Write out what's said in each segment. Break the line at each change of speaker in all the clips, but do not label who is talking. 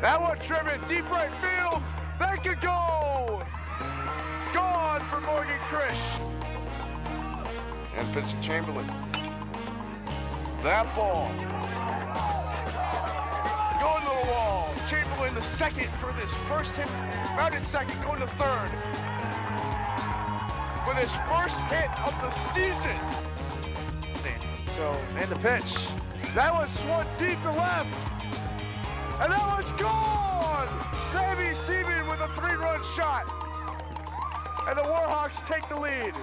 That one driven deep right field. That could go. Gone for Morgan Krish. And Vincent Chamberlain. That ball. Going to the wall. Chamberlain the second for this first hit. Mounted second, going to third. With his first hit of the season. So, and the pitch. That one swung deep to left. And that one's gone! Sammy Seaman with a three-run shot. And the Warhawks take the lead.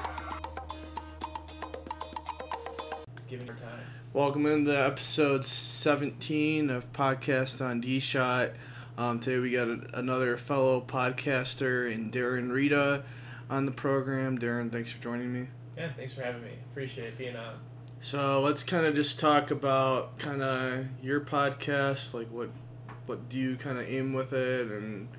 Welcome into episode 17 of Podcast on D Shot. Um, today we got a, another fellow podcaster and Darren Rita on the program. Darren, thanks for joining me.
Yeah, thanks for having me. Appreciate being uh, on.
So let's kind of just talk about kind of your podcast, like what what do you kind of aim with it, and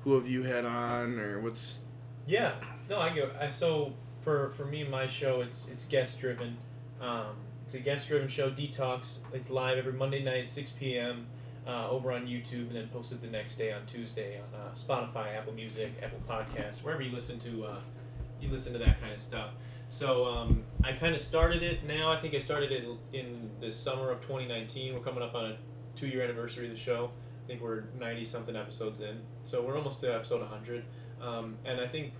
who have you had on, or what's
Yeah, no, I go. I so for for me, my show it's it's guest driven. Um, it's a guest driven show. Detox. It's live every Monday night at six p.m. Uh, over on YouTube, and then posted the next day on Tuesday on uh, Spotify, Apple Music, Apple Podcasts, wherever you listen to uh, you listen to that kind of stuff. So um, I kind of started it now. I think I started it in the summer of 2019. We're coming up on a two year anniversary of the show. I think we're 90 something episodes in. So we're almost to episode 100. Um, and I think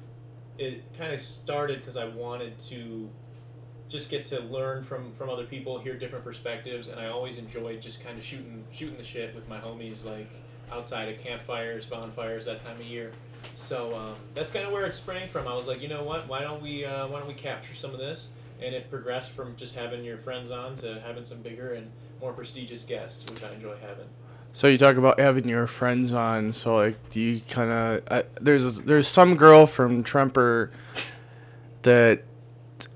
it kind of started because I wanted to just get to learn from from other people, hear different perspectives, and I always enjoyed just kind of shooting shooting the shit with my homies, like outside of campfires, bonfires, that time of year. So um, that's kind of where it sprang from. I was like, you know what? Why don't we uh, why don't we capture some of this? And it progressed from just having your friends on to having some bigger and more prestigious guests, which I enjoy having.
So you talk about having your friends on. So like, do you kind of there's there's some girl from Tremper that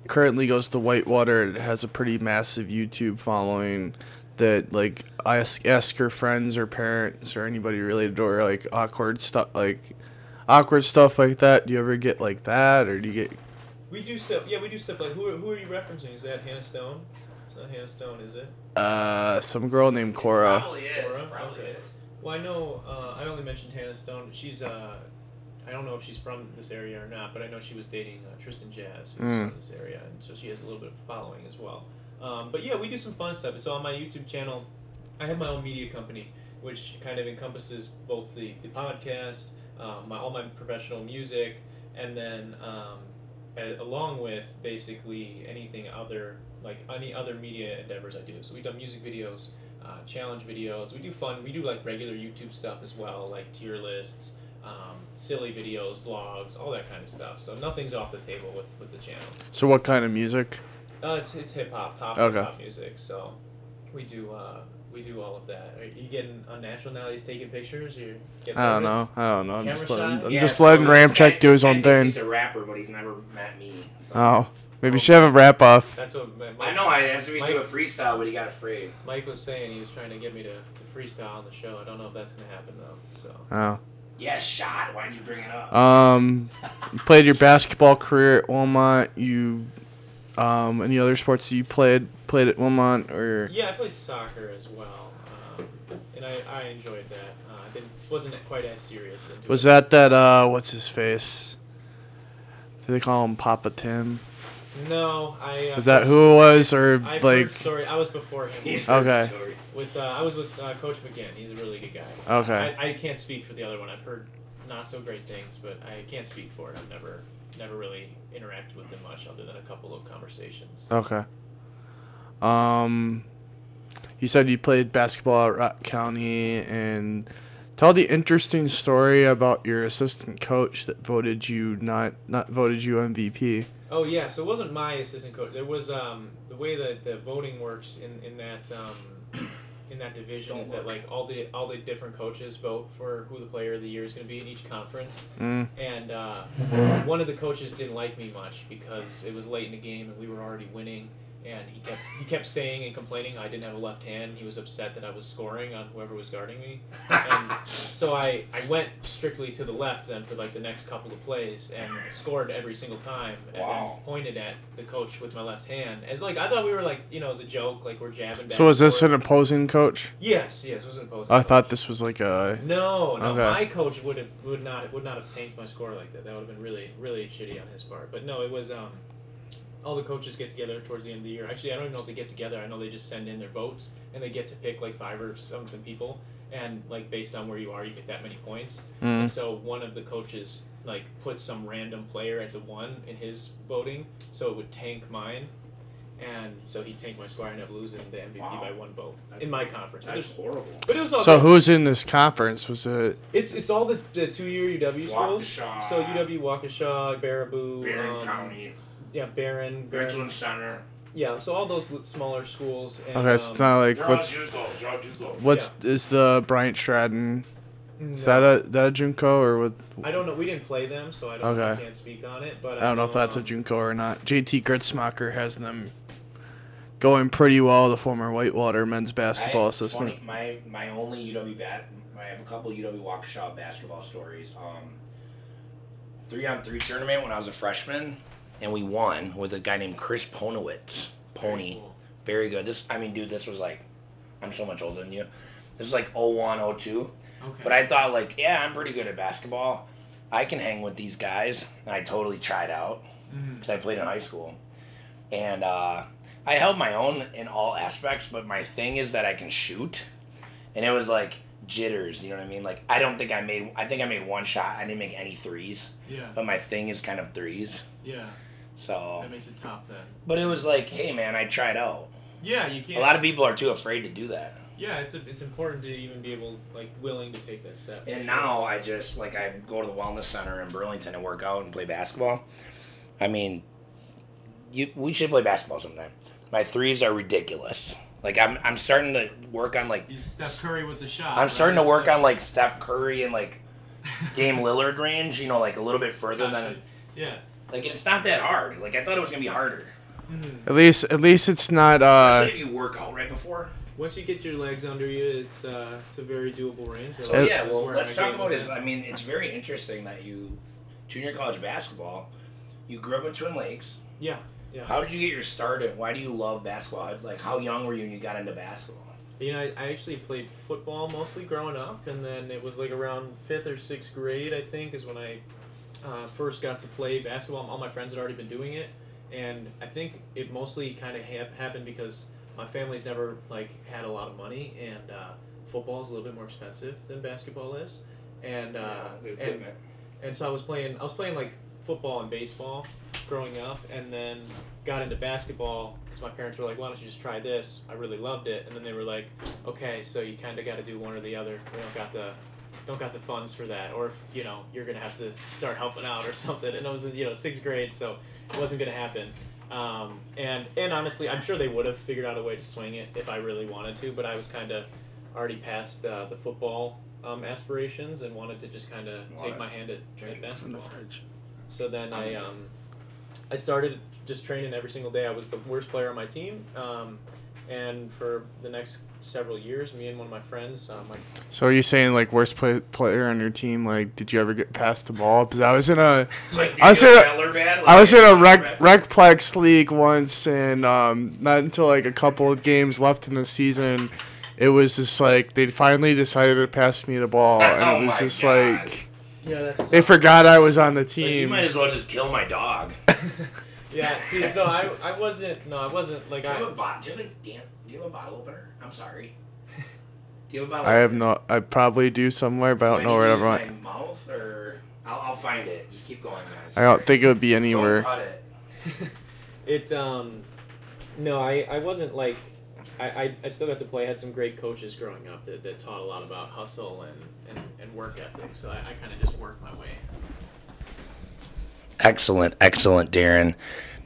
currently goes to Whitewater and has a pretty massive YouTube following. That like I ask ask her friends or parents or anybody related or like awkward stuff like awkward stuff like that. Do you ever get like that or do you get
We do stuff, yeah, we do stuff like who are, who are you referencing? Is that Hannah Stone? It's not Hannah Stone, is it?
uh some girl named Cora?
Probably is.
Cora?
Probably
Okay.
is.
Well, I know uh, I only mentioned Hannah Stone. She's uh, I don't know if she's from this area or not, but I know she was dating uh, Tristan Jazz, who's
Mm.
from this area, and so she has a little bit of following as well. Um, but yeah, we do some fun stuff. It's on my YouTube channel. I have my own media company, which kind of encompasses both the the podcast, um, my, all my professional music, and then um, a- along with basically anything other like any other media endeavors I do. So we've done music videos, uh, challenge videos. We do fun. We do like regular YouTube stuff as well, like tier lists, um, silly videos, vlogs, all that kind of stuff. So nothing's off the table with with the channel.
So what kind of music?
Uh, it's it's hip hop, pop,
Okay.
pop music. So we do uh, we do all of that. Are you getting unnatural now? that He's taking pictures. You getting
I don't know.
nervous?
I don't know. I'm
Camera
just letting
shot?
I'm
Yeah,
just
so
letting
this
Ramchek
guy-
do his
this guy
own
thinks
thing.
He's a rapper, but he's never met me. So.
Oh, maybe she have a wrap off.
That's what my, my,
I know. I asked if we
Mike-
do a freestyle, but he got afraid.
Mike was saying. He was trying to get me to, to freestyle on the show. I don't know if that's gonna happen though. So.
Oh.
Yeah, shot. Why'd you bring it up?
Um, you played your basketball career at Wilmot. You, um, any other sports that you played played at Wilmot or?
Yeah, I played soccer as well, um, and I, I enjoyed that. Uh, I didn't wasn't quite as serious. Into
Was
it.
that that uh, what's his face? Do they call him Papa Tim?
No, I. Uh,
Is that who it was or
I
like?
sorry, I was before him.
He's heard
okay.
stories.
With uh, I was with uh, Coach McGinn. He's a really good guy.
Oh, Okay.
I, I can't speak for the other one. I've heard not so great things, but I can't speak for it. I've never never really interacted with him much, other than a couple of conversations.
Okay. Um, you said you played basketball at Rock County, and tell the interesting story about your assistant coach that voted you not not voted you MVP.
Oh yeah, so it wasn't my assistant coach. There was um, the way that the voting works in in that um, in that division
Don't
is that
look.
like all the all the different coaches vote for who the player of the year is going to be in each conference.
Mm.
And uh, one of the coaches didn't like me much because it was late in the game and we were already winning. and he kept he kept saying and complaining I didn't have a left hand. He was upset that I was scoring on whoever was guarding me, and so I I went strictly to the left then for like the next couple of plays and scored every single time and
Wow.
then pointed at the coach with my left hand as like I thought we were like you know as a joke like we're jabbing. Back
So was
and
this an
forth.
opposing coach?
Yes, yes, it was an opposing.
I thought
coach.
this was like a.
No, no,
Okay.
my coach would have would not would not have tanked my score like that. That would have been really really shitty on his part. But no, it was um, all the coaches get together towards the end of the year. Actually, I don't even know if they get together. I know they just send in their votes and they get to pick like five or something people, and like based on where you are, you get that many points. And
Mm,
so one of the coaches like put some random player at the one in his voting, so it would tank mine. And so he tanked my score. I ended up losing the MVP
Wow.
by one vote
That's-
in my conference. It
That's
was-
horrible.
But it was all
so
good.
who's in this conference? Was it?
It's it's all the, the two year UW schools.
Waukesha.
So UW Waukesha, Baraboo,
Barron
um,
County,
yeah, Barron, Barron,
Richland Center.
yeah. So all those li- smaller schools. And,
Okay, it's
um,
not like
They're
what's
all JUCOs. They're all JUCOs.
what's is the Bryant Stratton? Is
no.
that a that a Junco or what?
I don't know. We didn't play them, so I don't. I
Okay.
can't speak on it, but
I don't know if that's a
um,
Junco or not. JT Gritzmacher has them going pretty well. The former Whitewater men's basketball
I-
assistant.
funny, my my only UW bat. I have a couple UW Waukesha basketball stories. Um, three on three tournament when I was a freshman, and we won with a guy named Chris Ponowitz. Pony,
cool.
very good. This I mean, dude, this was like, I'm so much older than you. This was like 01, 02.
Okay.
But I thought like, yeah, I'm pretty good at basketball. I can hang with these guys, and I totally tried out
Mm,
because I played in high school, and uh, I held my own in all aspects. But my thing is that I can shoot, and it was like jitters. You know what I mean? Like I don't think I made. I think I made one shot. I didn't make any threes.
yeah,
But my thing is kind of threes.
yeah.
So,
That makes it top then.
but it was like, hey man, I tried out.
Yeah, you can't.
A lot of people are too afraid to do that.
yeah, it's a, it's important to even be able like willing to take that step.
And now I just like I go to the wellness center in Burlington and work out and play basketball. I mean, you we should play basketball sometime. My threes are ridiculous. Like I'm I'm starting to work on like
He's Steph Curry with the shot.
I'm
right?
starting to work
Steph-
on like Steph Curry and like Dame Lillard range. You know, like a little bit further than
Yeah.
like it's not that hard. Like I thought it was gonna be harder.
Mhm.
At least, at least it's not. Uh,
Especially if you work out right before.
Once you get your legs under you, it's uh, it's a very doable range. I
So
Uh,
like
yeah,
that's
well,
where
let's
my
talk
game
about
is
is
at.
I mean, it's very interesting that you junior college basketball. You grew up in Twin Lakes.
Yeah, yeah.
How did you get your start and why do you love basketball? Like, how young were you when you got into basketball?
You know, I, I actually played football mostly growing up, and then it was like around fifth or sixth grade, I think, is when I uh, first got to play basketball. All my friends had already been doing it, and I think it mostly kind of ha- happened because my family's never like had a lot of money, and uh, football's a little bit more expensive than basketball is, and uh,
the
and
equipment.
and so I was playing I was playing like football and baseball growing up and then got into basketball because my parents were like why don't you just try this I really loved it and then they were like okay so you kind of got to do one or the other we don't got the don't got the funds for that or if you know you're gonna have to start helping out or something and I was in you know sixth grade so it wasn't gonna happen um, and and honestly I'm sure they would have figured out a way to swing it if I really wanted to but I was kind of already past uh, the football um, aspirations and wanted to just kind of take
Water.
my hand at,
Drink
at
it. It's in the Mm-hmm.
basketball. So then I um, I started just training every single day. I was the worst player on my team, um, and for the next several years, me and one of my friends, um, my
so are you saying like worst play, player on your team? Like, did you ever get past the ball? Because I was in a,
Like, did
I
you
was
get
in a-
Zeller bad? Like,
I was in a rec,
Zeller bad?
recplex league once, and um, not until like a couple of games left in the season, it was just like they finally decided to pass me the ball, and
Oh
it was
my
just
God.
like
yeah, that's
they forgot I was on the
Like, you
team.
might as well just kill my dog.
yeah. See, so I, I wasn't no, I wasn't like
do, you have
I
a bo- do, you have a, damn, do you have a bottle opener? I'm sorry. Do you have a bottle
I have no. I probably do somewhere, but I don't know where. I'm
My
at.
mouth or. I'll, I'll find it. Just keep going, guys.
I don't think it would be
Don't
anywhere.
cut it.
it um, no, I I wasn't like. I, I, I still got to play. I had some great coaches growing up that, that taught a lot about hustle and, and, and work ethic. So I, I kind of just worked my way
Excellent, excellent, Darren.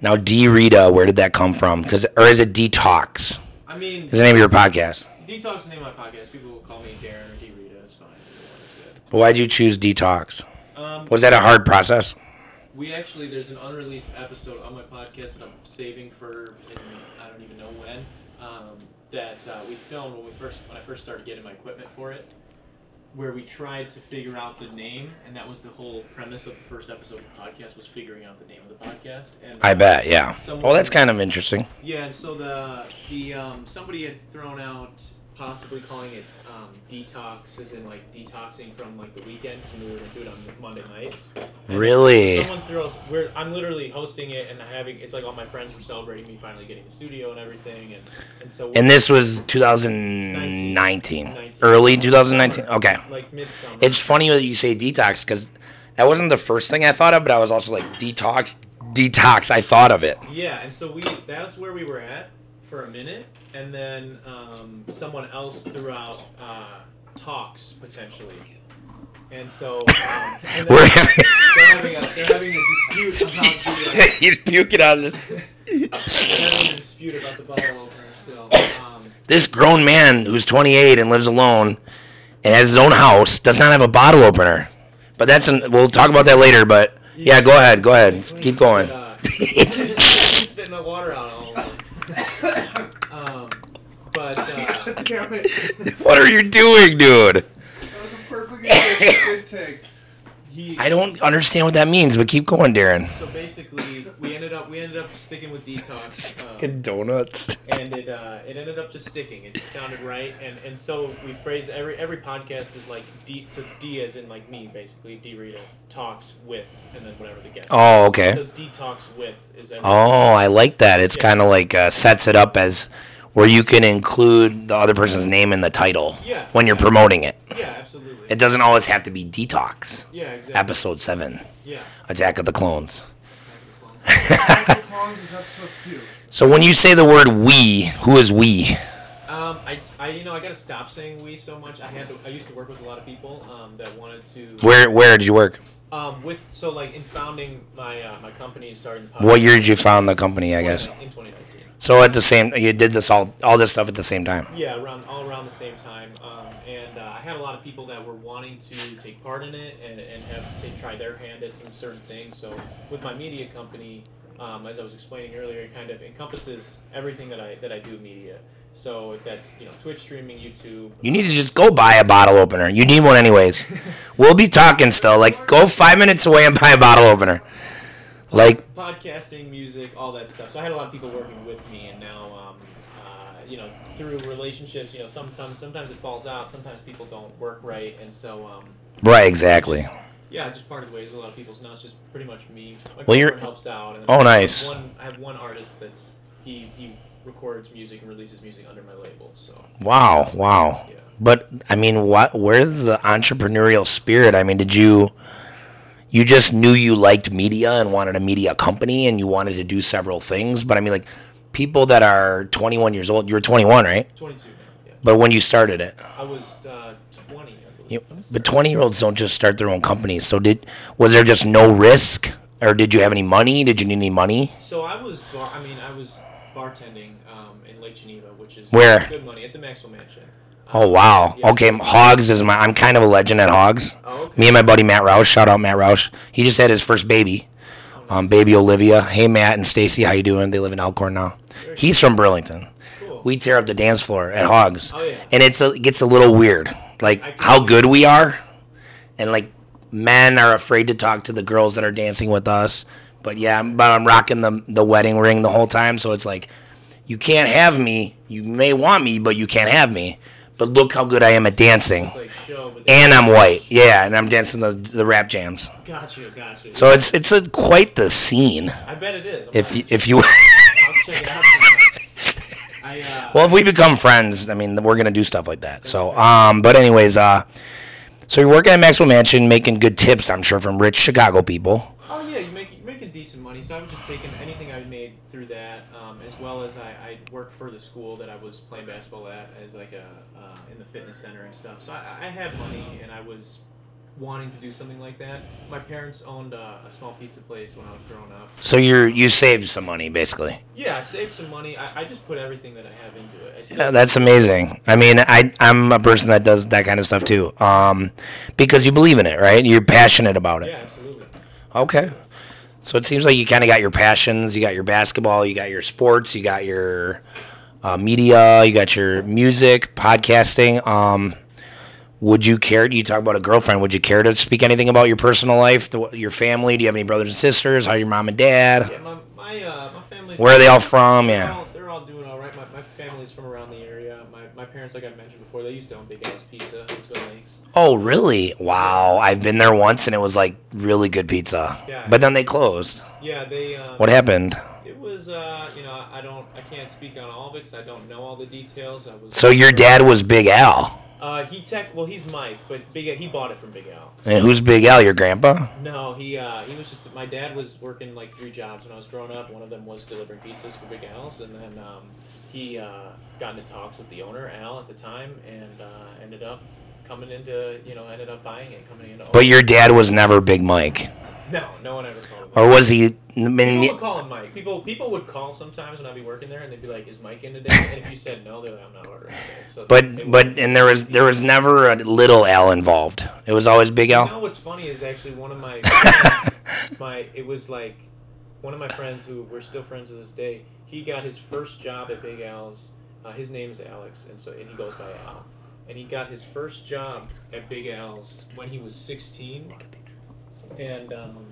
Now, D Rita, where did that come from? Because, or is it Detox?
I mean,
Is the name of your podcast?
Detox is the name of my podcast. People will call me Darren or D Rita. It's fine. Either one is
Why'd you choose Detox?
good. Um,
Was that a hard process?
We actually there's an unreleased episode on my podcast that I'm saving for in, I don't even know when. Um, that uh, we filmed when we first when I first started getting my equipment for it, where we tried to figure out the name, and that was the whole premise of the first episode of the podcast was figuring out the name of the podcast. And
I bet, yeah.
Someone-
Well, that's kind of interesting.
yeah, and so the the um, somebody had thrown out possibly calling it um, detox, as in like detoxing from like the weekend, and we were gonna do it on Monday nights. And
Really?
Someone throws. We're, I'm literally hosting it and having. It's like all my friends were celebrating me finally getting the studio and everything, and and so.
And this was 2019, early 2019. Okay.
Like midsummer.
It's funny that you say detox because that wasn't the first thing I thought of, but I was also like detox, detox. I thought of it.
Yeah, and so we that's where we were at for a minute, and then um, someone else threw out uh, talks potentially, and so um, and
We're
then
having,
they're, having a, they're having a dispute about the uh,
he's puking on this.
they're having a dispute about the bottle opener still. Um,
This grown man who's 28 and lives alone and has his own house does not have a bottle opener. But that's an, we'll talk about that later. But yeah, go ahead, go ahead, keep going.
but, uh, he's spitting the water out all over. Um, but uh,
Damn it. That
what are you doing,
was a
dude?
perfectly good take.
he
I don't understand what that means, but keep going, Darren.
so basically we ended up we ended up sticking with detox. Um,
donuts.
and it uh, it ended up just sticking. It sounded right, and and so we phrase every every podcast is like D, so it's D as in like me basically. D Rita talks with, and then whatever the guest.
Oh, okay.
So it's D talks with is every.
Oh, I like that. It's
Yeah.
kind of like uh, sets it up as where you can include the other person's name in the title
Yeah.
when you're promoting it.
Yeah, absolutely.
It doesn't always have to be Detox,
yeah, exactly.
Episode 7,
Yeah.
Attack of the Clones.
Attack of the Clones is episode two.
So when you say the word we, who is we?
Um, I, I you know I gotta stop saying we so much. I had to, I used to work with a lot of people um, that wanted to
Where where did you work?
um with so like in founding my uh, my company and starting the podcast.
What year did you found the company, I guess?
In 2019.
So at the same you did this all all this stuff at the same time.
Yeah, around all around the same time, um, and uh, I had a lot of people that were wanting to take part in it and, and have to try their hand at some certain things. So with my media company, um, as I was explaining earlier, it kind of encompasses everything that I that I do in media. So if that's you know Twitch streaming, YouTube,
You need to just go buy a bottle opener. You need one anyways. We'll be talking still. Like go 5 minutes away and buy a bottle opener. Like
podcasting, music, all that stuff. So I had a lot of people working with me, and now, um, uh, you know, through relationships, you know, sometimes sometimes it falls out, sometimes people don't work right, and so. Um,
Right, exactly.
Yeah, I just parted ways with a lot of people. So now it's just pretty much me. My
Well, you're-
girlfriend helps out. And then
Oh,
I have
nice.
One, I have one artist that's he he records music and releases music under my label. So
Wow, wow.
yeah,
But I mean, what? Where's the entrepreneurial spirit? I mean, did you you just knew you liked media and wanted a media company and you wanted to do several things? But I mean, like people that are 21 years old. You were 21, right?
22 now. Yeah,
But when you started it,
I was uh, 20, I believe.
you,
when I started.
but 20 year olds don't just start their own companies. So did was there just no risk, or did you have any money? Did you need any money?
So I was bar- I mean I was bartending um, in Lake Geneva, which is
Where?
good money at the Maxwell Mansion.
Oh wow.
Yeah.
Okay, Hogs is my. I'm kind of a legend at Hogs.
Oh, okay.
Me and my buddy Matt Roush, shout out Matt Roush. He just had his first baby, um, baby Olivia. Hey Matt and Stacy, how you doing? They live in Elkhorn now. He's from Burlington.
Cool.
We tear up the dance floor at Hogs,
Oh, yeah.
and it's a, it gets a little weird, like
I can-
how good we are, and like men are afraid to talk to the girls that are dancing with us. But yeah, I'm, but I'm rocking the the wedding ring the whole time, so it's like you can't have me. You may want me, but you can't have me. But look how good I am at dancing.
It's like show with
And I'm white. Yeah, and I'm dancing the, the rap jams.
Gotcha, gotcha.
So it's it's a, quite the scene.
I bet it is. I'm
If
not-
you, if you
I'll check it out. sometime. I uh,
well, if we become friends, I mean, we're gonna do stuff like that. So um, but anyways, uh, so you're working at Maxwell Mansion, making good tips, I'm sure, from rich Chicago people.
Oh yeah, you make you're making decent money. So I was just taking anything I made through that, um, as well as I, I worked for the school that I was playing basketball at, as like a uh, in the fitness center and stuff. So I, I had money, and I was wanting to do something like that. My parents owned uh, a small pizza place when I was growing up.
So you're you saved some money, basically.
Yeah, I saved some money. I, I just put everything that I have into it. I still,
Yeah, Uh, that's amazing. I mean, I I'm a person that does that kind of stuff too. Um, because you believe in it, right? You're passionate about it.
yeah, absolutely.
Okay. So it seems like you kind of got your passions. You got your basketball. You got your sports. You got your uh, media. You got your music, podcasting. Um, would you care? You talk about a girlfriend. Would you care to speak anything about your personal life, the, your family? Do you have any brothers and sisters? How's your mom and dad?
Yeah, my my, uh, my family's
Where are they all from?
They're
Yeah.
all, they're all doing all right. My, my family's from around the area. My, my parents, like I mentioned before, they used to own Big Ass Pizza in Twin Lakes.
Oh, really? Wow. I've been there once and it was like really good pizza.
Yeah.
But then they closed.
Yeah, they. Um,
What happened?
It was, uh, you know, I don't, I can't speak on all of it because I don't know all the details. I was.
So your dad was Big Al.
Uh, he tech. Well, he's Mike, but Big Al, he bought it from Big Al.
And who's Big Al? Your grandpa?
No, he uh, he was just. My dad was working like three jobs when I was growing up. One of them was delivering pizzas for Big Al's, and then um, he uh, got into talks with the owner Al at the time, and uh, ended up coming into, you know, ended up buying it, coming into.
But your dad was never Big Mike.
no, no one ever called. Him.
Or was he?
People would call him Mike. People people would call sometimes when I'd be working there, and they'd be like, "Is Mike in today?" And if you said no, they're like, "I'm not ordering today." So
But but and there was there was never a little Al involved. It was always Big
you
Al.
know what's funny is actually one of my my it was like one of my friends who we're still friends to this day. He got his first job at Big Al's. Uh, his name is Alex, and so and he goes by Al. And he got his first job at Big Al's when he was 16. and um,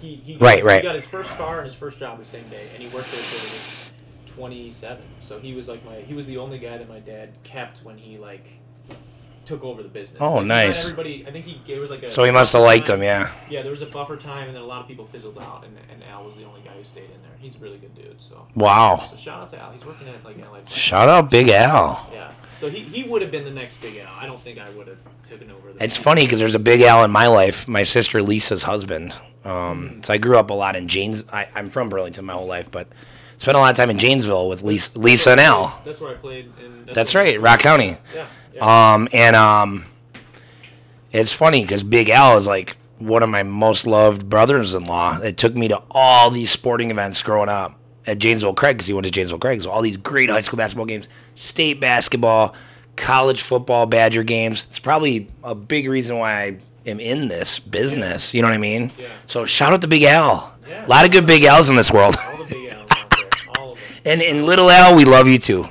he, he,
Right,
he
right.
got his first car and his first job the same day, and he worked there until he was 27. So he was like my he was the only guy that my dad kept when he like took over the business.
Oh,
Like, he let
nice.
Everybody, I think he it was like a
So he must have liked him, yeah.
Yeah, there was a buffer time, and then a lot of people fizzled out, and, and Al was the only guy who stayed in there. He's a really good dude. So
Wow.
so shout out to Al. He's working at like LA.
Shout out Big Al.
Yeah. So he, he would have been the next big Al. I don't think I would have taken over. The
It's funny because there's a Big Al in my life. My sister Lisa's husband. Um, so I grew up a lot in Janes. I, I'm from Burlington my whole life, but spent a lot of time in Janesville with Lisa, Lisa and Al.
That's where I played. In,
That's
where I
right,
played.
Rock County.
Yeah. yeah.
Um, and um, it's funny because Big Al is like one of my most loved brothers-in-law. It took me to all these sporting events growing up at Janesville Craig because he went to Janesville Craig. So all these great high school basketball games, state basketball, college football, Badger games. It's probably a big reason why I am in this business. You know what I mean?
Yeah.
So shout out to Big Al.
Yeah.
A lot of good Big Al's in this world.
All the big Al's out there. All of them.
And and little Al, we love you too.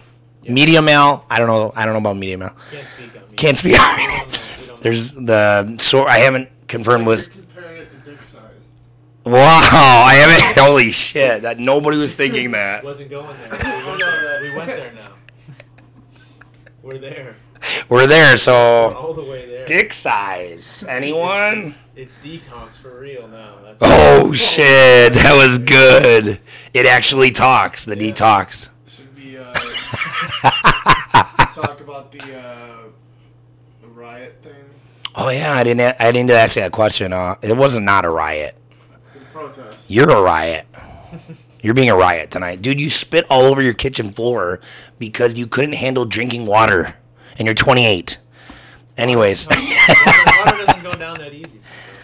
Medium Al, I don't know. I don't know about medium Al.
Can't speak on me.
Can't speak.
We don't know. We don't know.
There's the sort I haven't confirmed
You're
with.
comparing it to dick size.
Wow, I haven't. Holy shit! That nobody was thinking that.
Wasn't going there. We went there. We went there now. We're there.
We're there, so
Oh.
All the way there.
dick size. Anyone?
It's detox for real now. That's
Oh shit! That was good. It actually talks. The detox.
Should we uh, talk about the uh, the riot thing?
Oh yeah, I didn't. a- I didn't ask you that question. Uh, it wasn't not a riot.
The protest.
You're a riot. You're being a riot tonight. Dude, you spit all over your kitchen floor because you couldn't handle drinking water and you're 28. Anyways,
Water doesn't go down that easy.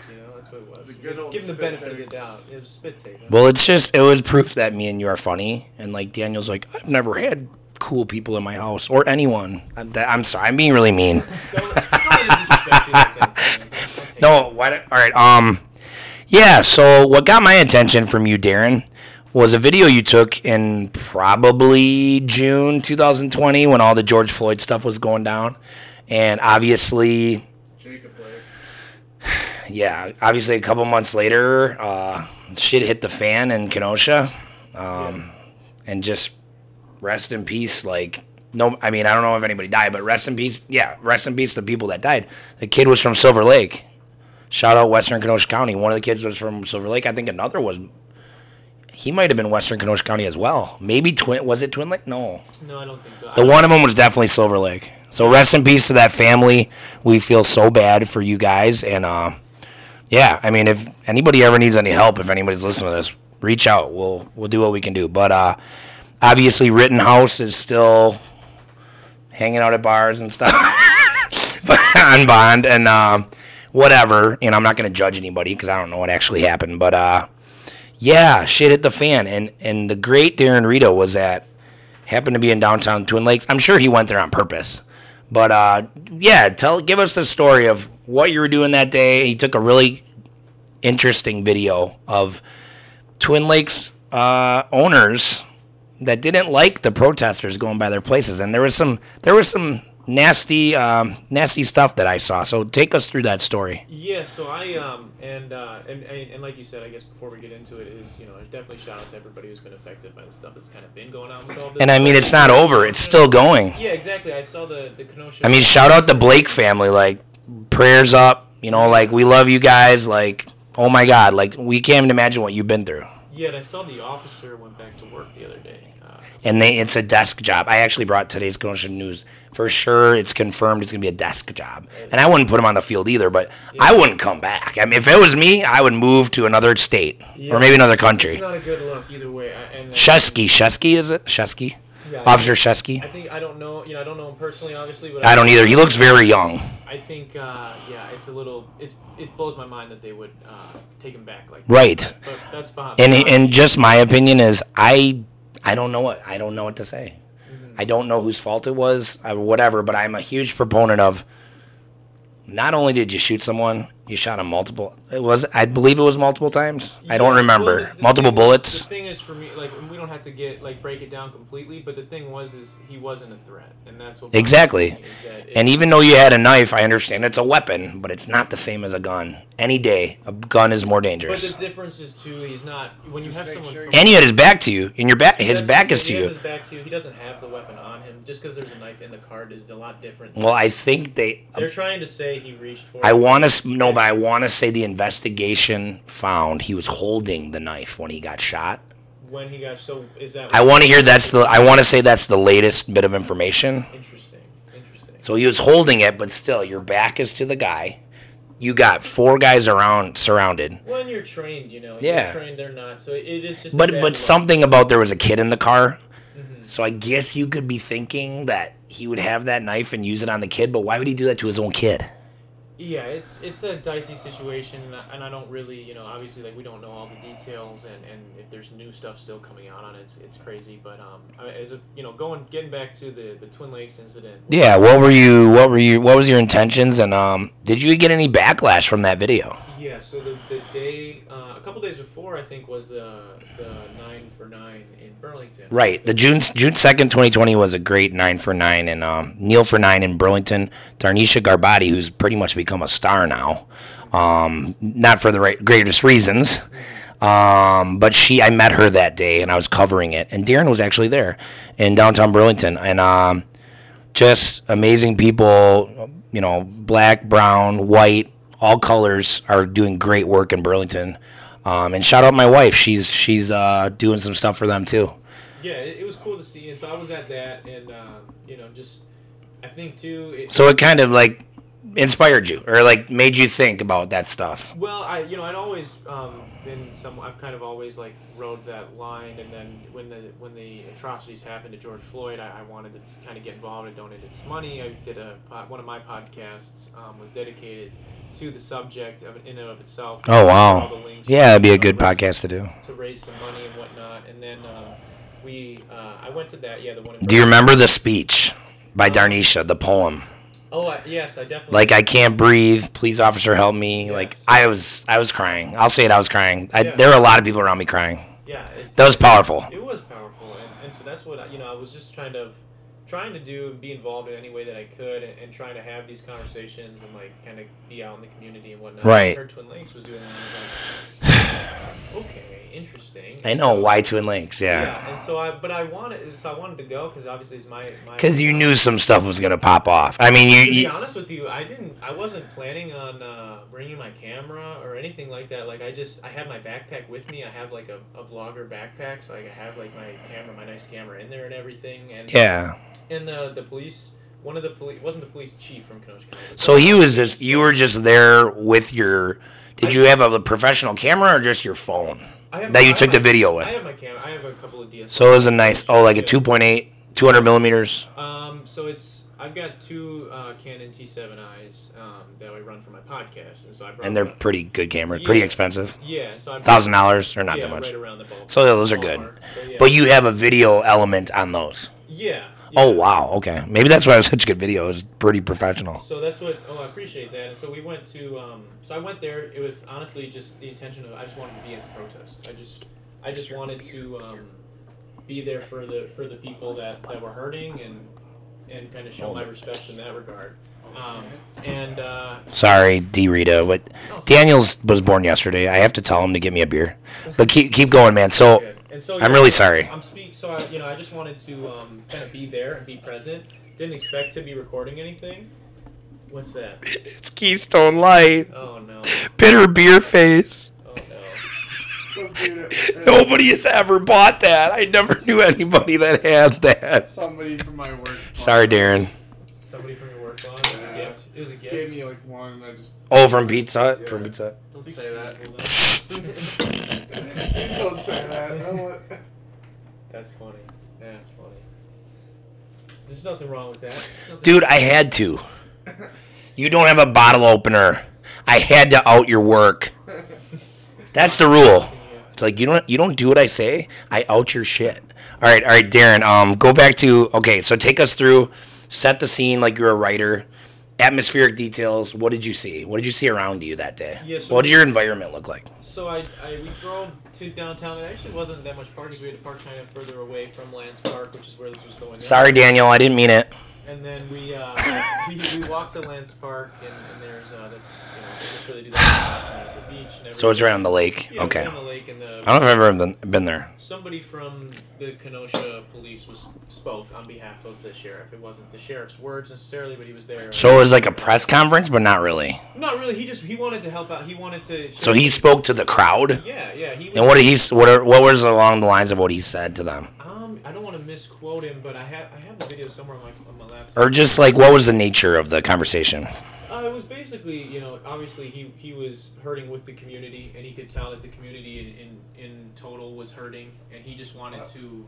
Sometimes, you know, that's what it was.
a good old
Give him the
spit
benefit
take.
of the doubt. It was spit take. huh?
well, it's just, it was proof that me and you are funny. And like Daniel's like, I've never had cool people in my house or anyone. I'm, that, I'm sorry, I'm being really mean.
Don't, don't disrespect you like that, man. Don't take
No, why? don't- All right. Um, yeah. So what got my attention from you, Darren, was a video you took in probably June 2020 when all the George Floyd stuff was going down, and obviously,
Jacob Blake.
yeah, obviously a couple months later, uh, shit hit the fan in Kenosha,
Yeah.
um, and just rest in peace, like. No, I mean I don't know if anybody died, but rest in peace. Yeah, rest in peace the people that died. The kid was from Silver Lake. Shout out Western Kenosha County. One of the kids was from Silver Lake. I think another was. He might have been Western Kenosha County as well. Maybe Twin was it Twin Lake? No,
No, I don't think so.
the one of them was definitely Silver Lake. So rest in peace to that family. We feel so bad for you guys, and uh, yeah, I mean, if anybody ever needs any help, if anybody's listening to this, reach out. We'll we'll do what we can do. But uh, obviously, Rittenhouse is still hanging out at bars and stuff on bond and um, whatever. And I'm not gonna judge anybody because I don't know what actually happened. But uh, yeah, shit hit the fan. And and the great Darren Rito was at happened to be in downtown Twin Lakes. I'm sure he went there on purpose. But uh, yeah, tell give us the story of what you were doing that day. He took a really interesting video of Twin Lakes uh, owners that didn't like the protesters going by their places, and there was some there was some nasty um, nasty stuff that I saw. So take us through that story.
Yeah, so I um and uh and, and, and like you said, I guess before we get into it is you know definitely shout out to everybody who's been affected by the stuff that's kind of been going on with all this.
And I mean, it's not over; it's still going.
Yeah, exactly. I saw the the Kenosha.
I mean, shout out the Blake family. Like, prayers up. You know, like we love you guys. Like, oh my God, like we can't even imagine what you've been through.
Yeah, and I saw the officer went back to work the other day. Uh,
And they, it's a desk job. I actually brought today's Kenosha News for sure. It's confirmed. It's gonna be a desk job, and I wouldn't put him on the field either. But I wouldn't come back. I mean, if it was me, I would move to another state
Yeah.
or maybe another
it's
country.
not a good look either way. I, and uh,
Shesky, Shesky is it? Shesky,
Yeah.
Officer
I
Shesky.
think I don't know. You know, I don't know him personally, obviously, but
I don't either. He looks very young.
I think uh, yeah, it's a little. It it blows my mind that they would uh, take him back like. that.
Right.
But that's fine.
and and just my opinion is I I don't know what I don't know what to say.
Mm-hmm.
I don't know whose fault it was or whatever, but I'm a huge proponent of. Not only did you shoot someone, you shot him multiple. It was I believe it was multiple times. I don't
Yeah,
remember
well, the- the
multiple
thing is-
bullets.
the thing is, for me, like and we don't have to get like break it down completely, but the thing was is he wasn't a threat, and that's what
Exactly. And
and
even though you had a knife, I understand it's a weapon, but it's not the same as a gun. Any day, a gun is more
but
dangerous.
the difference is too, he's not when you have
make
someone.
sure
from-
and he had his back to you, and your back, his
That's
back
what I'm
is to
saying, he
you.
has His back to you. He doesn't have the weapon on him. Just because there's a knife in the card is a lot different.
Well, I think they
They're trying to say he reached for.
I
it.
want to no, but I want to say the investigation found he was holding the knife when he got shot.
when he got so is that.
I want to hear that's the I want to say that's the latest bit of information.
Interesting. Interesting.
So he was holding it, but still, your back is to the guy. You got four guys around surrounded,
When you're trained, you know. if
Yeah.
You're trained, they're not. So it is just. a
but
bad
but
look.
something about there was a kid in the car. So I guess you could be thinking that he would have that knife and use it on the kid, but why would he do that to his own kid?
Yeah, it's it's a dicey situation, and I, and I don't really, you know, obviously, like we don't know all the details, and, and if there's new stuff still coming out on it, it's, it's crazy. But um, I- as a you know, going getting back to the the Twin Lakes incident,
Yeah, what were you? What were you? What was your intentions? And um, did you get any backlash from that video?
Yeah, so the, the day, uh, a couple days before, I think, was the, the 9 for 9 in Burlington.
Right. The June June second, twenty twenty was a great nine for nine and um, Neil for nine in Burlington. Darnisha Garbati, who's pretty much become a star now, um, not for the right, greatest reasons, um, but she I met her that day and I was covering it, and Darren was actually there in downtown Burlington, and um, just amazing people. You know, black, brown, white, all colors are doing great work in Burlington. Um, and shout out my wife. She's she's uh, doing some stuff for them too.
Yeah, it, it was cool to see, and so I was at that, and, um, you know, just, I think, too, it,
So it kind of like inspired you or like made you think about that stuff.
Well, I you know I'd always um, been some. I've kind of always like rode that line, and then when the when the atrocities happened to George Floyd, I, I wanted to kind of get involved. I donated some money. I did a pod, one of my podcasts um, was dedicated to the subject of in and of itself.
Oh
All the
wow.
links
Yeah,
to-
that'd be a good
to raise-
podcast to do.
to raise some money and whatnot. And then um, we uh, I went to that. Yeah, the one. In
Do you remember the speech by Darnisha, the poem?
Oh I, yes, I definitely.
Like I can't breathe, please officer help me. Like
Yes.
I was I was crying. I'll say it, I was crying. I,
Yeah.
there were a lot of people around me crying.
yeah. it's-
That was powerful.
It was powerful, and, and so that's what I, you know. I was just kind of trying to do and be involved in any way that I could, and, and trying to have these conversations and like kind of be out in the community and whatnot.
Right.
I heard Twin Lakes was doing that. and I was like, okay, interesting.
I know why Twin Links, yeah.
Yeah, and so I, but I wanted, so I wanted to go because obviously it's my, my.
Because you knew some stuff was gonna pop off. I mean,
To
you,
be
you
honest with you, I didn't. I wasn't planning on uh, bringing my camera or anything like that. Like I just, I had my backpack with me. I have like a, a vlogger backpack, so I have like my camera, my nice camera in there and everything. And
yeah.
and the the police, one of the police wasn't the police chief from Kenosha County. but
So he was just you were just there with your. Did you have a professional camera or just your phone?
I have-
that
I
you
have
took
my-
the video with.
I have my camera. I have a couple of DSLRs.
So it was a nice, oh, like a 2.8, 200 millimeters.
Um, so it's I've got two uh, Canon T7Is um, that I run for my podcast, and so I brought.
And they're pretty good cameras, pretty
Yeah.
expensive.
yeah, so I brought-
Thousand dollars or not
yeah,
that much.
Right around the ball.
So those are good.
ballpark. So, yeah.
But you have a video element on those.
yeah,
Oh
yeah.
wow, okay. Maybe that's why it was such a good video. It was pretty professional.
So that's what. Oh, I appreciate that. And so we went to. Um, so I went there. It was honestly just the intention of I just wanted to be at the protest. I just I just wanted to um, be there for the for the people that, that were hurting and and kind of
Oh.
show my respects in that regard. Um, and uh,
Sorry, D Rita, but Daniels was born yesterday. I have to tell him to get me a beer. But keep keep going, man. So
good. And so
Oh, I'm
yeah,
really
I-
sorry.
I'm speak. So I, you know, I just wanted to um, kind of be there and be present. Didn't expect to be recording anything. What's that?
It's Keystone Light.
Oh no!
Bitter beer face.
Oh no!
Some dude, uh,
Nobody has ever bought that. I never knew anybody that had that.
Somebody from my work.
Sorry, Darren.
Somebody from your work bought it. It was a gift. It was a gift.
Gave me like one, and I just
Oh, from Pizza Hut? From Pizza
don't
It's
say that.
excusable,
Please don't say that. I don't want-
though. That's funny. That's funny. There's nothing wrong with that. There's nothing-
Dude, I had to. You don't have a bottle opener. I had to out your work. That's the rule. It's like you don't you don't do what I say. I out your shit. All right, all right, Darren. Um, go back to okay. So take us through, set the scene like you're a writer. Atmospheric details. What did you see? What did you see around you that day?
Yeah, so-
what did your environment look like?
So I, I we drove to downtown. There actually wasn't that much parking, so we had to park kind of further away from Lance Park, which is where this was going. down.
Sorry, Daniel. I didn't mean it.
And then we uh, we, we walked to Lance Park, and, and there's uh, that's you know that's where they do that. There's the beach. And
So it's
everything.
right on the lake.
Yeah,
Okay.
On the lake and the
I don't know if I've ever been, been there.
somebody from the Kenosha police was spoke on behalf of the sheriff. It wasn't the sheriff's words necessarily, but he was there.
So it was like a press conference, but not really.
Not really. He just he wanted to help out. He wanted to.
So he spoke to the crowd.
Yeah, yeah. He was,
And what did he s- what are, what was along the lines of what he said to them,
um, I don't want to misquote him, but I have I have the video somewhere on my on my laptop.
or just like what was the nature of the conversation?
Uh, it was basically, you know, obviously he, he was hurting with the community, and he could tell that the community in, in, in total was hurting, and he just wanted to,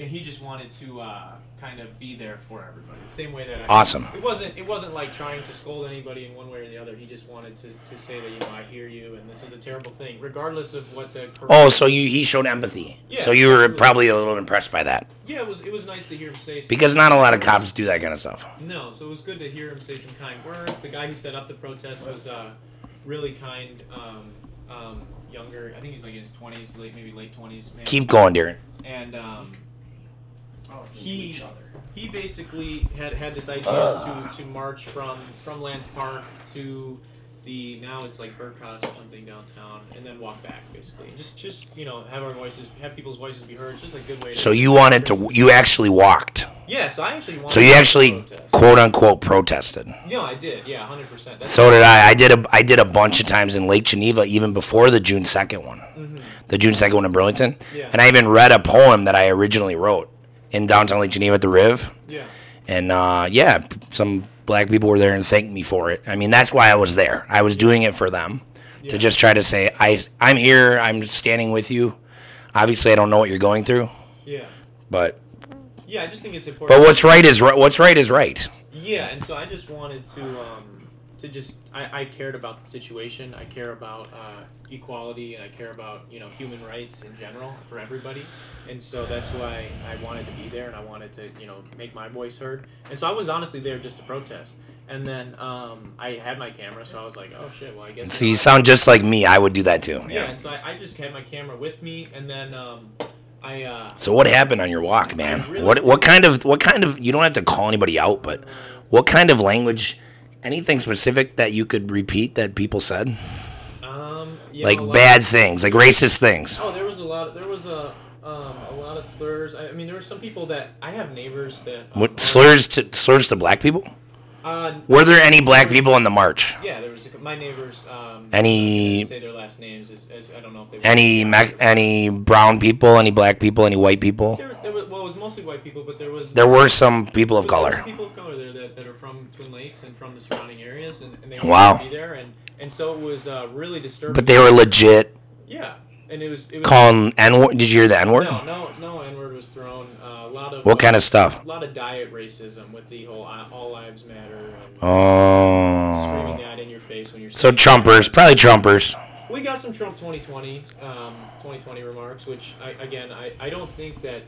and he just wanted to uh, kind of be there for everybody. The same way that I,
Awesome.
It wasn't it wasn't like trying to scold anybody in one way or the other. He just wanted to, to say that you know I hear you, and this is a terrible thing, regardless of what the correct-
Oh, so you he showed empathy.
Yeah,
so you were
absolutely.
probably a little impressed by that
yeah, it was it was nice to hear him say something.
because not a lot of cops do that kind of stuff.
No, so it was good to hear him say some kind words. The guy who set up the protest was uh, really kind, um, um, younger. I think he's like in his twenties, late maybe late twenties. man.
Keep going, Darren.
and um,
Oh,
he he basically had had this idea
Ah.
to, to march from from Lance Park to the now it's like Burkhouse or something downtown, and then walk back basically, and just just you know have our voices, have people's voices be heard. It's just a good way. To
So you wanted to you actually walked.
yeah. So I actually wanted
So you
to
actually
protest.
quote unquote protested.
no, I did. Yeah, hundred percent.
So did I. I did a I did a bunch of times in Lake Geneva even before the June second one, the June second one in Burlington,
Mm-hmm. Yeah.
and I even read a poem that I originally wrote in downtown Lake Geneva at the Riv.
yeah.
and uh, yeah, p- some black people were there and thanked me for it. I mean, that's why I was there. I was doing it for them
Yeah.
to just try to say, I, I'm here. I'm standing with you. Obviously, I don't know what you're going through,
Yeah.
but
Yeah, I just think it's important.
but what's right is right. What's right is right.
yeah, and so I just wanted to um, to just I, I cared about the situation. I care about uh, equality, and I care about you know human rights in general for everybody. And so that's why I wanted to be there, and I wanted to you know make my voice heard. And so I was honestly there just to protest. And then um, I had my camera, so I was like, oh shit, well I guess.
So you sound just like me. I would do that too.
yeah. and so I, I just had my camera with me, and then um, I. Uh,
So what happened on your walk, man?
I really-
What what kind of what kind of you don't have to call anybody out, but what kind of language? Anything specific that you could repeat that people said,
um, yeah,
like
a lot-
bad things, like racist things.
Oh, there was a lot. there was a um, a lot of slurs. I, I mean, there were some people that I have neighbors that um,
What slurs to slurs to black people?
Uh,
Were there any black people in the march?
yeah, there was a, my neighbors. Um,
Any-
say their last names as, as I don't know if they
Any me- any brown people? Any black people? Any white people?
There, there was, well, it was mostly white people, but there was
There were some people of
But there
color.
was People of color there that, that are from Twin Lakes and from the surrounding areas, and, and they
Wow.
wanted to be there, and, and so it was uh, really disturbing.
But they were legit
yeah, and it was it was
calling N word. Did you hear the N word?
no no no N word was thrown. Uh, a lot of
What kind of stuff?
a lot of diet racism with the whole uh, all lives matter. And, screaming
Oh.
that in your face when you're
So
saying-
Trumpers, probably Trumpers.
we got some Trump 2020 um, 2020 remarks which I, again I, I don't think that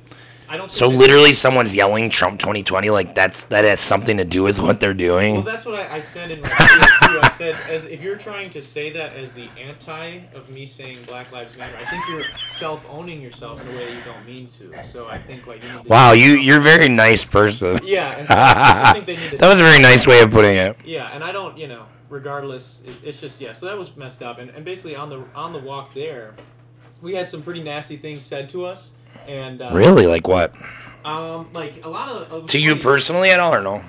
I don't. Think
So
I-
literally, someone's yelling Trump 2020. Like that's that has something to do with what they're
Well,
doing.
that's what I, I said in my video too. I said, as if you're trying to say that as the anti of me saying Black Lives Matter, I think you're self-owning yourself in a way that you don't mean to. So I think like you need to
Wow, you you're a very nice person.
Yeah, and so I think
that
they need to. Uh-huh.
was a very nice way of putting it.
Yeah, and I don't, you know, regardless, it, it's just yeah. So that was messed up, and, and basically on the on the walk there, we had some pretty nasty things said to us, and uh,
Really, like what?
um, like a lot of, of
To you
personally.
personally at all or no?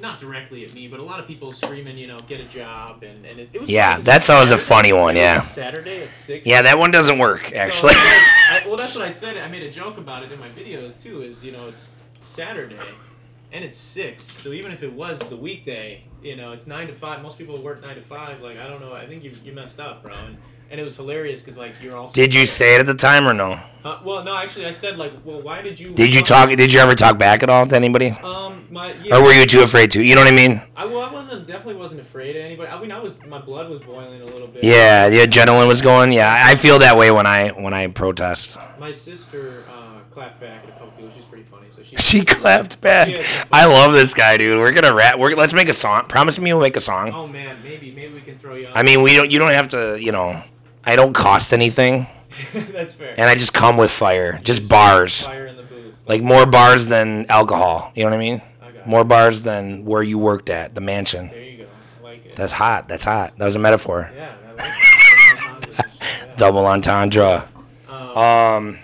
not directly at me, but a lot of people screaming, you know, get a job, and, and it, it was.
Yeah,
it was
that's always a funny
Saturday,
one,
it was
yeah.
Saturday at six.
Yeah, that one doesn't work
So,
actually.
I- I- well, that's what I said. I made a joke about it in my videos too. Is you know it's Saturday, and it's six. So even if it was the weekday, you know it's nine to five. Most people work nine to five. Like I don't know. I think you you messed up, bro. And, and it was hilarious because like you're all.
Did you say it at the time or no?
Uh, well, no, actually, I said like, well, why did you?
Did you talk? Did you ever talk back at all to anybody?
Um, my. Yeah,
Or were you too afraid to? You know what I mean?
I, well, I wasn't definitely wasn't afraid of anybody. I mean, I was my blood was boiling a little bit.
Yeah, the adrenaline was going. Yeah, I I feel that way when I when I protest.
My sister uh, clapped back at a couple people. She's pretty funny, so she.
She clapped back. I love this guy, dude. We're gonna rap. We're let's make a song. Promise me we'll make a song.
Oh man, maybe maybe we can throw you. Out.
I mean, we don't. You don't have to. You know, I don't cost anything,
that's fair.
and I just come with fire. Just bars.
Fire in the booth.
Like more bars than alcohol. You know what I mean?
I got it.
More bars than where you worked at the mansion.
There you go. I like it.
That's hot. That's hot. That was a metaphor.
yeah. I like it. Yeah.
Double entendre.
Um,
Um,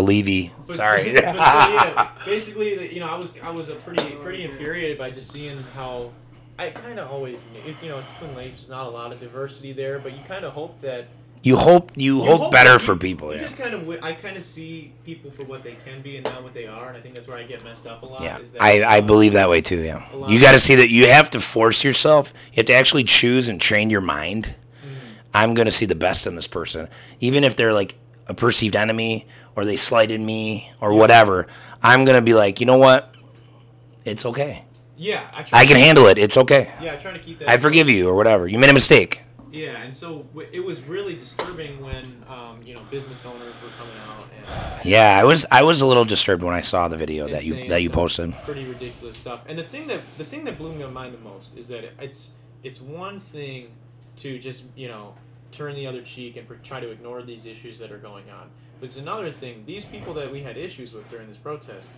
Levy.
but-
Sorry.
but so, yeah, basically, the- you know, I was I was a pretty pretty infuriated by just seeing how I kind of always knew- you know it's Twin Lakes. There's not a lot of diversity there, but you kind of hope that
You hope you
You
hope better
that
for
you-
people.
You
Yeah.
just kind of, wi- I kind of see people for what they can be and not what they are, and I think that's where I get messed up a lot.
Yeah,
is that,
I, I
uh,
believe that way too. Yeah,
a lot
you
of-
got to see that you have to force yourself. You have to actually choose and train your mind.
Mm.
I'm gonna see the best in this person, even if they're like a perceived enemy or they slighted me or whatever. I'm gonna be like, you know what? It's okay.
Yeah, I, try,
I can handle it. It's okay.
Yeah, I try to keep that.
I forgive you or whatever. You made a mistake.
Yeah, and so w- it was really disturbing when um, you know business owners were coming out and
Yeah, I was I was a little disturbed when I saw the video Uh, that you
saying
that you
some
posted.
Pretty ridiculous stuff. And the thing that the thing that blew my mind the most is that it's it's one thing to just you know turn the other cheek and pr- try to ignore these issues that are going on. But it's another thing. These people that we had issues with during this protest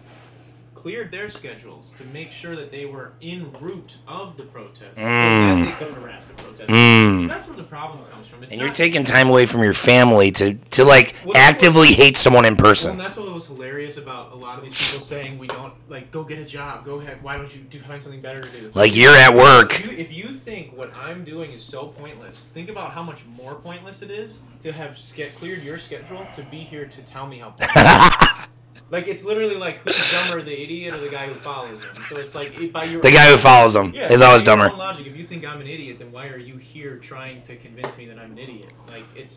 cleared their schedules to make sure that they were in route of the protest, so that
Mm.
they could harass the protest.
Mm.
That's where the problem comes from. It's
And you're
not-
taking time away from your family to to
Well,
like
that's what-
actively hate someone in
Well, and
person.
that's what was hilarious about a lot of these people saying we don't like go get a job, go ahead. Why don't you do find something better to do?
Like you're at work.
If you, if you think what I'm doing is so pointless, think about how much more pointless it is to have ske- cleared your schedule to be here to tell me how. pointless. like it's literally like who's dumber, the idiot or the guy who follows him? So it's like it- by your
The guy who follows him
yeah, E
is
by
always
your
dumber.
own Logic. If you think I'm an idiot, then why are you here trying to convince me that I'm an idiot? Like it's,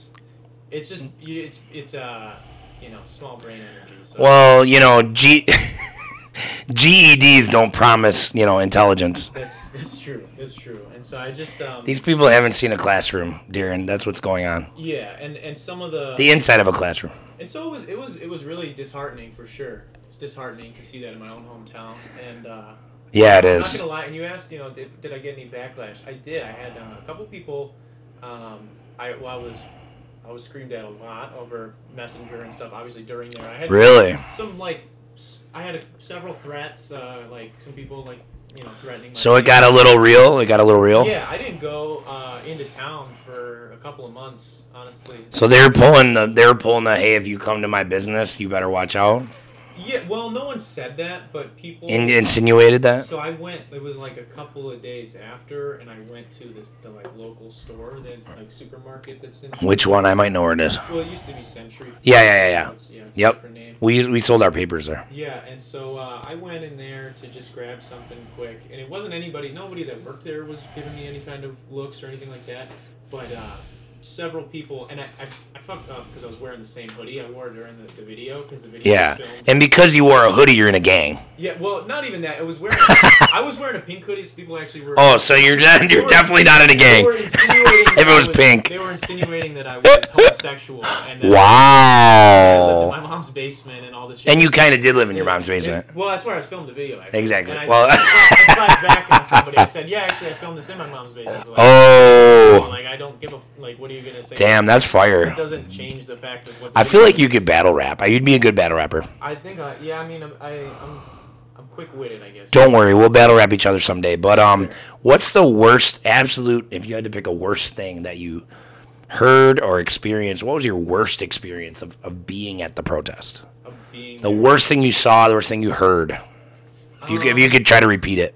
it's just you- it's it's uh you know small brain energy. So.
Well, you know, G- GEDs don't promise, you know, intelligence.
That's that's true. That's true. And so I just um
These people haven't seen a classroom, Darren. That's what's going on.
yeah, and and some of the,
The inside of a classroom.
and so it was it was it was really disheartening for sure. It's disheartening to see that in my own hometown. And uh,
Yeah, it
I'm not
is.
gonna lie. And you asked, you know, did, did I get any backlash? I did. I had uh, a couple people. Um, I well, I was I was screamed at a lot over messenger and stuff. Obviously during there, I had
Really?
some like s- I had a, several threats. Uh, like some people like you know threatening. My
So it
family.
got a little real. It got a little real.
Yeah, I didn't go uh, into town for a couple of months, honestly.
So they're pulling the they're pulling the hey, if you come to my business, you better watch out.
Yeah, well, no one said that, but people.
In- insinuated that.
so I went. It was like a couple of days after, and I went to this, the like local store, the like supermarket that's in.
Which one? I might know where it is.
Well, it used to be Century.
Yeah, yeah, yeah, yeah.
It's, yeah it's a
Yep.
different Name.
We we sold our papers there.
Yeah, and so uh, I went in there to just grab something quick, and it wasn't anybody, nobody that worked there was giving me any kind of looks or anything like that. But uh, several people, and I, I, I fucked up because I was wearing the same hoodie I wore during the, the video because the video
Yeah.
was filmed.
And because you wore a hoodie, you're in a gang.
yeah, well, not even that. I was wearing I was wearing a pink hoodie. So people actually were.
Oh, so you're not, you're definitely not in a
They
gang.
were insinuating
if
that
it
I
was pink.
They were insinuating that I was homosexual. And that I lived in my
Wow.
mom's basement and all this shit.
And you kind of did live in your mom's basement.
Well, that's where I filmed the video. Actually.
Exactly.
And I,
Well-
I tried back on somebody. I said, "Yeah, actually, I filmed this in my mom's basement." So, like, so,
Oh,
like I don't give a f- like. What are you gonna say?
damn, that's
It
fire.
doesn't change the fact of what. the
I feel
video
like you could battle rap. I- You'd be a good battle rapper.
I think I yeah. I mean I'm I, I'm, I'm quick witted. I guess.
Don't worry, we'll battle rap each other someday. But um, what's the worst absolute? If you had to pick a worst thing that you heard or experienced, what was your worst experience of, of being at the protest?
Of being
The worst thing you saw, the worst thing you heard. If you could- if you could try to repeat it.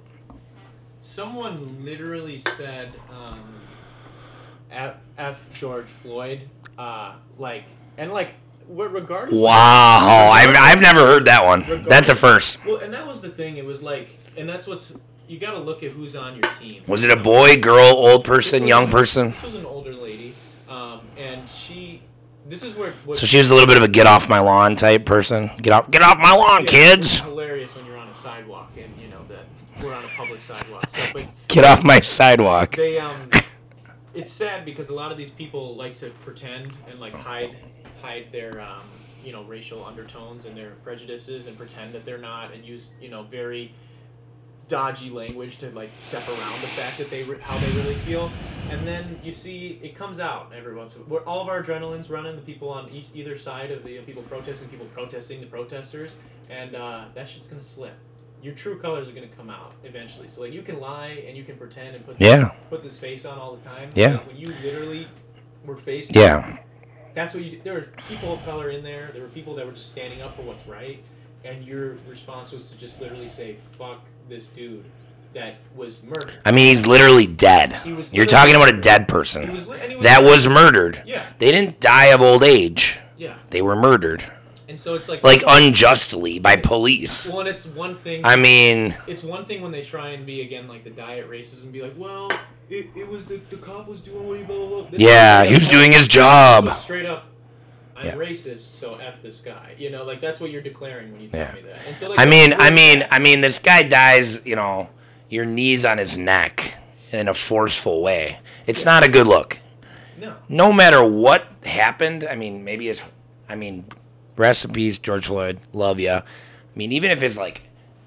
someone literally said um, F, F George Floyd uh like and like what regardless. of-
Wow, I've, I've never heard that one. That's a first.
Well, and that was the thing. It was like, and that's what's you got to look at who's on your team.
Was it a boy, girl, old person, young person?
This was an older lady, um, and she. This is where. What,
So she was a little bit of a get off my lawn type person. Get off, get off my lawn,
Yeah,
kids.
It's hilarious when you're on a sidewalk and you know that we're on a public sidewalk. So, but
Get off my sidewalk.
they um, it's sad because a lot of these people like to pretend and like hide hide their um, you know racial undertones and their prejudices and pretend that they're not and use you know very dodgy language to like step around the fact that they re- how they really feel and then you see it comes out every once in a while all of our adrenaline's running the people on each, either side of the people protesting people protesting the protesters and uh, that shit's gonna slip your true colors are gonna come out eventually so like you can lie and you can pretend and put this,
Yeah.
put this face on all the time
Yeah.
Like, when you literally were faced
Yeah,
that's what you did. There were people of color in there. There were people that were just standing up for what's right, and your response was to just literally say "fuck this dude" that was murdered.
I mean he's literally dead.
He was
You're talking about
literally-
a dead
He
person
was, li- and he was
that was murdered.
yeah,
They didn't die of old age.
yeah.
They were murdered,
And so it's like
like uh, unjustly by police.
well, and it's one thing.
I mean,
it's one thing when they try and be again like the diet racism, be like, well, it, it was the the cop was doing what he blah blah blah. This
yeah,
is-
he was doing his
So
job.
straight up. I'm
Yeah.
racist, so f this guy. You know, like that's what you're declaring when you tell
Yeah.
me that. And so, like,
I
that's
mean,
really
I mean,
bad.
I mean, this guy dies, you know, your knees on his neck in a forceful way. It's not a good look.
no.
No matter what happened, I mean, maybe his, I mean, rest in peace, George Floyd. Love ya. I mean, even if it's like,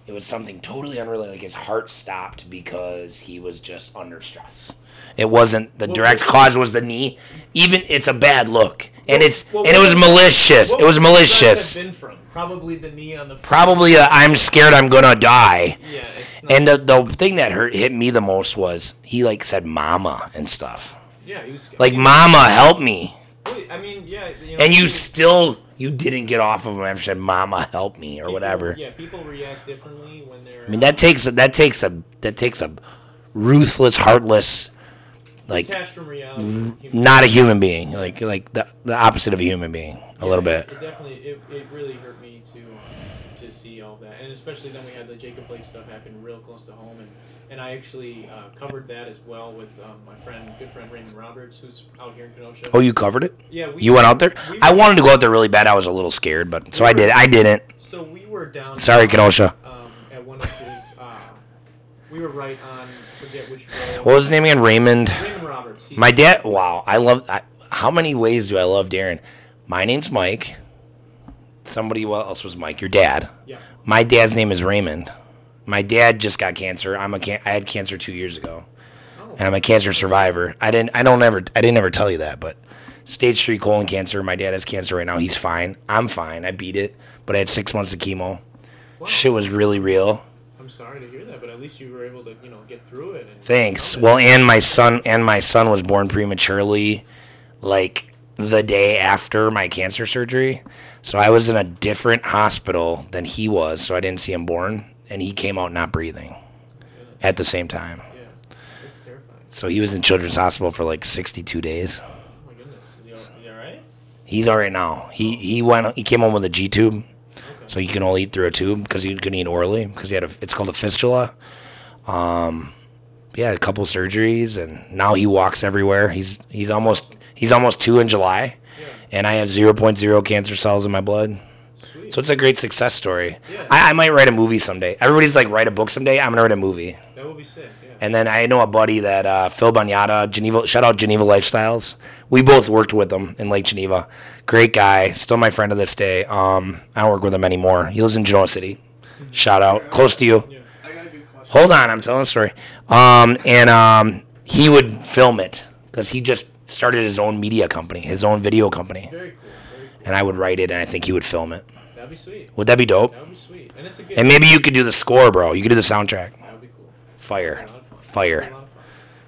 it was something totally unrelated, like his heart stopped because he was just under stress. It wasn't the
Well,
direct
what-
cause was the knee. Even it's a bad look, and
Well,
it's
well,
and it
what-
was malicious. It
What
was
would the stress
malicious.
have Been from probably the knee on the front.
Probably i I'm scared I'm gonna die.
Yeah, it's not,
And uh, the, the thing that hurt hit me the most was he like said mama and stuff.
yeah, he was I
Like
mean,
mama help me.
really, I mean, yeah, you know,
And you
people-
still you didn't get off of him after said mama help me or
people-
whatever.
Yeah, people react differently when they're. uh,
I mean that takes a that takes a that takes a ruthless, heartless like
detached from reality. human-
not a human being. Like like the, the opposite of a human being a
yeah,
little
it-
bit.
It definitely, it, it really hurt me to um, to see all that, and especially then we had the Jacob Blake stuff happen real close to home, and and I actually uh, covered that as well with um, my friend, good friend Raymond Roberts, who's out here in Kenosha.
Oh, you covered it?
yeah, we,
You went out there?
we
I
were-
wanted to go out there really bad. I was a little scared, but so I did. I didn't.
So we were down.
Sorry, Kenosha.
um, at one of his. Uh, we were right on forget which row.
What was his name again? Raymond.
Raymond Roberts. He's
My dad. Wow, I love. I, how many ways do I love Darren? My name's Mike. Somebody else was Mike. Your dad.
Yeah.
My dad's name is Raymond. My dad just got cancer. I'm a can- I had cancer two years ago,
Oh.
and I'm a cancer survivor. I didn't. I don't ever. I didn't ever tell you that, but stage three colon cancer. My dad has cancer right now. He's fine. I'm fine. I beat it, but I had six months of chemo.
Wow.
Shit was really real.
I'm sorry to hear that, but at least you were able to, you know, get through it. And
Thanks. Well, and my son and my son was born prematurely, like the day after my cancer surgery. So I was in a different hospital than he was, so I didn't see him born, and he came out not breathing at the same time.
Yeah. It's terrifying.
So he was in children's hospital for like 62 days.
Oh my goodness. Is he all, is he all right?
He's all right now. He he went he came home with a G tube,
Okay.
so you can only eat through a tube because he couldn't eat orally because he had a it's called a fistula. Um, yeah, a couple surgeries, and now he walks everywhere. He's he's almost He's almost two in July,
Yeah.
and I have 0.0 cancer cells in my blood.
Sweet.
So it's a great success story.
Yeah.
I, I might write a movie someday. Everybody's like, write a book someday. I'm gonna write a movie.
that would be sick. Yeah.
And then I know a buddy that uh, Phil Banyata, Geneva. Shout out Geneva Lifestyles. We both worked with him in Lake Geneva. Great guy, still my friend to this day. Um, I don't work with him anymore. He lives in Genoa City. Shout out, close to you.
I got a good question.
Hold on, I'm telling a story. Um, and um, he would film it because he just started his own media company, his own video company.
Very cool. Very cool.
And I would write it, and I think he would film it.
That'd be sweet.
Would that be dope?
That would be sweet. And it's a good.
And maybe you could do the score, bro. You could do the soundtrack.
that would be cool.
Fire,
A lot of fun.
fire.
A lot of fun.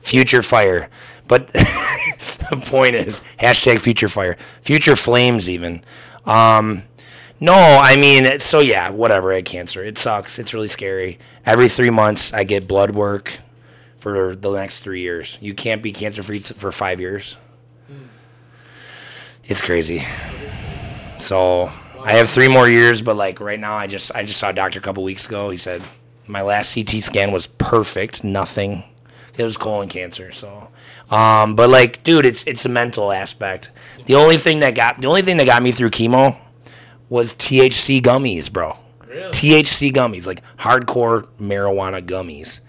future fire. But the point is hashtag future fire, future flames even. Um, no, I mean, so yeah, whatever. I had cancer. It sucks. It's really scary. Every three months, I get blood work for the next three years. You can't be cancer free for five years. It's crazy. So I have three more years, but like right now, I just I just saw a doctor a couple weeks ago. He said my last CT scan was perfect. Nothing. It was colon cancer. So, um, but like, dude, it's it's the mental aspect. The only thing that got the only thing that got me through chemo was THC gummies, bro.
Really?
THC gummies, like hardcore marijuana gummies.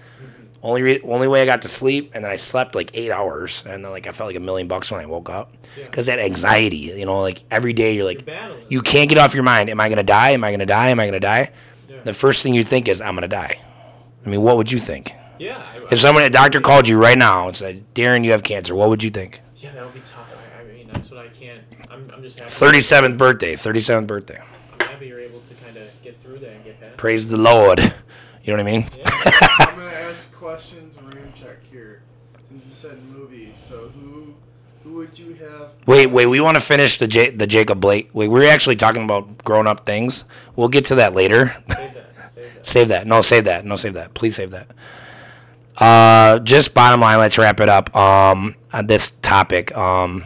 Only re- only way I got to sleep, and then I slept like eight hours, and then like I felt like a million bucks when I woke up,
Yeah.
because that anxiety, you know, like every day you're like,
You're battling.
you can't get off your mind. Am I gonna die? Am I gonna die? Am I gonna die?
Yeah.
The first thing you think is, I'm gonna die. I mean, what would you think
Yeah. I, I,
if someone a doctor called you right now and said, Darren, you have cancer? What would you think?
yeah, that would be tough. I, I mean, that's what I can't. I'm, I'm just happy.
Thirty seventh birthday, thirty seventh birthday.
I'm happy you're able to kind of get through that and get past. it.
Praise the Lord. You know what I mean?
Yeah.
I'm gonna ask questions room check here. Since you said movies, so who who would you have?
Wait, wait. We want to finish the J- the Jacob Blake. Wait, we're actually talking about grown up things. We'll get to that later.
Save that. Save that.
save that. No, save that. No, save that. Please save that. Uh, just bottom line. Let's wrap it up. Um, on this topic. Um,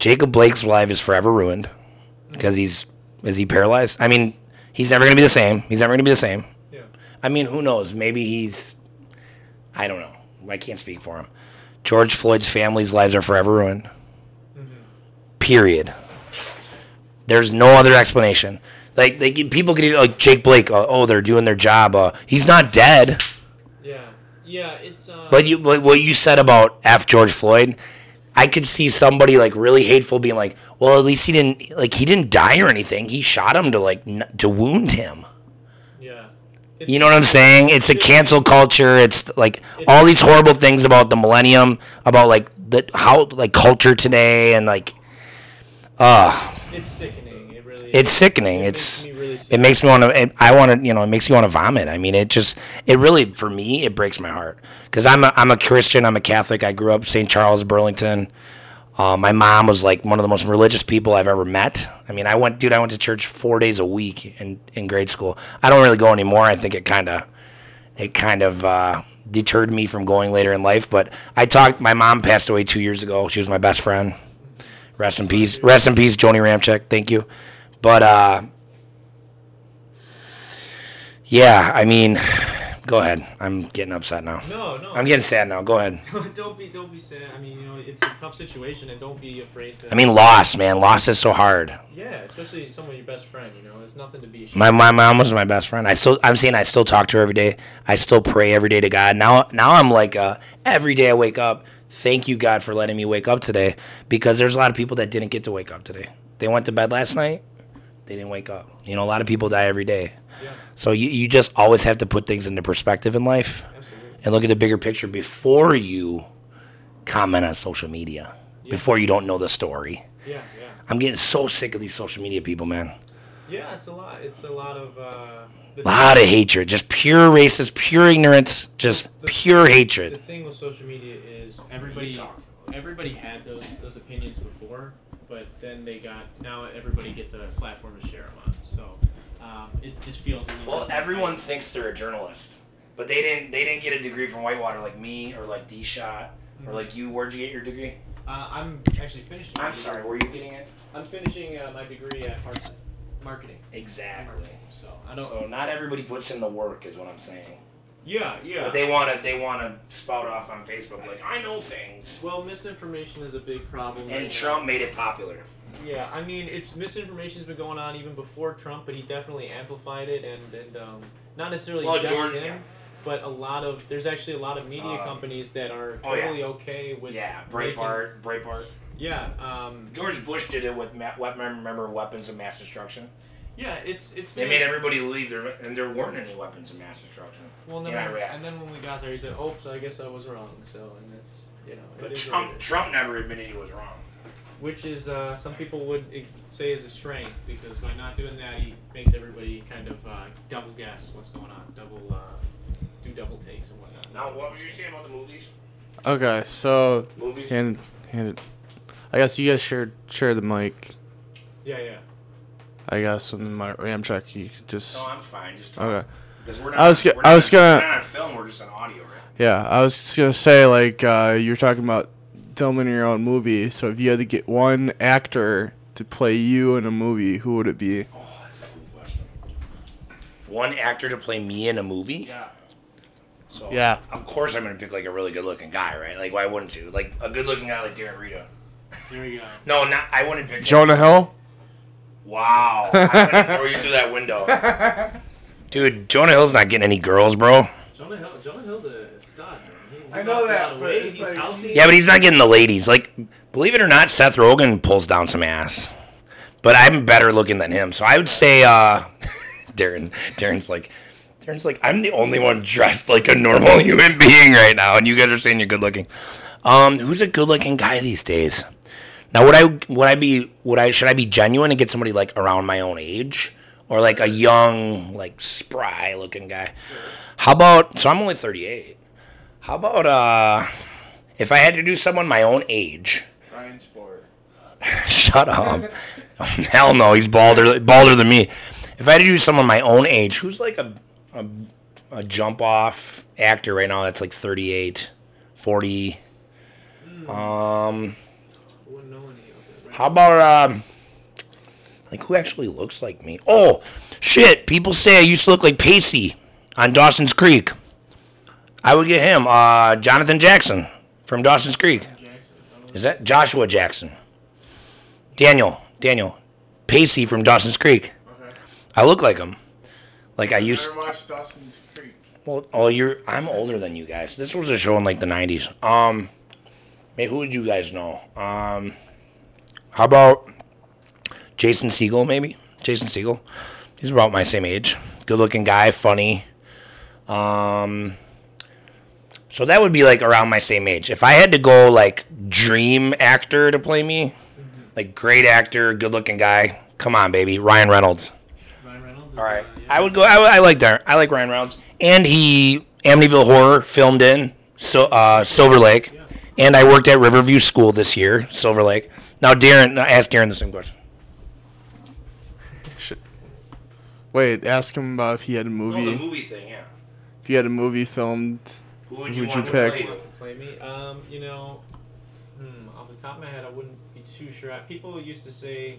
Jacob Blake's life is forever ruined because he's is he paralyzed? I mean, he's never gonna be the same. He's never gonna be the same.
Yeah.
I mean, who knows? Maybe he's. I don't know. I can't speak for him. George Floyd's family's lives are forever ruined. Period. There's no other explanation. Like they can- people could like Jake Blake. Uh, oh, they're doing their job. Uh, he's not dead.
Yeah. Yeah. It's. Uh,
But you, but what you said about F George Floyd, I could see somebody like really hateful being like, well, at least he didn't like he didn't die or anything. He shot him to like n- to wound him.
yeah. It's,
You know what I'm saying? It's a cancel culture. It's like all these horrible things about the millennium, about like the how like culture today, and like, ah,
It's sickening. It really.
it's sickening.
It
It's
Makes me really
it
sick.
makes me want to. I want to. You know, it makes you want to vomit. I mean, it just. It really, for me, it breaks my heart because I'm a I'm a Christian. I'm a Catholic. I grew up St. Charles, Burlington. Uh, my mom was like one of the most religious people I've ever met. I mean, I went, dude, I went to church four days a week in, in grade school. I don't really go anymore. I think it kind of, it kind of uh, deterred me from going later in life. But I talked. My mom passed away two years ago. She was my best friend. Rest in peace. Rest in peace, Joni Ramchek. Thank you. But uh, yeah, I mean, go ahead. I'm getting upset now.
no, no.
I'm getting sad now. Go ahead.
don't be, don't be sad. I mean, you know, it's a tough situation, and don't be afraid to.
I mean, loss, man. Loss is so hard.
yeah, especially someone your best friend. You know, it's nothing to be. Ashamed.
My, my mom was my best friend. I still I'm saying I still talk to her every day. I still pray every day to God. Now now I'm like uh, every day I wake up, thank you God for letting me wake up today because there's a lot of people that didn't get to wake up today. They went to bed last night, they didn't wake up. You know, a lot of people die every day.
Yeah.
So you, you just always have to put things into perspective in life
Absolutely.
and look at the bigger picture before you comment on social media. Before you don't know the story.
Yeah, yeah,
I'm getting so sick of these social media people, man.
yeah. It's a lot. It's a lot of. Uh, the
A lot of hatred, just pure racist, pure ignorance, just pure
the
hatred.
thing with social media is everybody everybody had those those opinions before, but then they got now everybody gets a platform to share them on. So um, it just feels a little.
thinks they're a journalist, but they didn't. They didn't get a degree from Whitewater like me or like D Shot
or
like you. Where'd you get your degree?
Uh, I'm actually finishing. my degree.
Were you getting it?
I'm finishing uh, my degree at Hartland marketing.
Exactly.
So I don't.
not everybody puts in the work, is what I'm saying.
Yeah, yeah.
But they want to they want to spout off on Facebook like I know things.
well, misinformation is a big problem. right now.
And Trump made it popular.
Yeah, I mean, it's misinformation's been going on even before Trump, but he definitely amplified it, and and um, not necessarily
Well,
just
Jordan-
him,
yeah.
but a lot of there's actually a lot of media
Uh,
companies that are
oh, yeah.
totally okay with
Yeah,
making-
Breitbart, Breitbart.
Yeah, um,
George Bush did it with ma- wep- remember weapons of mass destruction.
yeah, it's it's
They
been-
made everybody leave, there, and there weren't any weapons of mass destruction.
well, and then,
in
when-
Iraq.
and then when we got there, he said, "Oops, I guess I was wrong." So, and it's you know, it is what
But
it
Trump,
is.
Trump never admitted he was wrong.
which is uh, some people would eh, say is a strength because by not doing that, he makes everybody kind of uh, double guess what's going on, double uh, do double takes and whatnot.
Now, what were you saying about the movies?
Okay, so
Movies.
hand hand it. I guess you guys share share the mic.
Yeah, yeah.
I guess and my Ramcheck you could just
no, Oh, I'm fine. Just talk.
okay.
Because we're not.
I was
we're
go-
not,
I was gonna-
We're not on film. We're just on audio, right?
Yeah, I was just gonna say like uh, you were talking about filming your own movie. So if you had to get one actor to play you in a movie, who would it be?
Oh, that's a cool question.
One actor to play me in a movie?
Yeah. So
Yeah.
of course I'm gonna pick like a really good looking guy, right? Like why wouldn't you? Like a good looking guy like Darren Rita.
There you go.
No, not I wouldn't pick.
Jonah Hill.
Wow. I'm gonna throw you through that window.
Dude, Jonah Hill's not getting any girls, bro.
Jonah Hill. Jonah Hill's a stud. Man. He, he
I know
lost a
that,
lot of
but
weight.
it's
he's
like-
healthy.
Yeah, but he's not getting the ladies. Like, believe it or not, Seth Rogen pulls down some ass. But I'm better looking than him, so I would say, uh, Darren. Darren's like, Darren's like, I'm the only one dressed like a normal human being right now, and you guys are saying you're good looking. Um, who's a good looking guy these days? Now, would I would I be would I should I be genuine and get somebody like around my own age or like a young like spry looking guy? How about so I'm only 38. How about uh if I had to do someone my own age?
Ryan Spore.
Shut up. Hell no, he's balder balder than me. If I had to do someone my own age, who's like a a, a jump off actor right now that's like 38, 40. Um
I wouldn't know any of it. Right?
How about um, like who actually looks like me? Oh shit! People say I used to look like Pacey on Dawson's Creek. I would get him. Uh, Jonathan Jackson from Dawson's Creek.
Jackson. I don't know.
Is that Joshua Jackson? Daniel. Daniel. Pacey from Dawson's Creek.
Okay.
I look like him. Like I used.
Never watched Dawson's Creek.
Well, oh, you're. I'm older than you guys. This was a show in like the '90s. Um, hey, who would you guys know? Um, how about Jason Siegel? Maybe Jason Siegel. He's about my same age. Good-looking guy, funny. Um, so that would be like around my same age. If I had to go like dream actor to play me, like great actor, good-looking guy. Come on, baby, Ryan Reynolds.
Ryan Reynolds.
All right,
Uh, yeah.
I would go. I, would- I like that. I like Ryan Reynolds, and he Amityville Horror filmed in so uh, Silver Lake, and I worked at Riverview School this year, Silver Lake. Now, Darren, ask Darren the same question.
Shit. Wait, ask him about if he had a
No, the
movie.
movie thing, yeah.
If he had a movie filmed.
Who would you
Who'd you
want to
pick?
play? you?
play me. Um, you know, hmm, off the top of my head, I wouldn't be too sure. I, people used to say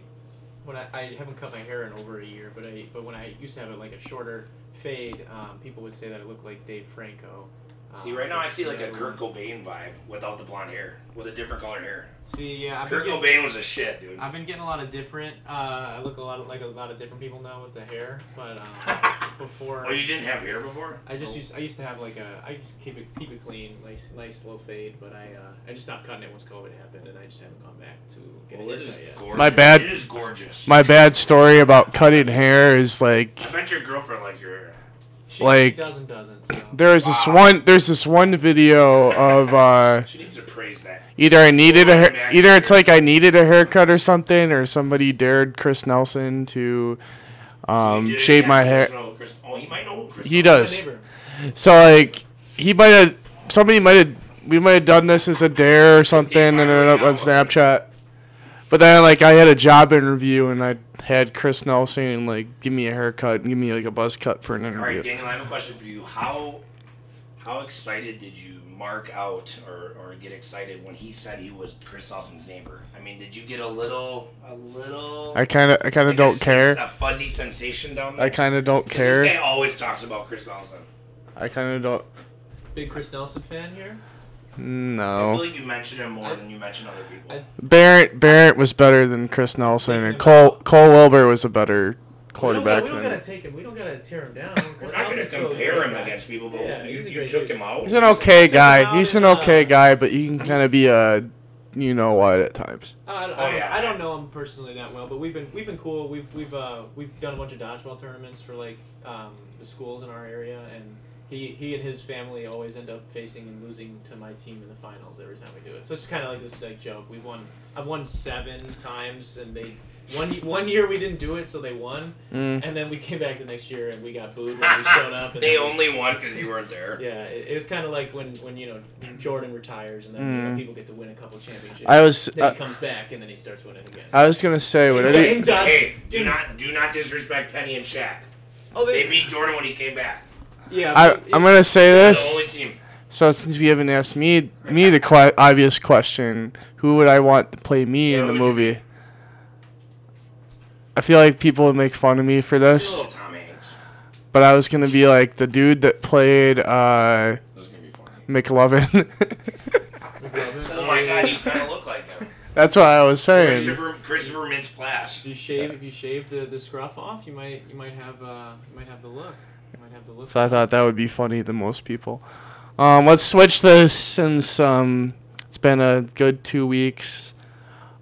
when I, I haven't cut my hair in over a year, but I but when I used to have it like a shorter fade, um, people would say that I look like Dave Franco. Um,
See, right now I see like
yeah,
a Kurt Cobain vibe without the blonde hair, with a different colored hair.
See, yeah, I've been,
Kurt
getting,
Cobain was a shit, dude.
I've been getting a lot of different. Uh, I look a lot of, like a lot of different people now with the hair, but um, before.
Oh, you didn't have hair before?
I just
Oh.
used I used to have like a I used to keep it keep it clean, nice nice low fade, but I uh, I just stopped cutting it once COVID happened, and I just haven't gone back to get
Well,
a
it is
haircut yet.
gorgeous.
My bad.
It is gorgeous.
My bad story about cutting hair is like
I bet your girlfriend likes your hair.
She
Like-
doesn't doesn't. So.
there is this one there's this one video of uh
She needs to praise that.
either I needed a hair, either it's like I needed a haircut or something, or somebody dared Chris Nelson to um,
Dude,
shave
yeah,
my
Chris
hair.
know Chris- Oh, he might know who Chris
He
Rock
My
does.
neighbor.
So like he might have somebody might have we might have done this as a dare or something, and ended up on Snapchat. But then like I had a job interview and I had Chris Nelson like give me a haircut and give me like a buzz cut for an
All right,
interview.
Daniel, I have a question for you. How how excited did you mark out or, or get excited when he said he was Chris Dawson's neighbor? I mean, did you get a little a little?
I kind of I kind of
like a
don't
sense-
care.
A fuzzy sensation down there.
I kind of don't
'Cause This
care.
guy always talks about Chris Dawson.
I kind of don't.
Big Chris Nelson fan here.
I feel
No.
like you mentioned him more than you mentioned other people.
I-
Barrett Barrett was better than Chris Nelson, and Cole Cole Wilbur was a better quarterback
We don't, we don't
than.
gotta take him. We don't gotta tear him down.
We're
Chris
not going
Nelson's
to
still a
compare
great
him
guy.
against people, but
Yeah,
you,
he's a
you
great
took
dude.
him out.
He's an okay guy.
out
He's an
in, uh,
okay guy, but he can kind of be a, you know what, at times.
I don't,
Oh,
I don't-
yeah.
I don't know him personally that well, but we've been we've been cool. We've we've uh, we've done a bunch of dodgeball tournaments for like um, the schools in our area, and he he and his family always end up facing and losing to my team in the finals every time we do it. So it's kind of like this like joke. We've won. I've won seven times, and they one one year we didn't do it, so they won,
Mm.
and then we came back the next year and we got booed when we showed up. And
they
then we-
only won because you weren't there.
Yeah, it, it was kind of like when, when you know Jordan retires and then you know,
Mm.
people get to win a couple championships.
I was
Then
uh,
he comes back and then he starts winning again.
I was gonna say would
Yeah,
any
and Don-
Hey, do not do not disrespect Penny and Shaq.
Oh,
They
they,
beat Jordan when he came back.
yeah.
I
but-
I'm gonna say
They're
this.
The only team.
So since you haven't asked me me the que- obvious question, who would I want to play me in the
Yeah, who would you-
movie? I feel like people would make fun of me for this,
Little Oh, Tom Hanks.
but I was gonna be like the dude that played uh,
This is gonna be funny.
McLovin.
McLovin,
Oh my
yeah.
God, you kind of look like him.
That's what I was saying.
Christopher Christopher Mintz-Plasse.
If
Mm-hmm.
you shave, if you shave the, the scruff off, you might you might have uh you might have the look. You might have the look.
So I thought that would be funny to most people. Um, let's switch this since um, it's been a good two weeks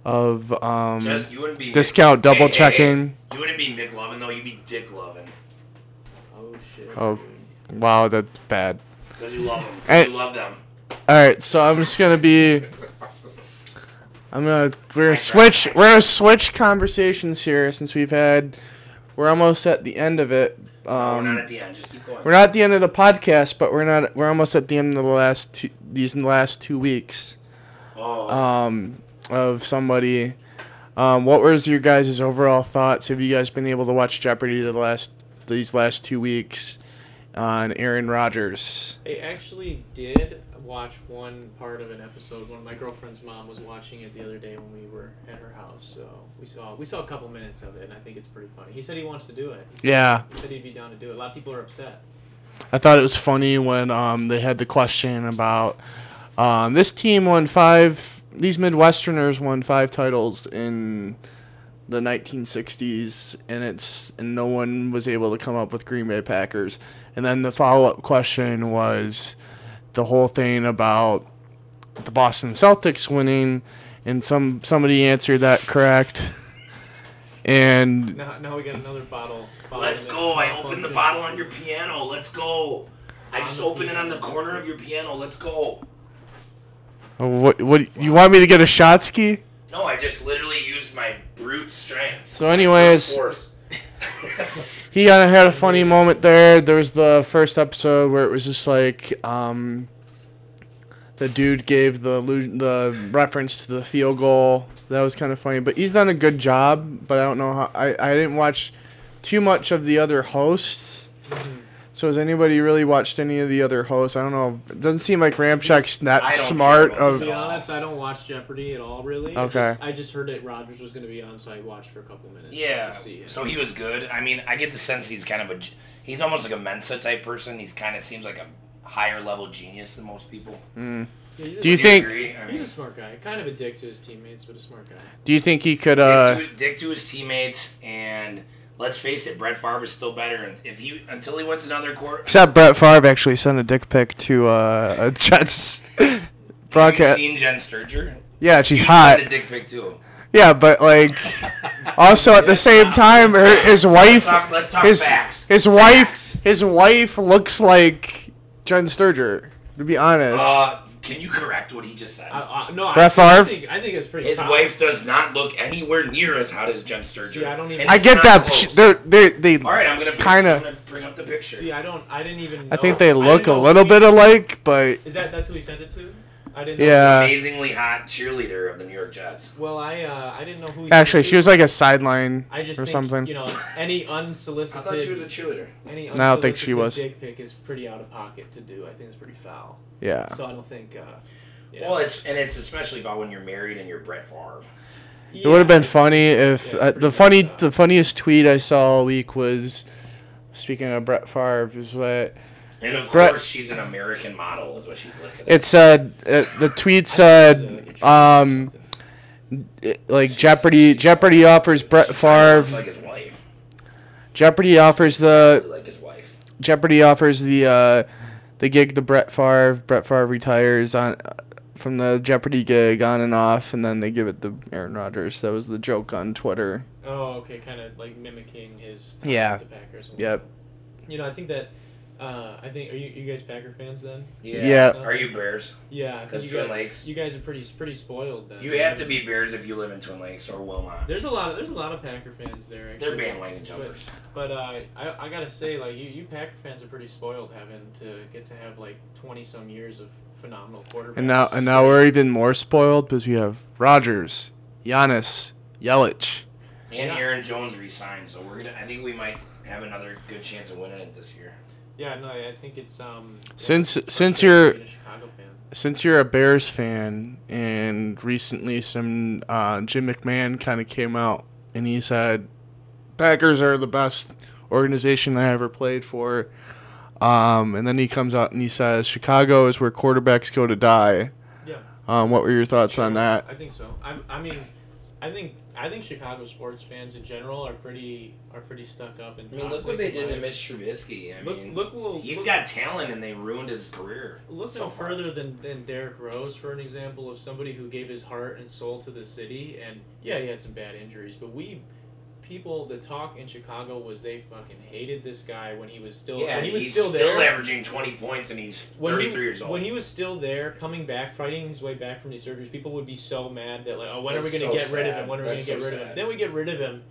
of um,
Just you wouldn't be Mick-
discount
Hey,
double
hey, hey.
checking.
You wouldn't be Mick Lovin though. You'd be Dick Lovin
oh shit.
Oh, wow, that's bad.
because you love them.
Hey.
You love them.
All right, so I'm just gonna be. I'm gonna we're gonna switch we're gonna switch conversations here since we've had we're almost at the end of it.
Oh, we're not
Um,
at the end. Just keep going.
we're not at the end of the podcast, but we're not we're almost at the end of the last two, these last two weeks
oh,
um, of somebody. Um, what was your guys' overall thoughts? Have you guys been able to watch Jeopardy the last these last two weeks on Aaron Rodgers?
I actually did watch one part of an episode. One of my girlfriend's mom was watching it the other day when we were at her house, so we saw we saw a couple minutes of it, and I think it's pretty funny. He said he wants to do it. He said-
Yeah.
He said he'd be down to do it. A lot of people are upset.
I thought it was funny when um, they had the question about um, this team won five, these Midwesterners won five titles in the 1960s, and it's and no one was able to come up with Green Bay Packers. And then the follow up question was the whole thing about the Boston Celtics winning, and some somebody answered that correct. And
Now, now we got another bottle. bottle
let's
that-
go. I
malfunction.
opened the bottle on your piano. Let's go. I just opened it on the corner of your piano. Let's go.
what what you want me to get a shot ski?
No, I just literally used my brute strength.
So, anyways.
Force.
he kind of had a funny moment there. There was the first episode where it was just like um, the dude gave the allu- the reference to the field goal. That was kind of funny. But he's done a good job. But I don't know how. I, I didn't watch too much of the other hosts.
Mm-hmm.
So has anybody really watched any of the other hosts? I don't know. It doesn't seem like Ramchek's
I
that
don't
smart.
care about
Of
To
this.
be honest, I don't watch Jeopardy at all, really. I
Okay.
just, I just heard that Rogers was going to be on, so I watched for a couple minutes.
Yeah.
just to see it.
So he was good. I mean, I get the sense he's kind of a. g- He's almost like a Mensa type person. He's kind of seems like a higher level genius than most people.
Yeah, he's a-
Do you think?
agree? I mean,
He's a smart guy. Kind of a dick to his teammates, but a smart guy.
Do you think he could? Uh,
dick, to, dick to his teammates, and let's face it, Brett Favre is still better. And if he until he wins another quarter,
except Brett Favre actually sent a dick pic to uh, a Jets
have
broadcast.
you seen Jen Sturger?
Yeah, she's
She
hot.
sent a dick pic too.
Yeah, but like, also at the same time, her, his wife,
Let's talk, let's talk
his
facts.
his
Facts.
wife, his wife looks like Jen Sturger. To be honest,
Uh, can you correct what he just said?
I, I, no, I-
Brett
I,
Favre?
think, I think it's pretty.
His
top.
wife does not look anywhere near as hot as Jen Sturger.
See, I don't even-
And
I
it's
get
not
that. but
close.
She, they're they they.
All right, I'm gonna bring-
Kinda.
I'm gonna bring up the picture.
See, I don't. I didn't even. Know.
I think they
didn't
look a
know
little
who
bit
he-
alike, but
Is that that's who he sent it to? I didn't. Know.
yeah.
Amazingly hot cheerleader of the New York Jets.
Well, I uh, I didn't know who. He
Actually,
sent it
she was
to.
like a sideline
I just
or
think,
something.
You know, any
I
unsolicited.
thought she was a cheerleader.
any
No, I don't think she
unsolicited
was.
Dick pic is pretty out of pocket to do. I think it's pretty foul.
yeah.
So I don't think. Uh, yeah.
Well, it's and it's especially about when you're married and you're Brett Favre.
It would have been
Yeah.
funny if
Yeah,
uh,
pretty
the funny
much, uh,
the funniest tweet I saw all week was speaking of Brett Favre is that
And of
Brett-
course, she's an American model, is what she's listed. as.
It said uh, the tweet said um, it- like Jeopardy Jeopardy offers Brett
Looks like
Favre
his wife.
Jeopardy offers the
Like his wife.
Jeopardy offers the uh, the gig to Brett Favre. Brett Favre retires on from the Jeopardy gig on and off, and then they give it to Aaron Rodgers. That was the joke on Twitter.
Oh, okay, kind of like mimicking his time
Yeah.
with the Packers. and
Yep.
whatnot. You know, I think that. Uh, I think are you, you guys Packer fans then?
Yeah.
Yeah.
Are you Bears?
Yeah, I think
Because
you
Twin
guys-
Lakes.
You guys are pretty pretty spoiled. Then.
You have to be Bears if you live in Twin Lakes or Wilmot.
There's a lot of there's a lot of Packer fans there.
They're
Actually.
bandwagon
But-
jumpers.
But, uh, I I gotta say, like you, you Packer fans are pretty spoiled having to get to have like twenty some years of phenomenal quarterbacks.
And now and now we're even more spoiled because we have Rodgers, Giannis, Yelich.
And
Yeah.
Aaron Jones resigned, so we're gonna. I think we might have another good chance of winning it this year.
Yeah, no, I think it's um. yeah,
Since-
it's
since
frustrating
you're-
being a Chicago fan.
Since you're a Bears fan, and recently some uh, Jim McMahon kind of came out and he said, "Packers are the best organization I ever played for." Um, and then he comes out and he says, "Chicago is where quarterbacks go to die."
Yeah.
Um, what were your thoughts on that?
I think so. I, I mean, I think I think Chicago sports fans in general are pretty are pretty stuck up and.
I mean, look
toxic
what they
and,
did to
like,
Mitch Trubisky. I
Look,
mean,
look, well,
he's
look,
got talent, and they ruined his career.
Look
so
no
far.
further than, than Derrick Rose for an example of somebody who gave his heart and soul to the city, and yeah, he had some bad injuries, but we people the talk in Chicago was they fucking hated this guy when he was still
yeah,
when he was
he's
still, there.
averaging 20 points, and he's
when
33
he,
years old.
When he was still there, coming back, fighting his way back from these surgeries, people would be so mad that like, oh, when
That's
are we gonna
so
get rid of
sad.
him? When are we gonna
That's
get
so
rid of him?
sad.
Then we get rid of him,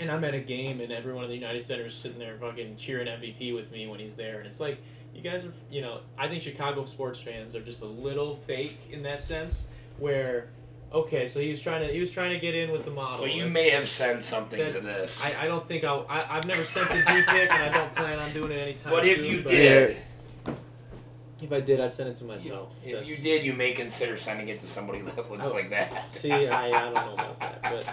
and I'm at a game, and everyone in the United Center is sitting there fucking cheering MVP with me when he's there, and it's like, you guys are, you know, I think Chicago sports fans are just a little fake in that sense, where, okay, so he was trying to he was trying to get in with the model.
so you
That's-
may have sent something
that-
to this.
I, I don't think I'll, I I've never sent a D pick, and I don't plan on doing it anytime
but if
soon,
you
but
did,
If I did, I'd send it to myself.
if you
That's-
did, you may consider sending it to somebody that looks
Oh,
like that.
See, I, I don't know about that, but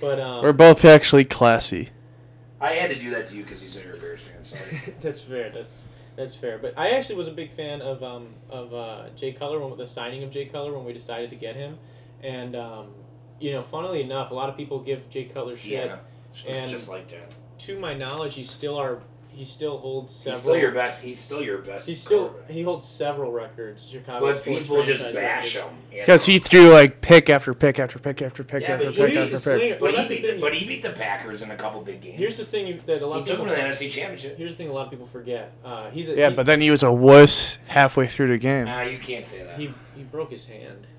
but um,
We're both actually classy.
I had to do that to you because you said you're a Bears fan. Sorry.
that's fair. That's that's fair. But I actually was a big fan of um of uh, Jay Cutler when the signing of Jay Cutler when we decided to get him, and um, you know, funnily enough, a lot of people give Jay Cutler shit.
Deanna, she's
And-
just like Jen.
To my knowledge, he's still our he still holds several.
He's still your best. He's still your best.
he's still
quarterback.
he holds several records. Chicago.
But
sports
people just
franchise
bash
records.
him. you
Because
know?
he threw like pick after pick after pick after pick
Yeah, but
after
he-
pick after
he's a
pick.
slinger.
But,
Well, that's
he
the
beat,
thing.
but he beat the Packers in a couple big games.
Here's the thing you- that a lot
he
of
took
people.
him to the NFC Championship.
Here's the thing a lot of people forget. Uh, he's a,
Yeah,
he-
but then he was a wuss halfway through the game.
Nah, you can't say that.
He he broke his hand.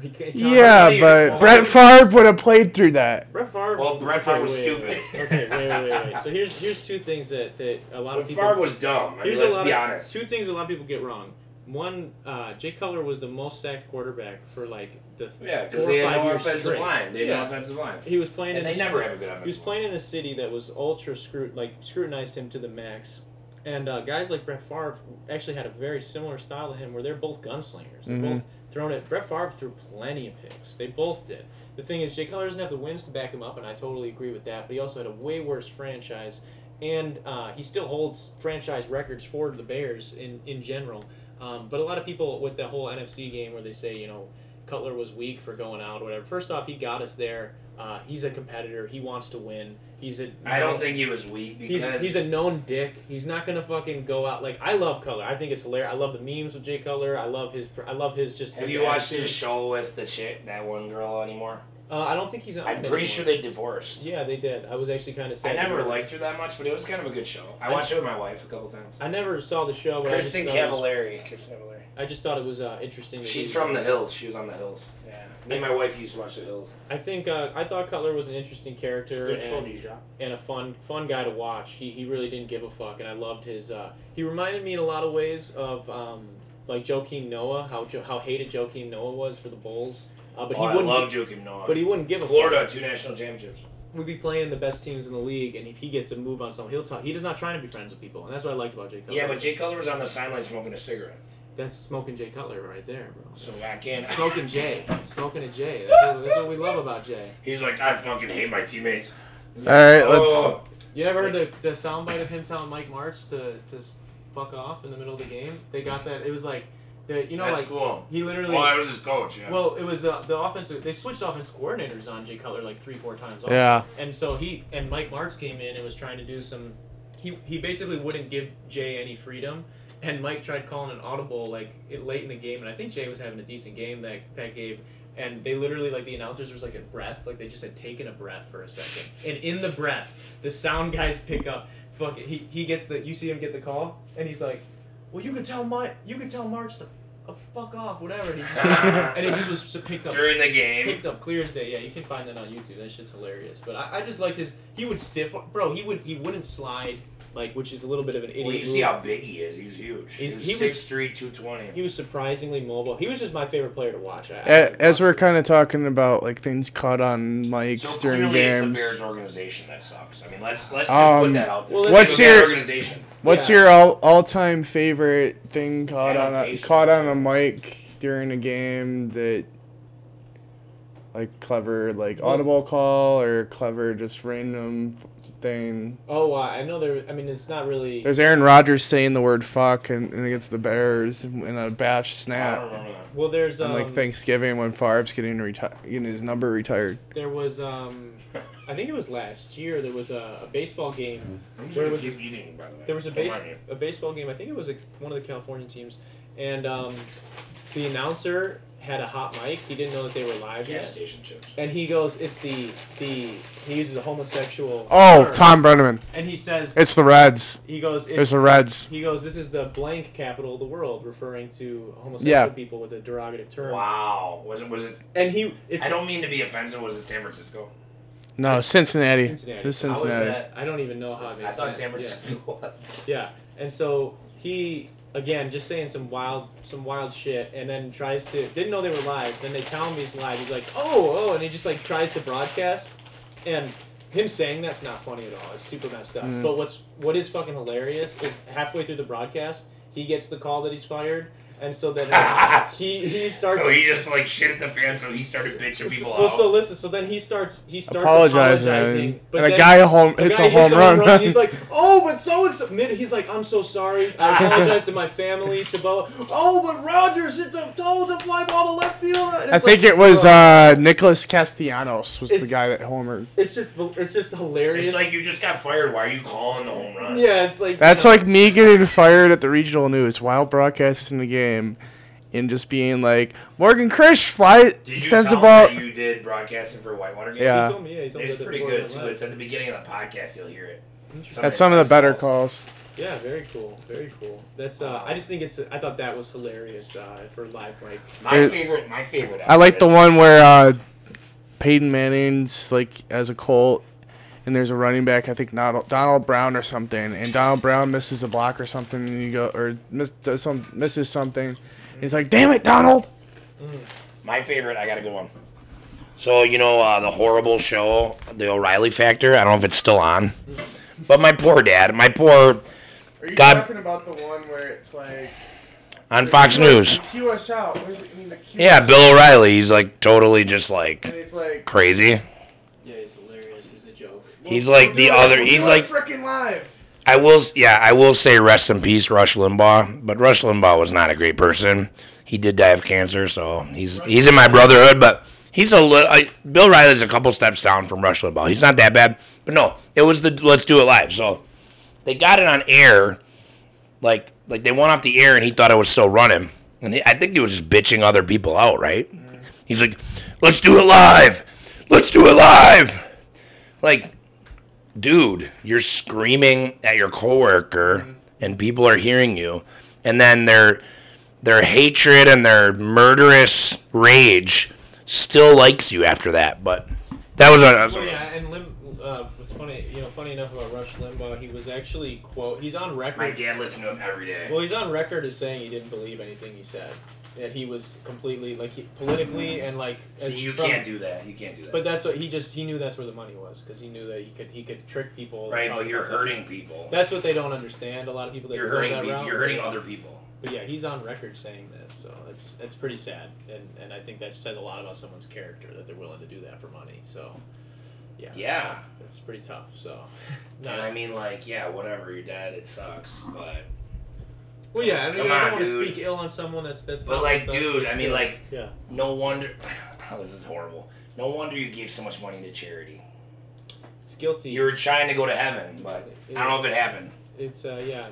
He can't-
Yeah, but Brett Favre would have played through that.
Brett Favre.
Well, Brett Favre was
Wait, wait,
stupid.
wait. Okay, wait, wait, wait, wait. So here's here's two things that that a lot
But
of people.
Favre was dumb. I mean,
here's a
let's
lot
be
of
honest.
two things a lot of people get wrong. One, uh, Jay Cutler was the most sacked quarterback for like the
Yeah, because
four
they
or
had
five
no
years
offensive
straight.
line. They had
Yeah.
no offensive line.
He was playing
And
in
they
a-
never have a good offensive
He was playing in a city that was ultra scrut like scrutinized him to the max, and uh, guys like Brett Favre actually had a very similar style to him, where they're both gunslingers. They're
Mhm.
both thrown at Brett Favre threw plenty of picks. They both did. The thing is, Jay Cutler doesn't have the wins to back him up, and I totally agree with that. But he also had a way worse franchise, and uh, he still holds franchise records for the Bears in in general. Um, but a lot of people with the whole NFC game where they say, you know, Cutler was weak for going out, or whatever. First off, he got us there. Uh, he's a competitor. He wants to win. He's a.
I don't think he was weak
He's,
because
he's a known dick. He's not gonna fucking go out like I love Cutler. I think it's hilarious. I love the memes with Jay Cutler. I love his. I love his just.
Have
his
you watched
attitude.
his show with the chick, that one girl anymore?
Uh, I don't think he's. on
I'm
it
pretty
anymore.
sure they divorced.
Yeah, they did. I was actually kind of
I
sad.
never
to-
liked her that much, but it was kind of a good show. I
I-
watched it with my wife a couple times.
I never saw the show, but I just,
Kristen
thought it was,
Cavallari. Kristen Cavallari.
I just thought it was uh, interesting. that
She's
he-
from the hills. She was on the hills. Yeah. Me and my wife used to watch the hills.
I think uh, I thought Cutler was an interesting character.
Good show,
and-
Deja.
and a fun fun guy to watch. He, he really didn't give a fuck, and I loved his. Uh, he reminded me in a lot of ways of um, like Joakim Noah, how jo- how hated Joakim Noah was for the Bulls, uh, but
oh,
he
I
wouldn't.
love Joakim Noah.
but he wouldn't give a
Florida two national championships.
fuck. We'd be playing the best teams in the league, and if he gets a move on someone, he'll talk. He does not try to be friends with people, and that's what I liked about Jay Cutler.
Yeah, but Jay Cutler was on the sideline smoking a cigarette.
that's smoking Jay Cutler right there, bro.
So I can't.
Smoking Jay, smoking a Jay. That's what, that's what we love about Jay.
He's like, I fucking hate my teammates. He's
All right,
like,
let's-
"Oh."
You ever heard the, the soundbite of him telling Mike Martz to to s- fuck off in the middle of the game. They got that. It was like, the you know
That's
like
cool.
he literally.
Well, I was his coach. Yeah.
Well, it was the the offensive. They switched offense coordinators on Jay Cutler like three, four times. Also.
Yeah.
And so he and Mike Martz came in and was trying to do some. He he basically wouldn't give Jay any freedom, and Mike tried calling an audible like it, late in the game, and I think Jay was having a decent game that that game. And they literally like the announcers was like a breath, like they just had taken a breath for a second, and in the breath, the sound guys pick up. Fuck it, he, he gets the you see him get the call, and he's like, well, you could tell Mike, you could tell March to uh, fuck off, whatever. He and it just was so picked up.
During the game.
Picked up clear as day. Yeah, you can find that on YouTube. That shit's hilarious. But I, I just liked his. He would stiff, bro. He would. He wouldn't slide, like, which is a little bit of an idiot.
Well, you see
move.
how big he is. He's huge.
He's-
He's,
he was-
6'3", 220.
he was surprisingly mobile. He was just my favorite player to watch. I, I
A- As we're kind of E-, talking about like things caught on mics
so
during
clearly, it's the
games.
Bears organization that sucks. I mean, let's let's just
Um,
put that out there.
well,
What's
It's a bad
your-
organization?
What's
Yeah.
your all all time favorite thing caught on a,
Annotation.
caught on a mic during a game that like clever like audible call or clever just random f- thing?
oh, uh, I know there. I mean, it's not really.
There's Aaron Rodgers saying the word fuck and, and against the Bears in a bash
I don't
snap.
remember that.
Well, there's
On
um.
like Thanksgiving when Favre's getting reti- getting his number retired.
there was um. I think it was last year. There was a, a baseball game
I'm just
where it was
gonna keep eating, by the way.
There was a
Don't
base,
mind you.
a baseball game. I think it was a, one of the California teams, and um, the announcer had a hot mic. He didn't know that they were live
Gas
yet,
station chips.
and he goes, "It's the the." He uses a homosexual.
Oh,
term,
Tom Brenneman.
And he says,
It's the Reds.
"He goes,
It's
it's,
the Reds.
he goes, this is the blank capital of the world," referring to homosexual
Yeah.
people with a derogative term.
Wow. Was it? Was it?
And he, it's
I don't mean to be offensive. Was it San Francisco?
No, Cincinnati.
Cincinnati.
This is
How was
Cincinnati.
that?
I don't even know how it
I
makes
thought
sense.
San
Yeah.
Francisco was.
Yeah, and so he again just saying some wild, some wild shit, and then tries to didn't know they were live. Then they tell him he's live. He's like, oh, oh, and he just like tries to broadcast, and him saying that's not funny at all. It's super messed up.
Mm.
But what's what is fucking hilarious is halfway through the broadcast, he gets the call that he's fired, and so then he he starts.
So he just like shit at the fans, so he started bitching people
well,
out.
so listen. So then he starts. He starts
Apologizing.
apologizing, but
and a
then-
guy home
the
hits
guy
a home run.
and He's like, oh, but so and so. He's like, I'm so sorry. I apologize to my family, to Bo. Oh, but Rogers hit the told to fly ball to left field. And it's
I think
like,
it was
bro,
uh, Nicholas Castellanos was the
It's-
guy that homered.
it's just, it's just hilarious.
It's like you just got fired. Why are you calling the home run?
yeah, it's like
That's like me getting fired at the regional news while broadcasting the game, and just being like, Morgan Krish fly
Did you
sends a
tell
ball.
them that you did broadcasting for Whitewater game?
Yeah.
He told me, yeah, he told me
It's
that
pretty
before
good
I
too.
left.
It's at the beginning of the podcast. You'll hear it.
That's some of the better calls.
Yeah, very cool, very cool. That's. Uh, I just think it's. I thought that was hilarious uh, for live mic.
My
It-
favorite. My favorite.
I like the
episode.
one where uh, Peyton Manning's like as a Colt, and there's a running back. I think Donald, Donald Brown or something, and Donald Brown misses a block or something, and you go or miss, does some misses something. And he's like, "Damn it, Donald!"
My favorite. I got a good one.
So you know uh, the horrible show, the O'Reilly Factor. I don't know if it's still on, but my poor dad, my poor
Are you
God-
talking about the one where it's like
on Fox
Cue us-
News.
Cue us out. What is it? I mean, the cue
Yeah,
us-
Bill O'Reilly. He's like totally just
And
like
it's like
crazy.
Yeah, it's hilarious. It's a joke.
He's like the other. He's like
freaking live.
I will, yeah, I will say rest in peace, Rush Limbaugh. But Rush Limbaugh was not a great person. He did die of cancer, so he's he's in my brotherhood. But he's a little. I, Bill Riley's a couple steps down from Rush Limbaugh. He's not that bad. But no, it was the Let's Do It Live. So they got it on air, like like they went off the air, and he thought it was still running. And he, I think he was just bitching other people out, right? He's like, "Let's do it live. Let's do it live." Like dude, you're screaming at your coworker and people are hearing you and then their their hatred and their murderous rage still likes you after that, but that was
Well,
a
Oh, yeah, and Lim, uh, what's funny, you know, funny enough about Rush Limbaugh, he was actually quote, he's on record.
My dad listened to him every day.
Well, he's on record as saying he didn't believe anything he said. That he was completely like he, politically and like. as
Mm-hmm. See, you
from-
can't do that. You can't do that.
But that's what he just he knew that's where the money was because he knew that he could he could trick people.
right,
talk
but you're
about that.
hurting people.
That's what they don't understand. A lot of people that
You're
go
hurting.
that
peop-
route.
You're hurting other people.
But yeah, he's on record saying that, so it's it's pretty sad, and and I think that says a lot about someone's character that they're willing to do that for money. So. Yeah,
Yeah.
it's pretty tough. So,
And I mean, like, yeah, whatever. You're dead. It sucks, but
Well, yeah, I, mean,
Come
I
on,
don't want to
dude.
speak ill on someone that's that's.
But
not
like,
with us,
dude,
but
I mean,
still.
like,
yeah,
no wonder. this is horrible. No wonder you gave so much money to charity.
it's guilty.
You were trying to go to heaven, but I don't know if it happened.
it's uh, yeah.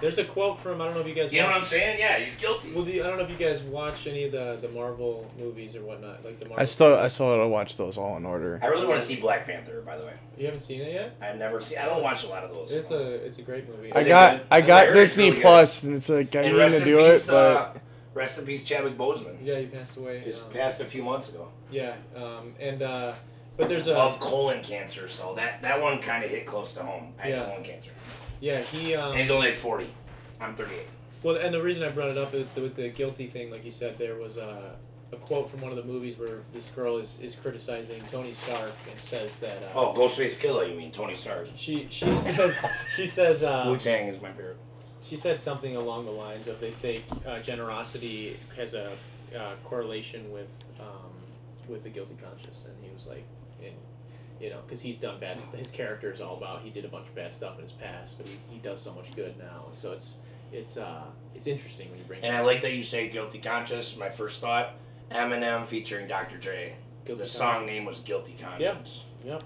There's a quote from I don't know if you guys.
You know
watch-
what I'm saying? Yeah, he's guilty.
Well, do you, I don't know if you guys watch any of the, the Marvel movies or whatnot, like the Marvel.
I still I still gotta watch those all in order.
I really want to see Black Panther, by the way.
You haven't seen it yet?
I've never seen. I don't watch a lot of those.
It's a it's a great movie.
I
it
got
good?
I
I
got
heard it's
Disney
really good.
Plus, and it's like I
and
need
rest
to
in
do
peace,
it, but
uh, rest in peace, Chadwick Boseman.
Yeah, he passed away.
Just
um,
passed a few months ago
Yeah, um, and uh, but there's a
of colon cancer. So that that one kind of hit close to home. I had
Yeah.
colon cancer,
yeah he um,
and he's only at 40. I'm 38.
Well, and the reason I brought it up is with the guilty thing, like you said, there was a, a quote from one of the movies where this girl is, is criticizing Tony Stark and says that uh,
Oh, Ghostface Killer, you mean Tony Stark?
she she says she says
Wu
uh,
Tang is my favorite.
she said something along the lines of they say uh, generosity has a uh, correlation with um, with the guilty conscience, and he was like, and, you know, because he's done bad. His character is all about he did a bunch of bad stuff in his past, but he, he does so much good now, and so it's it's uh, it's interesting when you bring
And I like that you say guilty conscience. My first thought, Eminem featuring Dr. Dre.
guilty
The
conscience.
song name was Guilty Conscience.
Yep.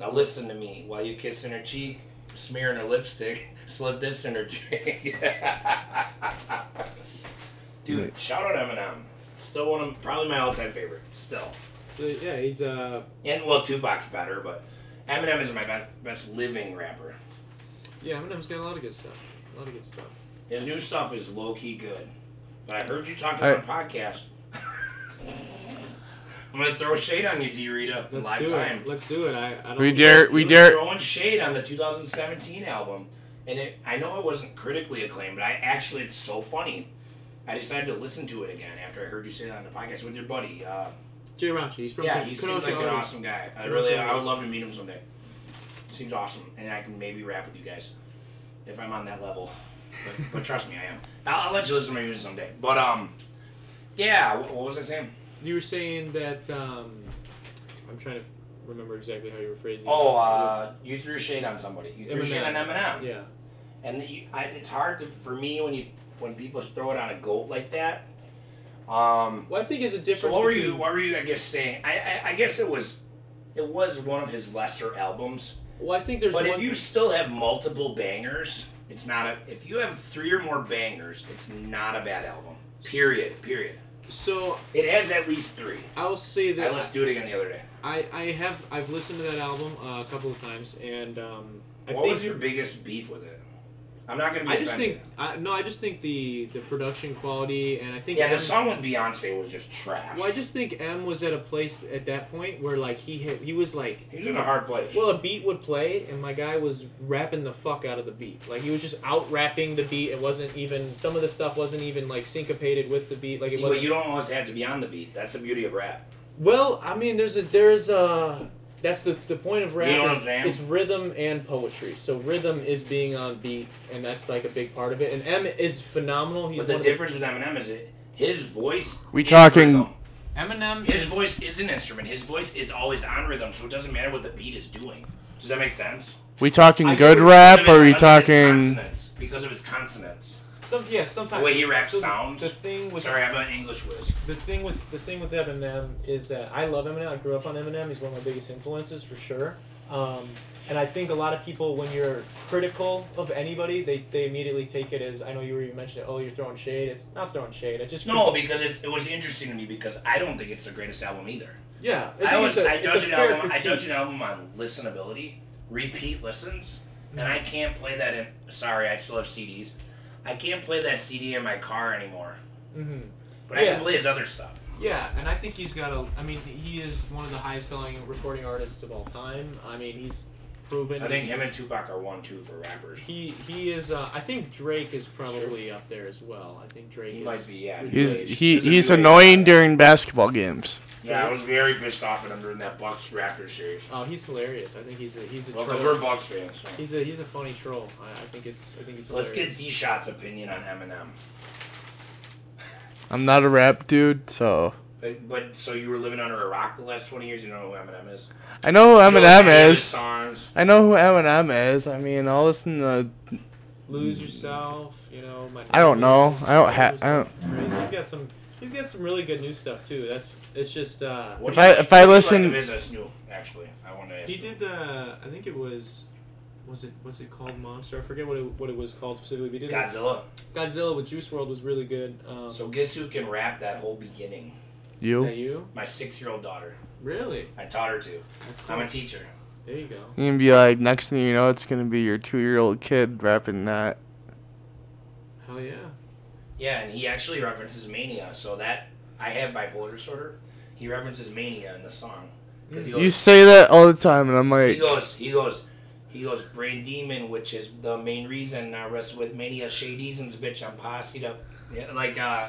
Now listen to me. While you kissing her cheek, smearing her lipstick, slip this in her drink. Dude, shout out Eminem. Still one of probably my all-time favorite. Still,
So yeah, he's uh
and well, Tupac's better, but Eminem is my be- best living rapper.
yeah, Eminem's got a lot of good stuff. A lot of good stuff.
His new stuff is low key good. But I heard you talking
I-
on a podcast. I'm gonna throw shade on you, D Rita.
Let's
Live
do
time.
it. Let's do it. I, I don't
we dare we
You
dare
throwing shade on the 2017 album, and it, I know it wasn't critically acclaimed, but I actually it's so funny. I decided to listen to it again after I heard you say that on the podcast with your buddy. Uh,
Jay Rachi, he's from
yeah,
Kun-
he
Kenosha,
seems like an
Oregon.
awesome guy. I
Kudos
really,
to
I would
Elvis.
love to meet him someday. Seems awesome, and I can maybe rap with you guys if I'm on that level. But, but trust me, I am. I'll, I'll let you listen to my music someday. But um, yeah, what, what was I saying?
You were saying that um I'm trying to remember exactly how you were phrasing
Oh,
it.
uh, you threw shade on somebody. You threw shade on
Eminem.
Eminem.
Yeah.
and you, I, it's hard to, for me when you when people throw it on a goat like that. Um,
Well I think there's a difference
so what were you?
between-
What were you? I guess saying. I, I, I guess it was, it was one of his lesser albums.
well I think there's
But
one
if you still have multiple bangers, it's not a. If you have three or more bangers, it's not a bad album. Period. Period.
so
It has at least three.
I'll say
I
that
let's do it again the other day.
I, I have I've listened to that album uh, a couple of times and um I
what
think
was your biggest beef with it? I'm not gonna be.
I just
offended.
think I, no, I just think the the production quality and I think
Yeah, the
Em-
song with Beyonce was just trash.
Well, I just think M was at a place at that point where like he hit, he was like,
He was in a hard place.
well, a beat would play, and my guy was rapping the fuck out of the beat. Like he was just out rapping the beat. It wasn't even some of the stuff wasn't even like syncopated with the beat. Like
See,
it wasn't.
but you don't always have to be on the beat. That's the beauty of rap.
well, I mean, there's a there's a that's the the point of rap.
You know what
is
I'm saying?
It's rhythm and poetry. So rhythm is being on beat, and that's like a big part of it. And M is phenomenal. He's
but the
one
difference with Eminem is it, his voice.
We
is
talking-
rhythm.
Of the, Eminem.
His
is,
voice is an instrument. His voice is always on rhythm, so it doesn't matter what the beat is doing. Does that make sense?
we talking
I-
good
because
rap or
Because of
we
his- because of his
talking
consonants. Because of his consonants.
Some, yeah, sometimes
The way he raps
so the-
sounds.
The thing with
Sorry, I'm an English whiz.
the thing with the thing with Eminem is that I love Eminem. I grew up on Eminem. He's one of my biggest influences for sure. Um, and I think a lot of people, when you're critical of anybody, they, they immediately take it as I know you were you mentioned it. Oh, you're throwing shade. It's not throwing shade. It's just
No, because it, it was interesting to me because I don't think it's the greatest album either.
yeah.
I
think
always
it's a-
I
it's a
judge an
fair
album. I
critique.
judge an album on listenability, repeat listens, and I can't play that in. Sorry, I still have CDs. I can't play that CD in my car anymore.
Mhm.
But I
Yeah.
can play his other stuff.
Yeah, and I think he's got a. I mean, he is one of the highest selling recording artists of all time. I mean, he's proven.
I think him and Tupac are one two for rappers.
he he is. Uh, I think Drake is probably up there as well. I think Drake
He
is.
might be. Yeah,
he's
middle-aged.
he
a
he's
middle-aged
annoying
guy.
during basketball games.
Yeah, I was very pissed off at him during that Bucks Raptors series.
Oh, he's hilarious. I think he's a he's a
Well, because
troll.
we're Bucks fans. so.
He's a he's a funny troll. I, I think it's I think it's.
So let's get
hilarious.
D Shot's opinion on Eminem.
I'm not a rap dude, so
But, but so you were living under a rock the last twenty years. You don't know who Eminem is.
I know who
You know any of
Eminem
his
is.
Songs.
I know who Eminem is. I mean, I'll listen to
lose yourself. You know, my
I don't know. I don't ha- I don't-
He's got some. He's got some really good new stuff too. That's it's just. Uh,
What
If
do
I-
you-
if I
what do you
listen-
like the business new actually. I want to ask.
he
you.
did. Uh, I think it was. Was it what's it called? Monster. I forget what it, what it was called specifically. We did it-
Godzilla.
Godzilla with Juice World was really good. Um,
So guess who can rap that whole beginning?
is
You?
that you?
My six-year-old daughter.
Really?
I taught her to.
That's cool.
I'm a teacher.
there you go.
You're gonna be like, next thing you know, it's gonna be your two year old kid rapping that.
Hell yeah.
Yeah, and he actually references Mania. So that I have bipolar disorder. He references Mania in the song. 'Cause he
You
goes,
say that all the time, and I'm
he
like,
goes, he goes, he goes, brain demon, which is the main reason I wrestled with Mania. Shady's and this bitch, I'm posseed up. Yeah, like uh,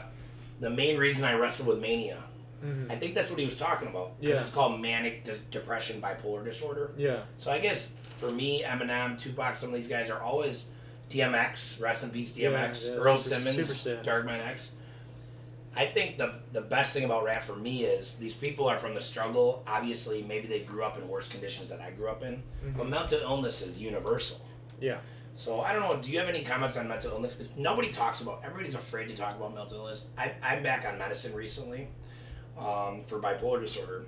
the main reason I wrestled with Mania.
Mhm.
I think that's what he was talking about. 'cause
Yeah.
it's called manic de- depression bipolar disorder.
Yeah.
So I guess for me, Eminem, Tupac, some of these guys are always DMX, rest in peace, DMX,
Yeah, yeah,
Earl
super-
Simmons,
super sad.
Darkman X. I think the the best thing about rap for me is these people are from the struggle. Obviously, maybe they grew up in worse conditions than I grew up in,
Mm-hmm.
but mental illness is universal.
Yeah.
So I don't know. Do you have any comments on mental illness? 'Cause nobody talks about. Everybody's afraid to talk about mental illness. I, I'm back on medicine recently, um, for bipolar disorder.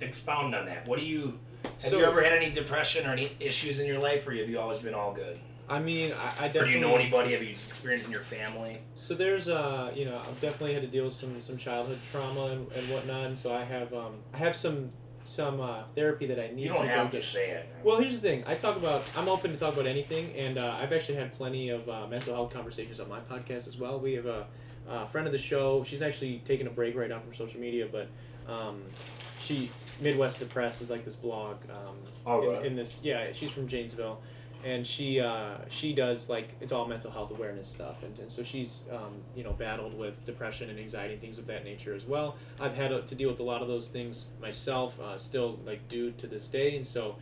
Expound on that. What do you? Have
So-
you ever had any depression or any issues in your life, or have you always been all good?
I mean, I, I
Or do
definitely.
you know anybody? Have you experienced in your family?
So there's uh you know I've definitely had to deal with some some childhood trauma and, and whatnot, and so I have um I have some some uh, therapy that I need.
You don't
to go
have to
get.
say it.
Well, here's the thing. I talk about. I'm open to talk about anything, and uh, I've actually had plenty of uh, mental health conversations on my podcast as well. We have a, a friend of the show. She's actually taking a break right now from social media, but um, she Midwest Depressed is like this blog. Um,
Oh,
in,
really?
in this, yeah, she's from Janesville, and she uh, she does like it's all mental health awareness stuff, and, and so she's um, you know battled with depression and anxiety and things of that nature as well. I've had uh, to deal with a lot of those things myself, uh, still like do to this day, and so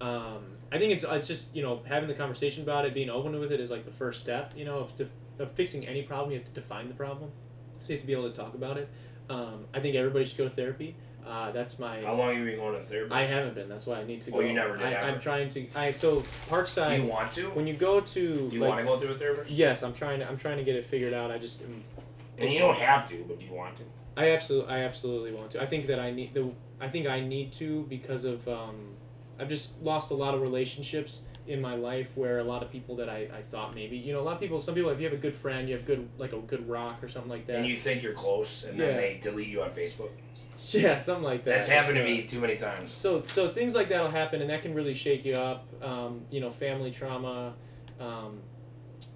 um, I think it's it's just you know having the conversation about it, being open with it is like the first step. You know, of, def- of fixing any problem, you have to define the problem, so you have to be able to talk about it. Um, I think everybody should go to therapy. Uh, that's my.
How long have you been going to therapy?
I haven't been. That's why I need to go.
Well, you never did
I,
ever.
I'm trying to. I so
Do
Parkside.
you want to?
when you go to.
do you
like,
want to go through a therapist?
Yes, I'm trying to. I'm trying to get it figured out. I just. am-
And you don't have to, but do you want to?
I absolutely, I absolutely want to. I think that I need the. I think I need to because of. Um, I've just lost a lot of relationships in my life where a lot of people that I, I thought maybe you know a lot of people some people if you have a good friend you have good like a good rock or something like that
And you think you're close, and then
Yeah.
they delete you on Facebook.
yeah something like that
That's happened to
So-
me too many times.
So so things like that'll happen, and that can really shake you up. Um, you know, family trauma. Um,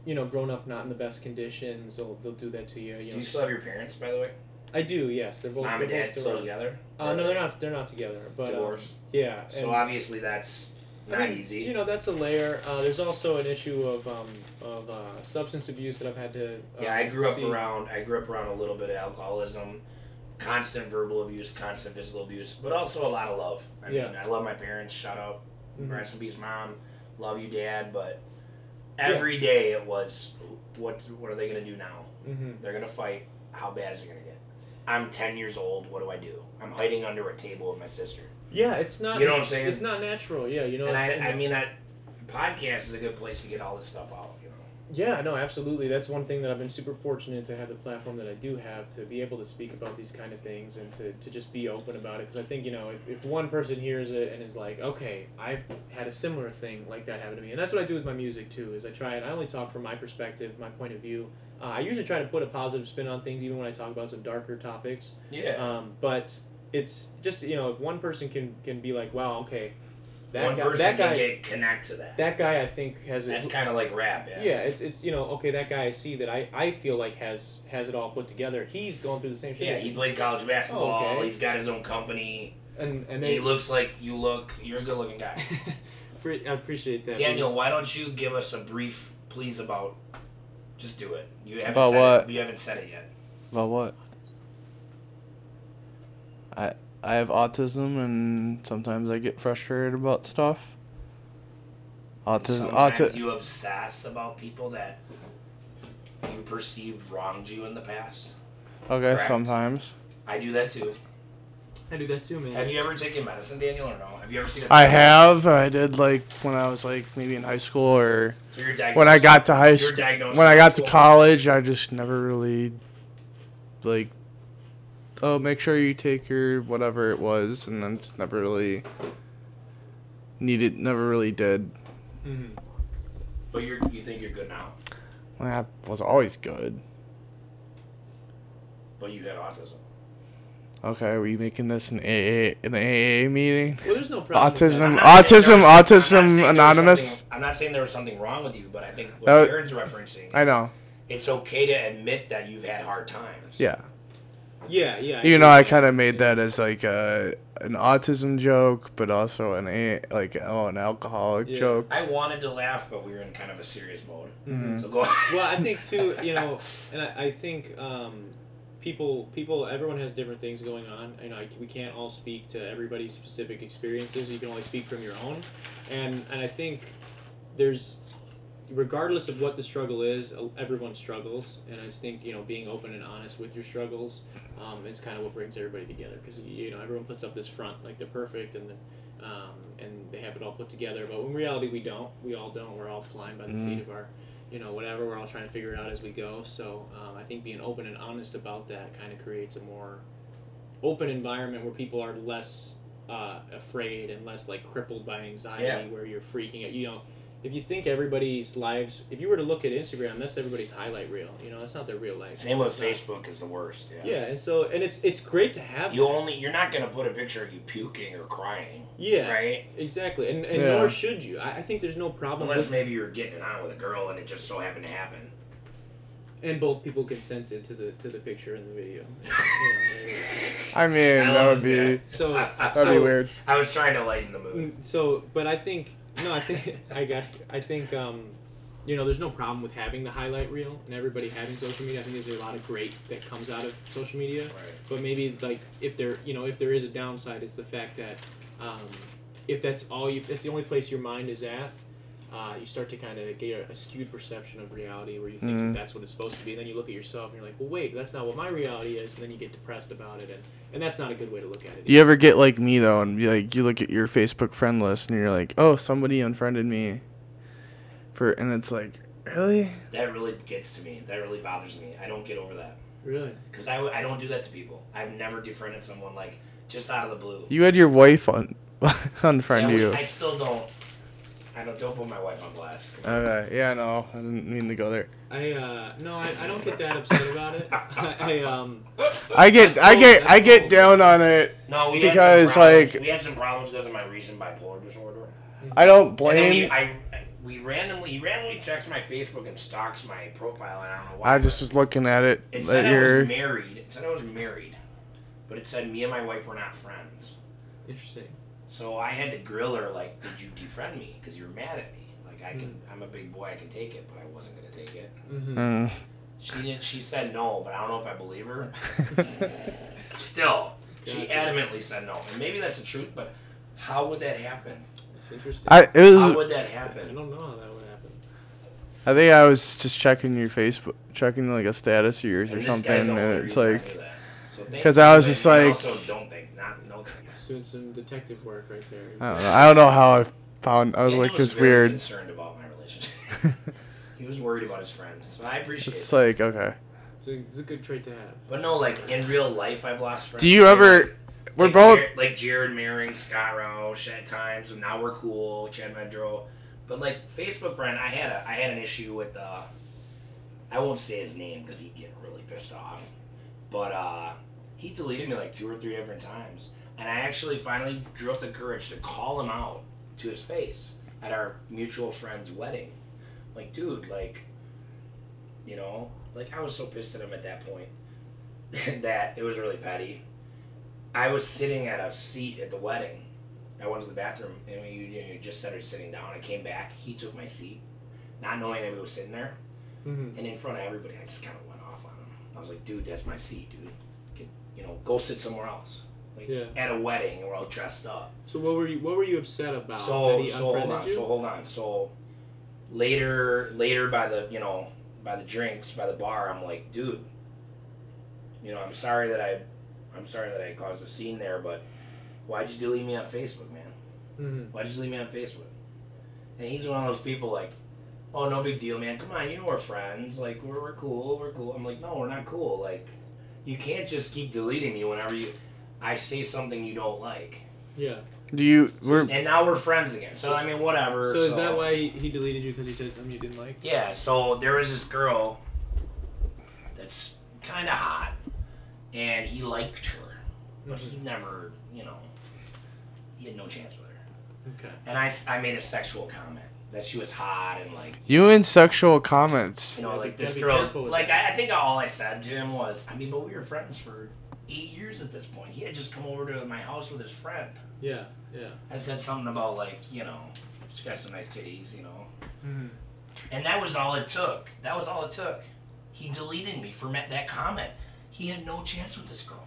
you know, grown up not in the best conditions. They'll they'll do that to you. You
Do
know,
you still have your parents, by the way?
I do. Yes, they're both.
Mom and
they're both
dad still
around.
together?
Uh, no, they're not. They're not together. But um,
Divorced.
yeah. And,
so obviously that's
I
not
mean,
easy.
You know, that's a layer. Uh, there's also an issue of um, of uh, substance abuse that I've had to. Uh,
yeah, I grew up
see.
around. I grew up around a little bit of alcoholism, constant verbal abuse, constant physical abuse, but also a lot of love. I
Yeah.
mean, I love my parents. Shout out,
Mhm.
rest in peace, mom. Love you, dad. But every day it was, what what are they gonna do now?
Mhm.
They're gonna fight. How bad is it gonna get? I'm 10 years old. What do I do? I'm hiding under a table with my sister.
Yeah, it's not.
You know what I'm saying?
It's not natural. Yeah, you know.
and
it's,
I,
and
I mean that podcast is a good place to get all this stuff out. You know.
Yeah, no, absolutely. That's one thing that I've been super fortunate to have the platform that I do have to be able to speak about these kind of things and to, to just be open about it. Because I think, you know, if, if one person hears it and is like, okay, I've had a similar thing like that happen to me. And that's what I do with my music, too, is I try and I only talk from my perspective, my point of view. Uh, I usually try to put a positive spin on things, even when I talk about some darker topics.
Yeah.
Um, but it's just, you know, if one person can, can be like, wow, okay, that
One
guy,
person
that guy,
can get connect to that.
that guy, I think has a-
That's kind of like rap. Yeah.
yeah, it's it's you know okay that guy I see that I, I feel like has has it all put together. He's going through the same shit.
Yeah,
as
he
me.
played college basketball.
Oh, okay.
He's got his own company.
and and
he
they.
looks like you look. You're a good-looking guy.
Pre- I appreciate that.
Daniel,
It's-
why don't you give us a brief, please, about? Just do it. You haven't
About
said
what?
It. You haven't said it yet.
About what? I I have autism and sometimes I get frustrated about stuff. Autism,
Sometimes
auti-
you obsess about people that you perceived wronged you in the past.
Okay,
correct.
sometimes.
I do that too.
I do that too, man.
Have you ever taken medicine, Daniel, or no? I Have you ever seen a
I have. I did like when I was like maybe in high school or
So you're diagnosed-
when I got to high
you're
school.
diagnosed
When I
with
got to
school.
college, I just never really like. Oh, make sure you take your whatever it was, and then just never really needed. Never really did.
mm-hmm.
But you're, you think you're good now.
Well, I was always good.
But you had autism.
Okay, were you making this an AA an AA meeting?
Well, there's no problem. with that.
Autism,
I'm not saying
autism,
there was- I'm not saying there
autism,
was
anonymous.
something- I'm not saying there was something wrong with you, but I think
That
what
was-
Aaron's referencing,
I know.
it's okay to admit that you've had hard times.
Yeah.
Yeah, yeah.
You know,
agree.
I kind of made that as like a an autism joke, but also an a like oh an alcoholic
Yeah.
joke.
I wanted to laugh, but we were in kind of a serious mode.
Mhm.
So go.
well, I think too, you know, and I, I think um, people, people, everyone has different things going on. You know, I, we can't all speak to everybody's specific experiences. You can only speak from your own, and and I think there's, regardless of what the struggle is, uh, everyone struggles, and I think you know being open and honest with your struggles um, is kind of what brings everybody together because you know everyone puts up this front like they're perfect and. um, and they have it all put together, but in reality, we don't. We all don't. We're all flying by the seat of our you know, whatever. We're all trying to figure it out as we go. So um, I think being open and honest about that kind of creates a more open environment where people are less uh, afraid and less like crippled by anxiety,
Yeah.
where you're freaking out. You know, if you think everybody's lives, if you were to look at Instagram, that's everybody's highlight reel. You know, that's not their real life.
Same with
It's not-
Facebook is the worst. Yeah.
Yeah, and so and it's it's great to have.
You
that.
only you're not gonna put a picture of you puking or crying,
yeah,
right?
exactly, and and
Yeah.
nor should you. I, I think there's no problem with
Unless maybe you're getting it on with a girl and it just so happened to happen.
and both people consented to the to the picture and the video. You know, there it is.
I mean, that would be
Yeah.
so
that'd be
so-
weird.
I was trying to lighten the mood.
Mm, so but i think no i think i got i think um you know there's no problem with having the highlight reel and everybody having social media i think there's a lot of great that comes out of social media
Right.
but maybe like if there you know if there is a downside it's the fact that um, if that's all you if that's the only place your mind is at uh, you start to kind of get a, a skewed perception of reality where you think
Mhm.
that's what it's supposed to be and then you look at yourself and you're like well wait that's not what my reality is and then you get depressed about it and, and that's not a good way to look at it
Do you ever get like me though, and be like you look at your Facebook friend list and you're like, oh, somebody unfriended me, for and it's like really.
That really gets to me. That really bothers me. I don't get over that
really
because I, I don't do that to people. I've never defriended someone like just out of the blue.
You had your wife un-
Yeah,
unfriend
we-
you.
I still don't. I don't don't put my wife on blast.
Okay, yeah, no, I didn't mean to go there.
I uh no, I, I don't get that upset about it. I, I um
I get,
That's
I
cool,
get,
that's
I get
cool.
down on it.
No, we had
Because,
some problems.
like-
we had some problems because of my recent bipolar disorder.
I don't
And then we,
blame.
I, we randomly he randomly checks my Facebook and stalks my profile, and I don't know why.
I just was looking at it.
It
at
said I
your-
was married. It said I was married, but it said me and my wife were not friends.
interesting.
So I had to grill her like, "Did you defriend me? Because you're mad at me. Like I can, I'm a big boy. I can take it, but I wasn't gonna take it."
Mm-hmm.
Mm.
She didn't. She said no, but I don't know if I believe her. Still, she
Gotcha.
adamantly said no, and maybe that's the truth. But how would that happen?
It's interesting.
I it
How
was.
would that
I
happen?
don't know how that would happen.
I think I was just checking your Facebook, checking like a status of yours
And
or
this guy's
something,
the only
and it's
reason I
like
know that. So thank
'cause
you,
I was
but-
just
and
like-
also don't think, not no. Thank you.
It's doing some detective work right there.
Oh.
I don't know. I don't know how I found. I was
Daniel
like, it's
very
weird.
Concerned about my relationship. he was worried about his friend, so I appreciate
It's
it.
like okay.
It's a, it's a good trait to have.
But no, like in real life, I've lost friends.
Do you ever? We're
like,
both.
Jer- like Jared Maring, Scott Roush at times. and Now we're cool, Chad Medro. But like Facebook friend, I had a I had an issue with uh, I won't say his name because he'd get really pissed off. But uh, he deleted me like two or three different times, and I actually finally drew up the courage to call him out to his face at our mutual friend's wedding. Like, dude, like, you know, like I was so pissed at him at that point that it was really petty. I was sitting at a seat at the wedding. I went to the bathroom, and when you, you just said her sitting down. I came back. He took my seat, not knowing anybody was sitting there.
Mm-hmm.
And in front of everybody, I just kind of went off on him. I was like, dude, that's my seat, dude. Get- you know, go sit somewhere else. Like,
Yeah.
At a wedding, and we're all dressed up.
So what were you what were you upset about? that
so,
he
so hold
unfriended
on,
you?
so hold on. So later, later by the, you know, by the drinks, by the bar, I'm like, dude, you know, I'm sorry that I, I'm sorry that I caused a scene there, but why'd you delete me on Facebook, man?
Mhm.
Why'd you leave me on Facebook? And he's one of those people like, oh, no big deal, man. Come on, you know we're friends. Like, we're, we're cool. We're cool. I'm like, no, we're not cool. Like, you can't just keep deleting me whenever you I say something you don't like.
Yeah.
Do you? We're
And now we're friends again. So, I mean, whatever.
So is that why he- he deleted you because he said something you didn't like?
Yeah, so there was this girl that's kind of hot, and he liked her, but
Mm-hmm.
he never, you know, he had no chance with her.
Okay.
And I, s- I made a sexual comment that she was hot and like,
you in sexual comments?
you know,
Yeah,
like
but
this
gotta be
girl,
careful with
like
that.
I, I think all I said to him was, I mean, but we were friends for eight years at this point. He had just come over to my house with his friend.
Yeah. Yeah.
I said something about like, you know, she got some nice titties, you know,
Mhm.
And that was all it took. That was all it took. He deleted me for ma- that comment. He had no chance with this girl.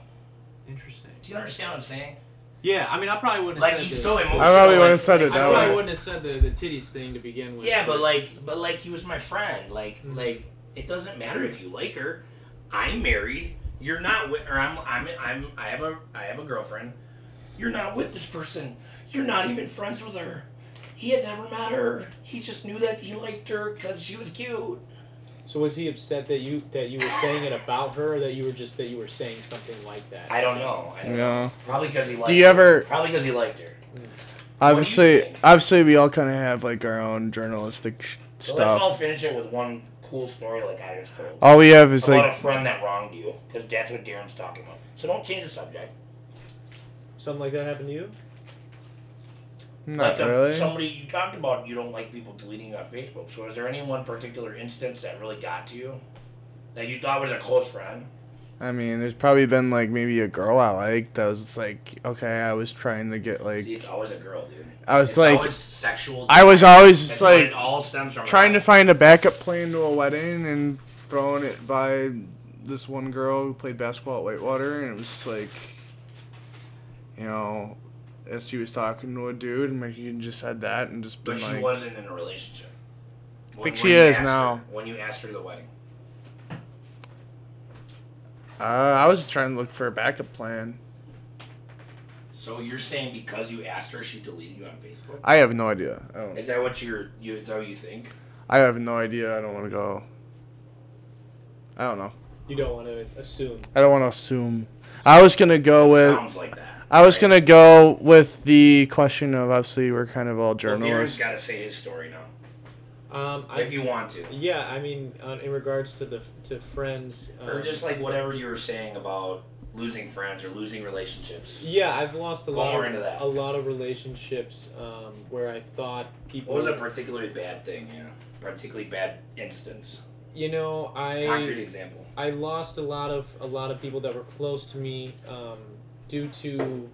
Interesting.
Do you understand what I'm saying?
Yeah. I mean, I probably wouldn't.
Like
have said
he's
the-
so emotional.
I probably
like-
would've said it
it's
I
that
like-
probably
way.
wouldn't have said the, the titties thing to begin with.
Yeah, but like, but like he was my friend. Like, like it doesn't matter if you like her. I'm married. You're not with, or I'm, I'm, I'm, I have a, I have a girlfriend. You're not with this person. You're not even friends with her. He had never met her. He just knew that he liked her because she was cute.
So was he upset that you that you were saying it about her, or that you were just that you were saying something like that?
I don't know. I don't know.
No.
Probably because he liked.
Do you
her.
ever-
Probably because he liked her.
Obviously,
think?
obviously, we all kind of have like our own journalistic sh-
So let's all
stuff.
finish it with one cool story like I just told.
All we have is
about
Oh, like
a friend that wronged you, because that's what Darren's talking about. So don't change the subject.
Something like that happened to you?
not
like a-
really.
somebody you talked about, you don't like people deleting you on Facebook. So is there any one particular instance that really got to you, that you thought was a close friend?
I mean, there's probably been like maybe a girl I liked that was just like, okay, I was trying to get
See,
like,
it's always a girl, dude.
I was
It's
like,
always sexual.
I was always
That's
just
what
like
it all stems from
trying to find a backup plan to a wedding and throwing it by this one girl who played basketball at Whitewater, and it was just like, you know, as she was talking to a dude, and like you just had that and just been
But she
like,
wasn't in a relationship.
think
When, when
she
you
is
asked
now.
her- when you asked her to the wedding.
uh, I was just trying to look for a backup plan.
So you're saying because you asked her, she deleted you on Facebook?
I have no idea. I, don't,
Is that what you're? You, is that what you think?
I have no idea. I don't want to go. I don't know.
You don't want to assume.
I don't want to assume. I was gonna go with.
Sounds like that.
I was gonna go with the question of obviously we're kind of all
Well, Darren's
journalists.
got to say his story now,
Um, I,
if you want to,
yeah, I mean, on, in regards to the to friends, um,
or just like whatever you were saying about losing friends or losing relationships.
yeah, I've lost a
Go
lot
more
of,
into that.
a lot of relationships um, where I thought people
What was a particularly bad thing? Yeah, particularly bad instance.
you know I
Concrete example.
I lost a lot of a lot of people that were close to me um, due to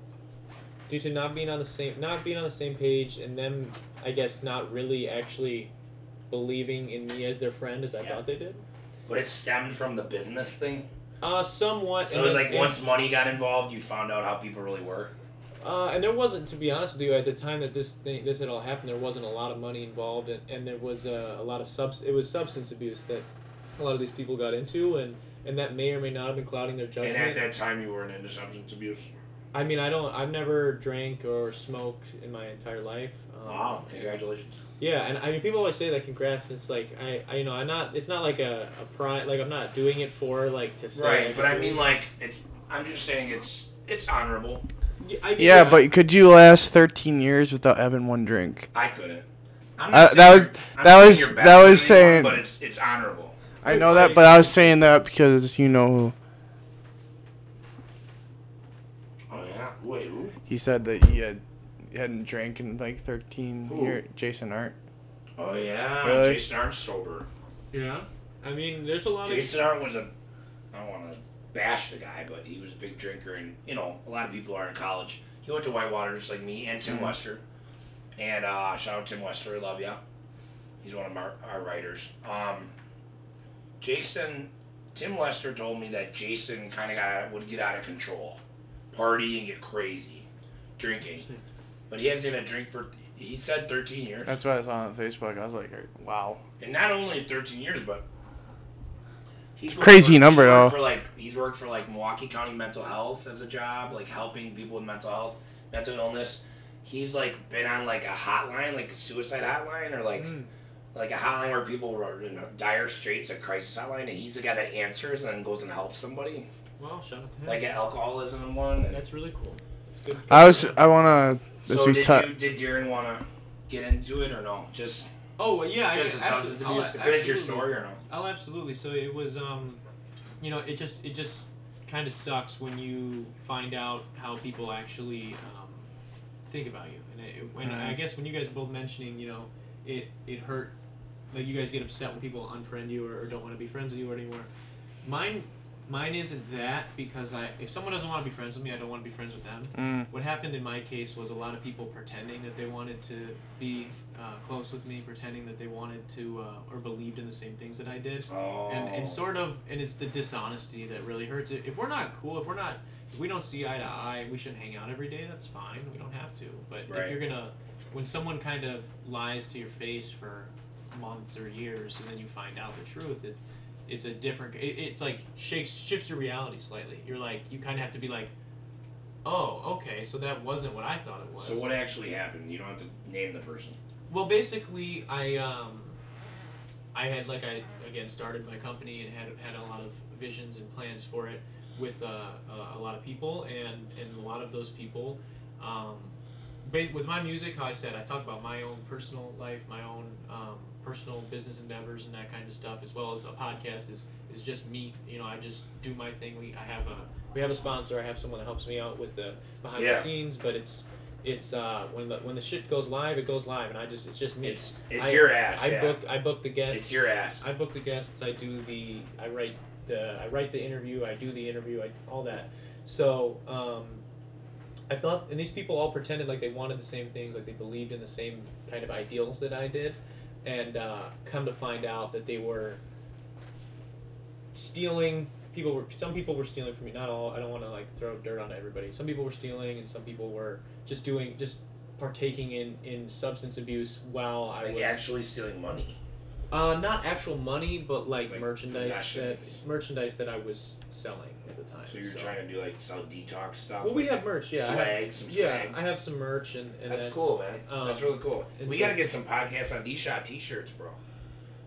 due to not being on the same not being on the same page and them I guess not really actually believing in me as their friend as I
Yeah.
thought they did.
But it stemmed from the business thing.
Uh, somewhat.
So it
and
was
then
like once
it's-
money got involved, you found out how people really were.
Uh, and there wasn't, to be honest with you, at the time that this thing, this had all happened, there wasn't a lot of money involved, and, and there was uh, a lot of subs. It was substance abuse that a lot of these people got into, and and that may or may not have been clouding their judgment.
time, you weren't into substance abuse.
I mean, I don't. I've never drank or smoked in my entire life. Um,
Wow! Congratulations.
Yeah, and I mean, people always say that. Congrats. It's like I, I, you know, I'm not. It's not like a, a pride. Like I'm not doing it for like to say.
Right, but I mean, like, it's. I'm just saying it's it's honorable.
Yeah, I-
yeah, but could you last 13 years without having one drink?
I couldn't. I'm
Uh,
not saying
that was-
you're- I'm
that
not saying
was-
you're bad
that
at
was
it anymore,
saying-
But it's it's honorable.
I know that, but I was saying that because you know
Oh yeah. Wait. Who?
he said that he had hadn't drank in like 13
Who?
years. Jason Art.
Oh yeah.
Really?
Jason Arnt's sober.
yeah, I mean, there's a lot of.
Jason Arnt was a. I don't want to bash the guy, but he was a big drinker, and you know a lot of people are in college. He went to Whitewater just like me and Tim Wester. And uh, shout out Tim Wester, love ya. He's one of our, our writers. Um, Jason, Tim Lester told me that Jason kind of got would get out of control, party and get crazy, drinking. But he hasn't had a drink for he said 13 years.
That's what I saw on Facebook. I was like, wow.
And not only 13 years, but he's
a crazy
worked
number,
he's worked
though.
For like he's worked for like Milwaukee County Mental Health as a job, like helping people with mental health, mental illness.
he's like been on like a hotline, like a suicide hotline, or like
mm,
Mm.
like a hotline where people are in dire straits, a crisis hotline, and he's the guy that answers and goes and helps somebody,
Well, shout out to
Mm.
him.
like an alcoholism one. and-
That's really cool. That's good.
I was. I wanna. As
so
we
did
ta-
you did Darren want to get into it or no? Just
Oh well, yeah,
just a
I,
substance
absolutely-
abuse.
I'll-
Finish your
absolutely.
story or no?
Oh, absolutely. So it was, um, you know, it just it just kind of sucks when you find out how people actually um, think about you, and it, when I guess when you guys were both mentioning, you know, it it hurt. Like you guys get upset when people unfriend you or, or don't want to be friends with you anymore. Mine, mine isn't that because I if someone doesn't want to be friends with me, I don't want to be friends with them. What happened in my case was a lot of people pretending that they wanted to be uh, close with me, pretending that they wanted to uh, or believed in the same things that I did,
Oh.
and and sort of and it's the dishonesty that really hurts. If we're not cool, if we're not, if we don't see eye to eye, we shouldn't hang out every day. That's fine. We don't have to. But
Right.
if you're gonna, when someone kind of lies to your face for months or years, and then you find out the truth, it it's a different. It, it's like shakes shifts your reality slightly. You're like you kind of have to be like. Oh, okay. So that wasn't what I thought it was.
So what actually happened? You don't have to name the person.
Well, basically, I um, I had like I again started my company and had had a lot of visions and plans for it with uh, uh, a lot of people and and a lot of those people, um, ba- with my music, how I said I talk about my own personal life, my own um, personal business endeavors and that kind of stuff, as well as the podcast is is just me. You know, I just do my thing. We I have a we have a sponsor. I have someone that helps me out with the behind
Yeah.
the scenes, but it's it's uh, when the when the shit goes live, it goes live, and I just it's just me.
It's it's
I-
your ass.
I
yeah.
book I book the guests.
It's your ass.
I book the guests. I do the I write the I write the interview. I do the interview. I all that. So um, I thought, and these people all pretended like they wanted the same things, like they believed in the same kind of ideals that I did, and uh, come to find out that they were stealing. People were some people were stealing from me. Not all. I don't want to like throw dirt on everybody. Some people were stealing, and some people were just doing just partaking in in substance abuse while I
like
was
actually stealing money.
uh, not actual money, but like,
Like
merchandise that
possessions.
merchandise that I was selling at the time.
So you're trying to do like sell detox stuff.
Well, we have merch, yeah. I have-
swag, some
yeah,
swag.
I have some merch, and, and
that's, cool, man.
um,
that's really cool.
and
We
so-
gotta get some podcasts on D Shot T-shirts, bro.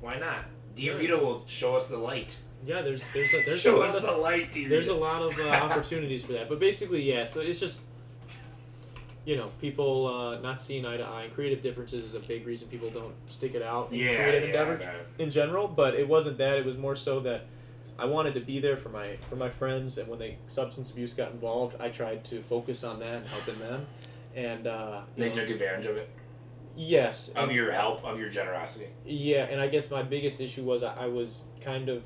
Why not? D
Yeah.
Rita will show us the light.
Yeah, there's there's a, there's a
show
lot
us
of,
the light, D
there's a
Rita.
lot of uh, opportunities for that. But basically, yeah. So it's just you know people uh, not seeing eye to eye. Creative differences is a big reason people don't stick it out in
Yeah,
creative
yeah,
endeavors
I bet.
in general. But it wasn't that. It was more so that I wanted to be there for my for my friends, and when they substance abuse got involved, I tried to focus on that and helping them. And uh, you
They
know,
took advantage of it
yes,
of your help of your generosity.
yeah, and I guess my biggest issue was I, I was kind of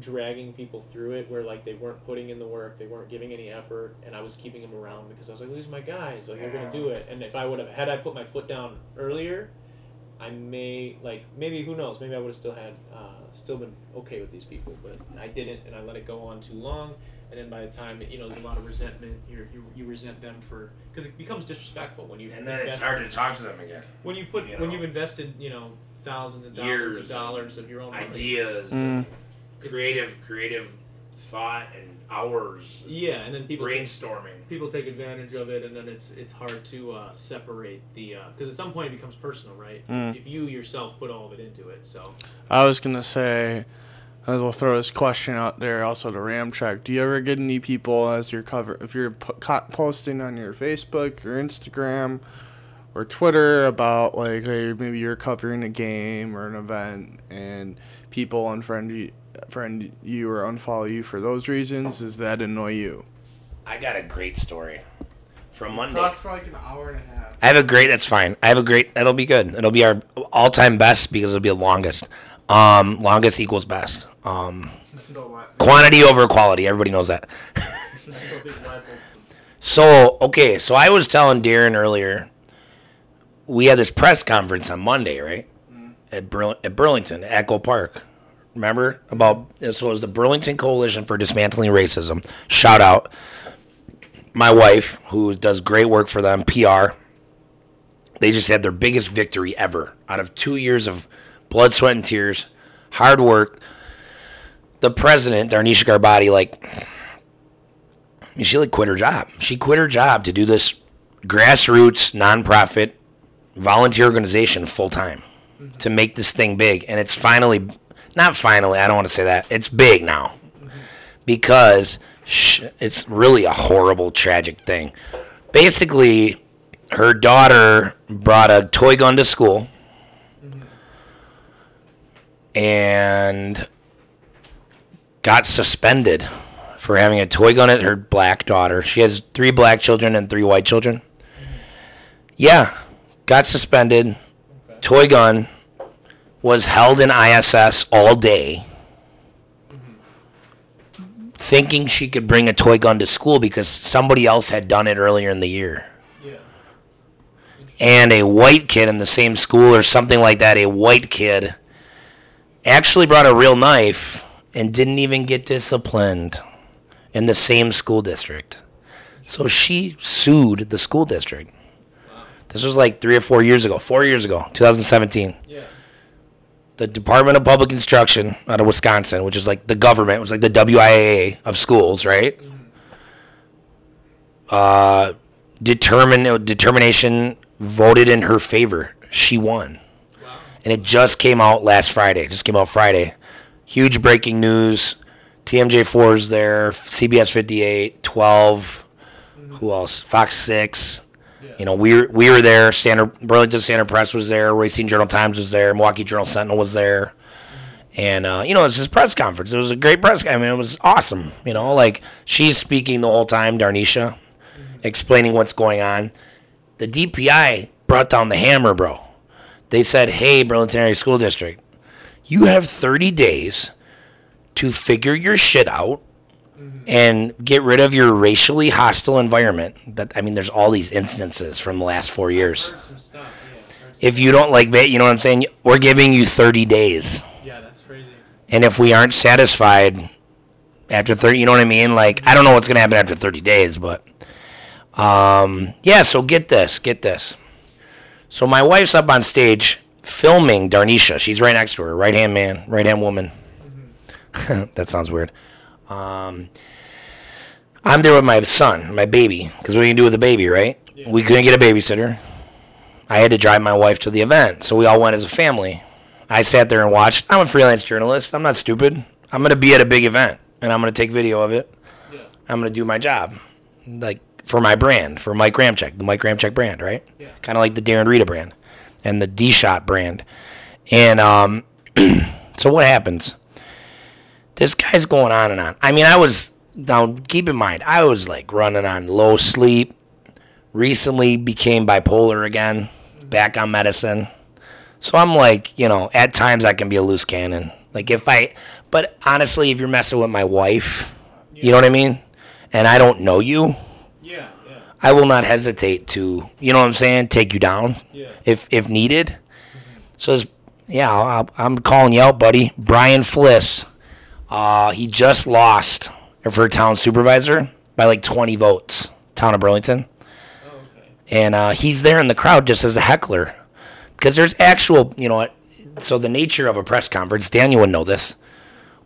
dragging people through it where like they weren't putting in the work, they weren't giving any effort, and I was keeping them around because I was like, "These are my guys, like they're gonna do it." And if I would have had I put my foot down earlier, I may like maybe who knows, maybe I would have still had uh, still been okay with these people, but I didn't, and I let it go on too long. And then by the time you know, there's a lot of resentment. You're, you you resent them for because it becomes disrespectful when you
And then it's
invest-
hard to talk to them again.
when you put
You
when
know?
you've invested you know thousands and thousands
Years.
of dollars of your own money.
Ideas,
Mm.
creative, creative thought, and hours,
yeah and then people take,
brainstorming.
people take advantage of it and then it's it's hard to uh, separate the because at some point it becomes personal right
Hmm.
Mm.
if you yourself put all of it into it so
I was gonna say, I will throw this question out there also to Ramcheck. Do you ever get any people as your cover if you're po- co- posting on your Facebook or Instagram or Twitter about like hey, maybe you're covering a game or an event and people unfriend you, friend you or unfollow you for those reasons? Does that annoy you?
I got a great story from Monday.
Talked for like an hour and a half.
I have a great. That's fine. I have a great. That'll be good. It'll be our all-time best because it'll be the longest. Um, longest equals best. Um,
So what?
quantity over quality. Everybody knows that.
I still think Michael's
So okay. So I was telling Darren earlier. We had this press conference on Monday, right?
Mm-hmm.
At Burl- at Burlington, at Echo Park. Remember about so it was the Burlington Coalition for Dismantling Racism. Shout out my wife who does great work for them, PR. They just had their biggest victory ever out of 2 years of blood, sweat and tears, hard work. The president, Darnisha Garbati like she like quit her job. She quit her job to do this grassroots nonprofit volunteer organization full time to make this thing big, and it's finally not finally. I don't want to say that it's big now because sh- it's really a horrible, tragic thing. Basically, her daughter brought a toy gun to school. And got suspended for having a toy gun at her black daughter. She has three black children and three white children. Yeah, got suspended. Toy gun was held in ISS all day, thinking she could bring a toy gun to school because somebody else had done it earlier in the year.
Yeah.
And a white kid in the same school or something like that, a white kid actually brought a real knife and didn't even get disciplined in the same school district. So she sued the school district. This was like three or four years ago, four years ago, 2017.
Yeah.
The Department of Public Instruction out of Wisconsin, which is like the government, it was like the WIAA of schools, right? Uh, determine determination voted in her favor. She won and it just came out last Friday. Just came out Friday. Huge breaking news. TMJ4 is there. CBS 58, 12. Who else? Fox 6. You know, we were, we were there. Standard Burlington Standard Press was there. Racine Journal Times was there. Milwaukee Journal Sentinel was there. And uh, you know, it's his press conference. It was a great press. con- I mean, it was awesome. You know, like she's speaking the whole time, Darnisha, explaining what's going on. The DPI brought down the hammer, bro they said, "Hey, Burlington Area School District, you have 30 days to figure your shit out and get rid of your racially hostile environment." That I mean, there's all these instances from the last four years.
Some stuff. Yeah.
If you don't like it, you know what I'm saying. We're giving you 30 days,
Yeah, that's crazy.
and if we aren't satisfied after 30, you know what I mean? Like, I don't know what's gonna happen after 30 days, but um, yeah. So get this, get this. So my wife's up on stage filming Darnisha. She's right next to her, right hand man, right hand woman. that sounds weird. Um, I'm there with my son, my baby, because what do you do with a baby, right? We couldn't get a babysitter. I had to drive my wife to the event, so we all went as a family. I sat there and watched. I'm a freelance journalist. I'm not stupid. I'm gonna be at a big event, and I'm gonna take video of it.
Yeah.
I'm gonna do my job, like for my brand, for Mike Ramchek, the Mike Ramchek brand, right?
Yeah.
Kind of like the Darren Rita brand, and the D Shot brand, and um, so what happens? This guy's going on and on. I mean, I was now keep in mind, I was like running on low sleep. Recently became bipolar again, back on medicine. So I'm like, you know, at times I can be a loose cannon. Like if I, but honestly, if you're messing with my wife, you know what I mean, and I don't know you,
Yeah. Yeah.
I will not hesitate to, you know what I'm saying, take you down
Yeah.
if if needed. So it's, yeah, I'll, I'm calling you out, buddy. Brian Fliss, uh, he just lost for town supervisor by like 20 votes, town of Burlington,
Oh, okay.
and uh, he's there in the crowd just as a heckler because there's actual, you know what. So the nature of a press conference, Daniel would know this.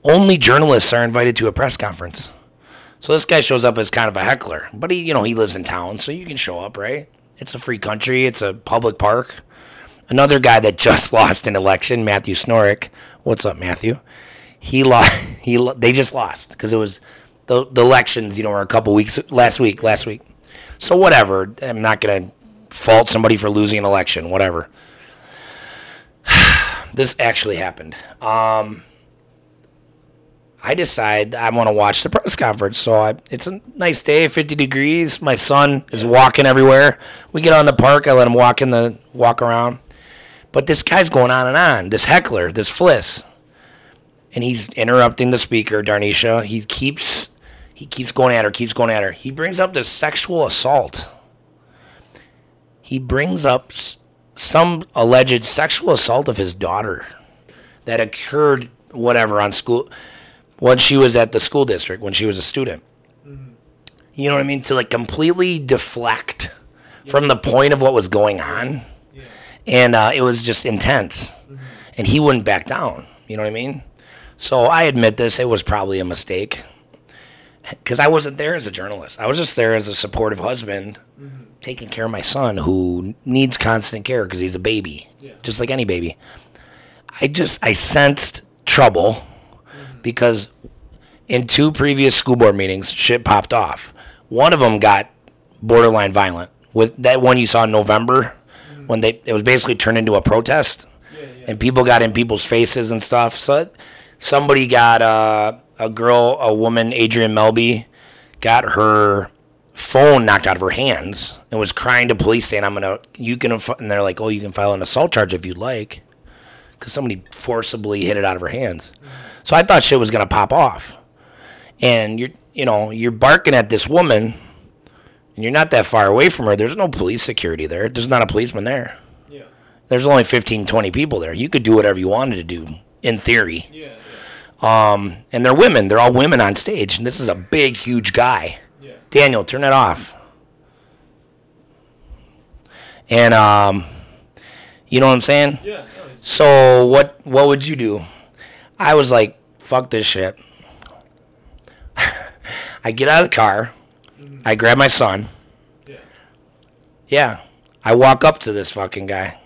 Only journalists are invited to a press conference. So this guy shows up as kind of a heckler, but he, you know, he lives in town, so you can show up, right? It's a free country. It's a public park another guy that just lost an election, Matthew Snorick. What's up, Matthew? He lost. He lo- they just lost because it was the, the elections. You know, were a couple weeks last week. Last week. So whatever. I'm not gonna fault somebody for losing an election. Whatever. this actually happened. Um, I decide I want to watch the press conference. So I, it's a nice day, 50 degrees. My son is walking everywhere. We get on the park. I let him walk in the walk around. But this guy's going on and on. This heckler, this fliss, and he's interrupting the speaker, Darnisha. He keeps he keeps going at her, keeps going at her. He brings up this sexual assault. He brings up s- some alleged sexual assault of his daughter that occurred whatever on school when she was at the school district when she was a student. You know what I mean? To like completely deflect from the point of what was going on
Yeah.
and uh, it was just intense. And he wouldn't back down. You know what I mean? So I admit this. It was probably a mistake. because I wasn't there as a journalist. I was just there as a supportive husband, taking care of my son who needs constant care because he's a baby,
Yeah.
just like any baby. I just I sensed trouble because in two previous school board meetings, shit popped off. One of them got borderline violent with that one you saw in November when they it was basically turned into a protest and people got in people's faces and stuff. So somebody got uh, a girl, a woman, Adrian Melby, got her phone knocked out of her hands and was crying to police saying, "I'm gonna you can," inf-" and they're like, "Oh, you can file an assault charge if you'd like," because somebody forcibly hit it out of her hands. So I thought shit was gonna pop off, and you're you know you're barking at this woman. And you're not that far away from her. There's no police security there. There's not a policeman there
Yeah.
there's only 15 20 people there you could do whatever you wanted to do in theory
Yeah.
um and they're women they're all women on stage and this is a big huge guy
Yeah. Yeah.
daniel turn it off and um you know what i'm saying
Yeah. No, it's-
so what what would you do? I was like, fuck this shit. I get out of the car. I grab my son.
Yeah.
Yeah. I walk up to this fucking guy.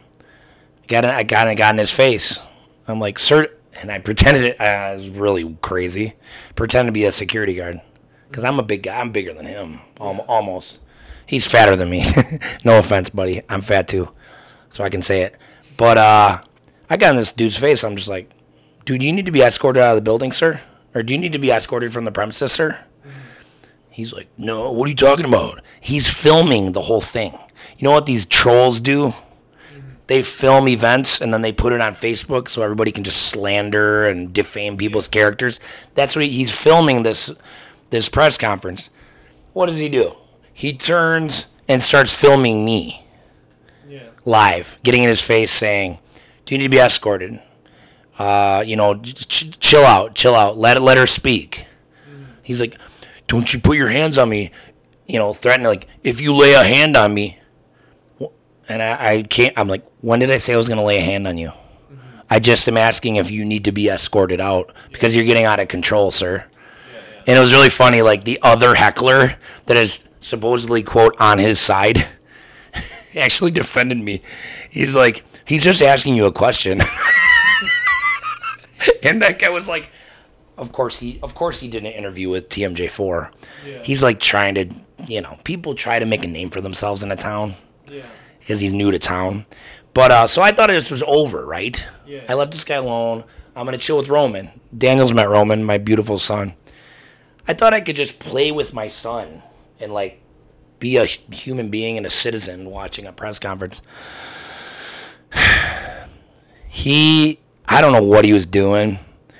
Got in, I got I got in his face. I'm like, sir, and I pretended it. Uh, it was really crazy. Pretend to be a security guard because I'm a big guy. I'm bigger than him. Al- almost. He's fatter than me. no offense, buddy. I'm fat too, so I can say it. But uh, I got in this dude's face. I'm just like, dude, you need to be escorted out of the building, sir, or do you need to be escorted from the premises, sir? He's like, no, what are you talking about? He's filming the whole thing. You know what these trolls do? They film events and then they put it on Facebook so everybody can just slander and defame people's characters. That's what he, he's filming this this press conference. What does he do? He turns and starts filming me
Yeah.
live, getting in his face, saying, "Do you need to be escorted? Uh, you know, ch- ch- chill out, chill out. Let let her speak." He's like, "Don't you put your hands on me?" You know, threatening like, "If you lay a hand on me," Wh- and I, I can't. I'm like, "When did I say I was gonna lay a hand on you?" I just am asking if you need to be escorted out because you're getting out of control, sir. And it was really funny, like the other heckler that is supposedly quote on his side actually defended me. He's like, he's just asking you a question. and that guy was like, of course he, of course he did an interview with TMJ4.
Yeah.
He's like trying to, you know, people try to make a name for themselves in a town
Yeah.
because he's new to town. But uh, so I thought this was over, right?
Yeah.
I left this guy alone. I'm gonna chill with Roman. Daniel's met Roman, my beautiful son. I thought I could just play with my son and like be a h- human being and a citizen watching a press conference. he, I don't know what he was doing.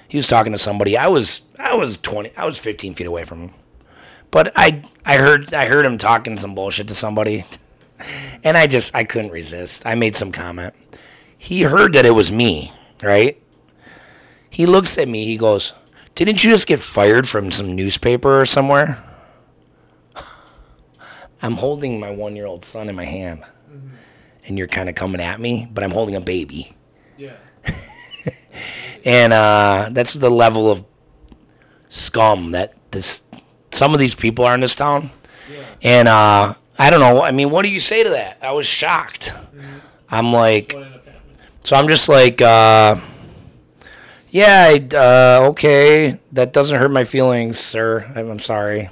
He was talking to somebody. I was, I was 20, I was 15 feet away from him. But I, I heard, I heard him talking some bullshit to somebody. And I just I couldn't resist. I made some comment. He heard that it was me, right? He looks at me, he goes, "Didn't you just get fired from some newspaper or somewhere?" I'm holding my 1-year-old son in my hand. And you're kind of coming at me, but I'm holding a baby.
Yeah.
And uh, that's the level of scum that this some of these people are in this town. And uh, I don't know. I mean, what do you say to that? I was shocked. I'm like,
What ended up happening?
so I'm just like, uh, yeah, I, uh, okay, that doesn't hurt my feelings, sir. I'm, I'm sorry.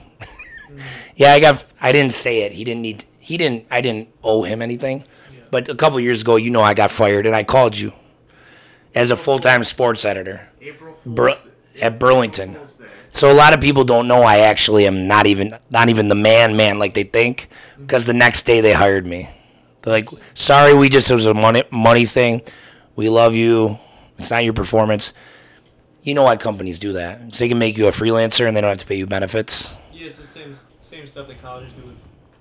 yeah, I got. I didn't say it. He didn't need. He didn't. I didn't owe him anything. But a couple years ago, you know, I got fired, and I called you as a full-time sports editor
April Fool's
Bru-
Day.
at Burlington.
Fool's Day.
So a lot of people don't know I actually am not even not even the man man like they think
Mm-hmm.
because the next day they hired me. They're like, "Sorry, we just it was a money money thing. We love you. It's not your performance." You know why companies do that? So they can make you a freelancer and they don't have to pay you benefits.
Yeah, it's the same same stuff that colleges do with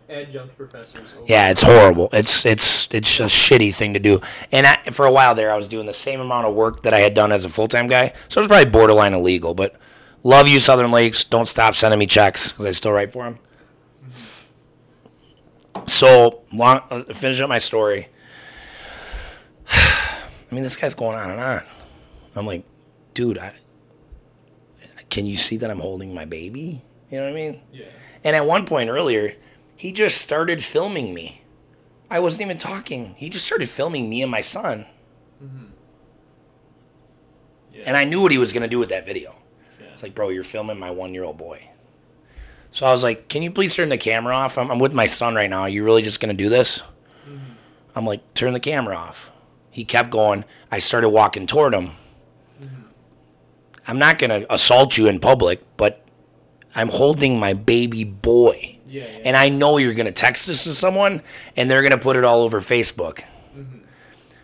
adjunct professors. Over.
Yeah, it's horrible. It's it's it's a shitty thing to do. And I, for a while there, I was doing the same amount of work that I had done as a full time guy, so it was probably borderline illegal. But love you, Southern Lakes. Don't stop sending me checks because I still write for them. So long, uh, finish up my story. I mean, this guy's going on and on. I'm like, dude, I, can you see that I'm holding my baby? You know what I mean?
Yeah.
And at one point earlier, he just started filming me. I wasn't even talking. He just started filming me and my son.
Mm-hmm. Yeah.
And I knew what he was going to do with that video.
Yeah.
It's like, bro, you're filming my one year old boy. So I was like, can you please turn the camera off? I'm, I'm with my son right now. Are you really just going to do this?
Mm-hmm.
I'm like, turn the camera off. He kept going. I started walking toward him.
Mm-hmm.
I'm not going to assault you in public, but I'm holding my baby boy.
Yeah, yeah.
And I know you're going to text this to someone and they're going to put it all over Facebook.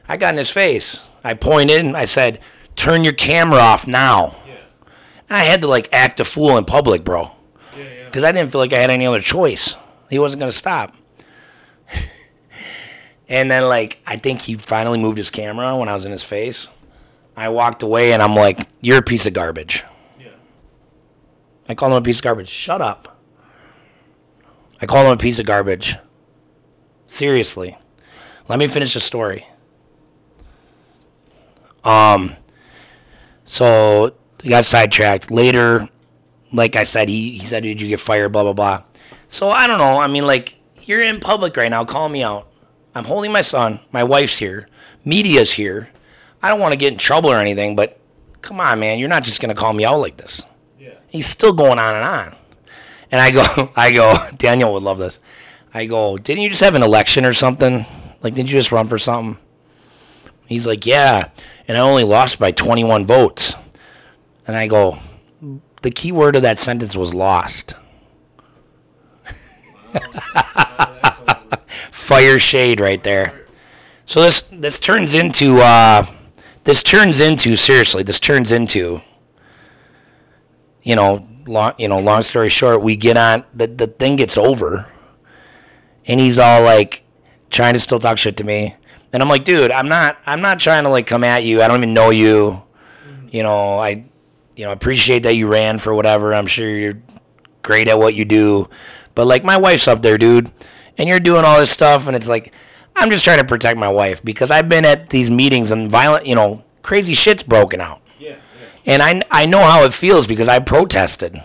I got in his face. I pointed and I said, Turn your camera off now.
yeah.
I had to like act a fool in public, bro,
Yeah, yeah.
because I didn't feel like I had any other choice. He wasn't going to stop. and then, like, I think he finally moved his camera when I was in his face. I walked away and I'm like, You're a piece of garbage.
Yeah.
I called him a piece of garbage. Shut up. I called him a piece of garbage. Seriously. Let me finish the story. Um so he got sidetracked. Later, like I said, he, he said, Did you get fired? Blah blah blah. So I don't know. I mean like you're in public right now, call me out. I'm holding my son, my wife's here, media's here. I don't want to get in trouble or anything, but come on, man, you're not just gonna call me out like this.
Yeah.
He's still going on and on. And I go, I go, Daniel would love this. I go, didn't you just have an election or something? Like, did you just run for something? He's like, yeah. And I only lost by 21 votes. And I go, the key word of that sentence was lost. Fire shade right there. So this this turns into uh, this turns into seriously this turns into you know, long, you know, long story short, we get on the the thing gets over, and he's all like trying to still talk shit to me, and I'm like, dude, I'm not, I'm not trying to like come at you. I don't even know you, you know, I, you know, appreciate that you ran for whatever. I'm sure you're great at what you do, but like my wife's up there, dude, and you're doing all this stuff, and it's like, I'm just trying to protect my wife because I've been at these meetings and violent, you know, crazy shit's broken out.
Yeah.
And I, I know how it feels because I protested.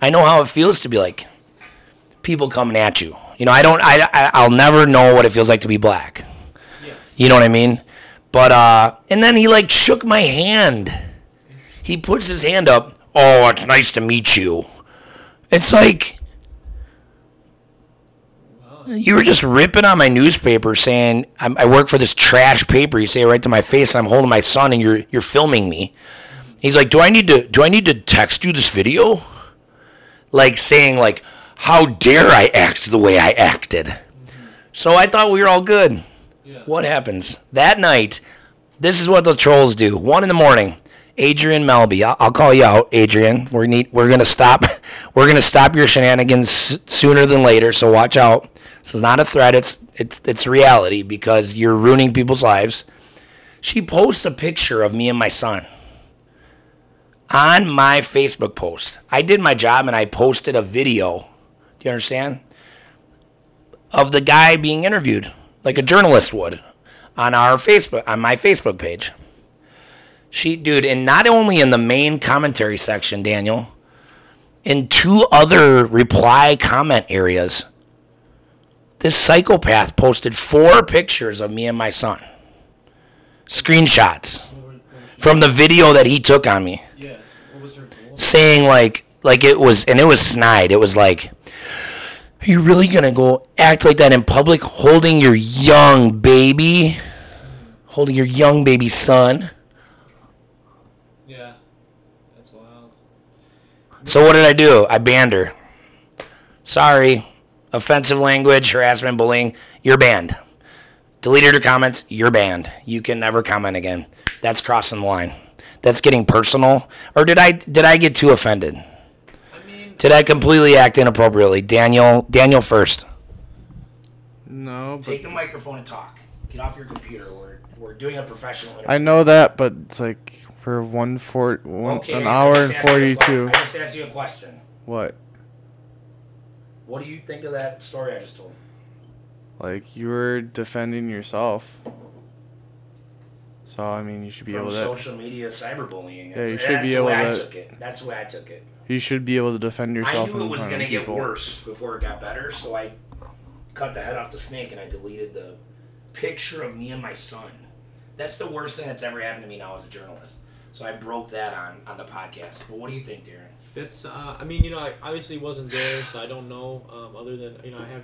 I know how it feels to be like people coming at you. You know, I don't, I, I, I'll never know what it feels like to be black.
Yeah.
You know what I mean? But, uh, and then he like shook my hand. He puts his hand up. Oh, it's nice to meet you. It's like, you were just ripping on my newspaper saying I'm, I work for this trash paper. You say it right to my face, and I'm holding my son, and you're you're filming me. He's like, "Do I need to? Do I need to text you this video?" Like saying, "Like, how dare I act the way I acted?" So I thought we were all good.
Yeah.
What happens that night? This is what the trolls do. One in the morning, Adrian Melby. I'll, I'll call you out, Adrian. We need. We're gonna stop. We're gonna stop your shenanigans s- sooner than later. So watch out. This is not a threat. It's it's it's reality because you're ruining people's lives. She posts a picture of me and my son on my Facebook post. I did my job and I posted a video. Do you understand? Of the guy being interviewed, like a journalist would, on our Facebook, on my Facebook page. She, dude, and not only in the main commentary section, Daniel, in two other reply comment areas, this psychopath posted four pictures of me and my son. Screenshots from the video that he took on me
Yeah. What was her goal?
saying like like it was and it was snide. It was like are you really gonna go act like that in public holding your young baby holding your young baby son?
Yeah. That's wild.
So what did I do? I banned her. Sorry. Offensive language, harassment, bullying, you're banned. Deleted her comments, you're banned. You can never comment again. That's crossing the line. That's getting personal. Or did I did I get too offended?
I mean,
Did I completely act inappropriately? Daniel Daniel first.
No, but
Take the microphone and talk. Get off your computer. We're, we're doing a professional interview.
I know that, but it's like for one for one,
Okay,
an
I
hour
just
and
asked you a que-
forty-two.
I just asked you a question.
What?
What do you think of that story I just told?
Like you were defending yourself. So I mean, you should be
From
able to.
social media cyberbullying. That's,
you should
that's
be
the way
able
I
to-
took it. That's the way I took it.
you You should be able to defend
I
yourself.
knew it
in
was
front
going to
of
get
people.
worse before it got better, so I cut the head off the snake and I deleted the picture of me and my son. That's the worst thing that's ever happened to me now as a journalist. So I broke that on, on the podcast. But what do you think, Darren?
That's. Uh, I mean, you know, I obviously wasn't there, so I don't know. Um, other than you know, I have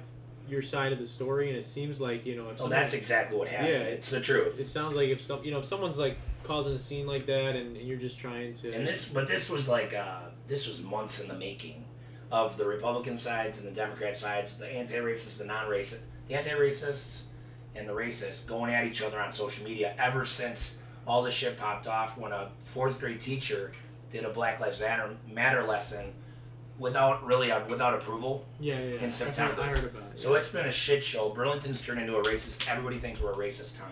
your side of the story, and it seems like you know, if
Oh,
someone-
that's exactly what happened.
Yeah,
it's the truth.
it sounds like if some, you know, if someone's like causing a scene like that, and, and you're just trying to.
And this, but this was like uh, this was months in the making of the Republican sides and the Democrat sides, the anti-racists, the non-racist, the anti-racists, and the racists going at each other on social media ever since all this shit popped off when a fourth grade teacher did a Black Lives Matter, Matter lesson without really uh, without approval.
yeah, yeah, yeah.
in September.
I heard, I heard about it.
So it's been a shit show. Burlington's turned into a racist. Everybody thinks we're a racist town.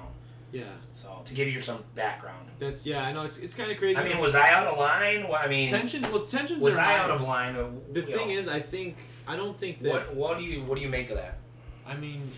yeah,
So to give you some background,
that's yeah. I know it's it's kind of crazy.
I mean, was I out of line? Well, I mean,
tension. Well, tensions
was
are
I
high.
out of line? Uh,
The
you
thing
know,
is, I think I don't think that.
what what do you what do you make of that?
I mean,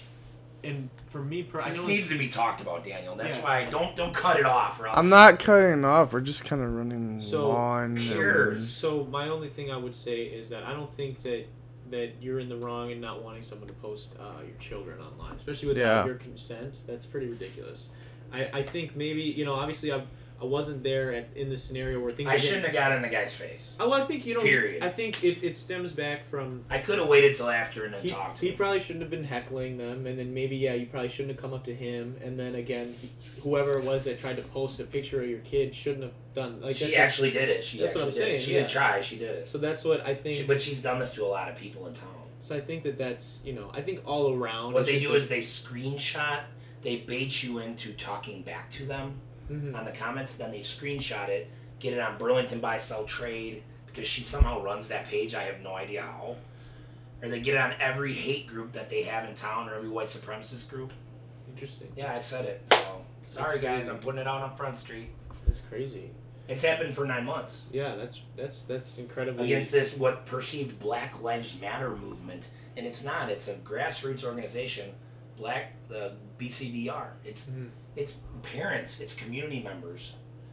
and for me, per- I know
This
it's-
needs to be talked about, Daniel. That's
Yeah.
why don't don't cut it off. Or else.
I'm not cutting off. We're just kind of running
So,
on.
Sure.
and-
So my only thing I would say is that I don't think that that you're in the wrong in not wanting someone to post uh, your children online, especially without
Yeah.
your consent. That's pretty ridiculous. I, I think maybe you know obviously I I wasn't there at, in the scenario where things
I
are getting-
shouldn't have got in the guy's face.
Oh, well, I think you know.
Period.
I think it, it stems back from
I could have waited till after and then
he,
talked to
he
him.
probably shouldn't have been heckling them, and then maybe yeah, you probably shouldn't have come up to him, and then again, he, whoever it was that tried to post a picture of your kid shouldn't have done like
she
that's just-
actually did it. She
that's
actually
what I'm
did it.
saying,
She
yeah.
didn't try. She did it.
So that's what I think.
She, but she's done this to a lot of people in town.
So I think that that's you know I think all around.
What
it's
they
just
do
a-
is they screenshot. They bait you into talking back to them
Mhm.
on the comments. Then they screenshot it, get it on Burlington Buy Sell Trade because she somehow runs that page. I have no idea how. Or they get it on every hate group that they have in town or every white supremacist group.
interesting.
Yeah, I said it. So sorry,
That's
guys.
crazy.
I'm putting it out on Front Street.
That's crazy.
It's happened for nine months
Yeah, that's that's that's incredibly.
against this what perceived Black Lives Matter movement, and it's not. It's a grassroots organization, Black the BCDR. It's
Mhm.
it's parents. It's community members.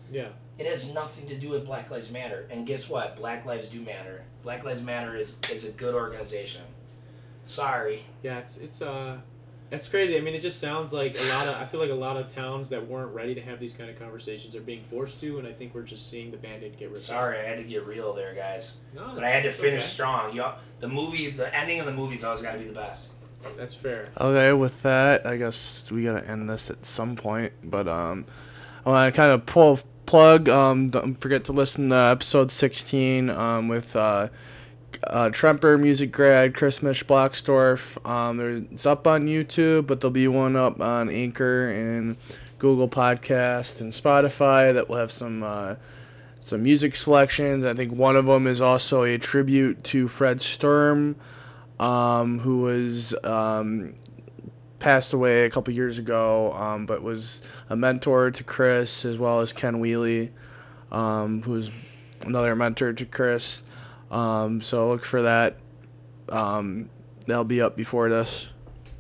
Yeah,
It has nothing to do with Black Lives Matter. And guess what? Black Lives do matter. Black Lives Matter is is a good organization. Sorry.
yeah, it's it's uh, that's crazy. I mean, it just sounds like a lot of. I feel like a lot of towns that weren't ready to have these kind of conversations are being forced to, and I think we're just seeing the band-aid get ripped.
Sorry, I had to get real there, guys.
off. No,
But I had to
it's
finish
okay.
strong. Y'all, the movie, the ending of the movie's always got to be the best.
That's fair.
Okay, with that, I guess we gotta end this at some point. But um, I want to kind of pull plug. Um, don't forget to listen to episode sixteen. Um, with uh, uh, Tremper Music Grad, Chris Mish Blocksdorf. Um, there- it's up on YouTube, but there'll be one up on Anchor and Google Podcast and Spotify that will have some. Uh, some music selections. I think one of them is also a tribute to Fred Sturm, um, who was um, passed away a couple years ago, um, but was a mentor to Chris as well as Ken Wheely, um, who's another mentor to Chris. Um, so look for that. Um, that'll be up before this.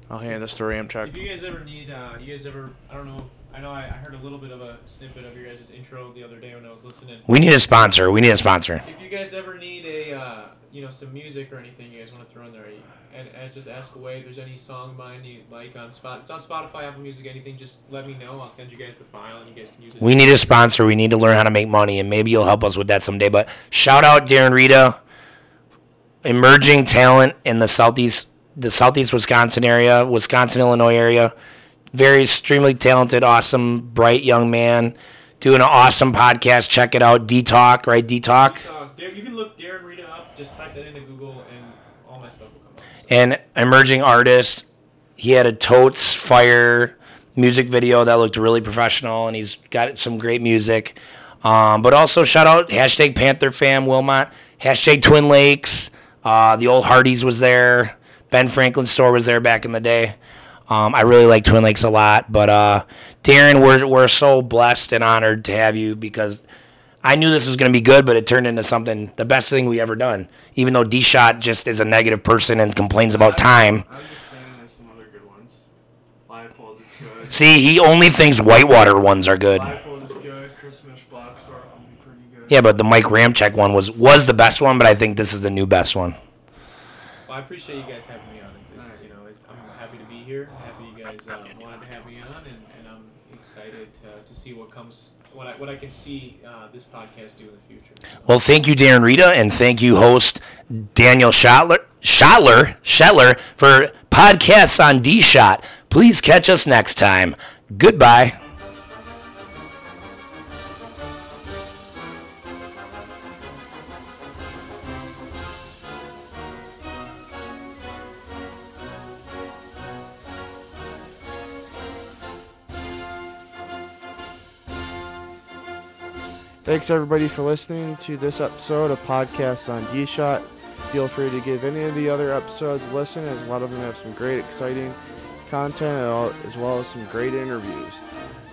I'll hand this to
If
Ramchuck.
you guys ever need, uh, you guys ever, I don't know. I know I, I heard a little bit of a snippet of your guys' intro the other day when I was listening.
We need a sponsor. We need a sponsor.
If you guys ever need a, uh, you know, some music or anything you guys want to throw in there, you- and, and just ask away if there's any song of mine you like on Spot. It's on Spotify, Apple Music, anything. Just let me know. I'll send you guys the file, and you guys can use it.
We need a sponsor. We need to learn how to make money, and maybe you'll help us with that someday. But shout out Darren Rita, emerging talent in the southeast, the southeast Wisconsin area, Wisconsin Illinois area. Very extremely talented, awesome, bright young man, doing an awesome podcast. Check it out, D Talk, right? D Talk.
Uh, Dar- you can look Darren Rita up. Just type that into Google, and all my stuff will come up.
an emerging artist. He had a totes fire music video that looked really professional, and he's got some great music. Um, but also shout out hashtag Panther Fam Wilmot, hashtag Twin Lakes. Uh, the old Hardee's was there. Ben Franklin store was there back in the day. Um, I really like Twin Lakes a lot, but uh, Darren, we're, we're so blessed and honored to have you because I knew this was going to be good, but it turned into something the best thing we ever done. Even though D Shot just is a negative person and complains about time.
I'm just saying there's some other good ones. Leipold is good.
See, he only thinks Whitewater ones are good.
Leipold is good. Christmas Blockstar will be pretty good.
Yeah, but the Mike Ramchek one was was the best one, but I think this is the new best one.
Well, I appreciate you guys having me on. It's, it's you know, it, I'm happy to be here. Happy you guys uh, wanted to have me on, and, and I'm excited to, to see what comes, what I, what I can see uh, this podcast do in the future.
Well, thank you, Darren Rita, and thank you, host Daniel Schottler, Schottler, Shetler for podcasts on D Shot. Please catch us next time. Goodbye.
Thanks everybody for listening to this episode of Podcasts on D Shot. Feel free to give any of the other episodes a listen, as a lot of them have some great, exciting content and all- as well as some great interviews.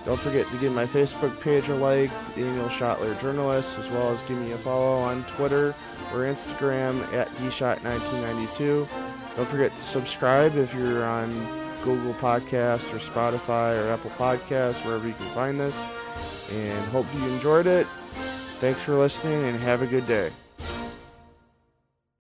Don't forget to give my Facebook page a like, Daniel Schottler Journalist, as well as give me a follow on Twitter or Instagram at DShot1992. Don't forget to subscribe if you're on Google Podcasts or Spotify or Apple Podcasts, wherever you can find this. And hope you enjoyed it. Thanks for listening and have a good day.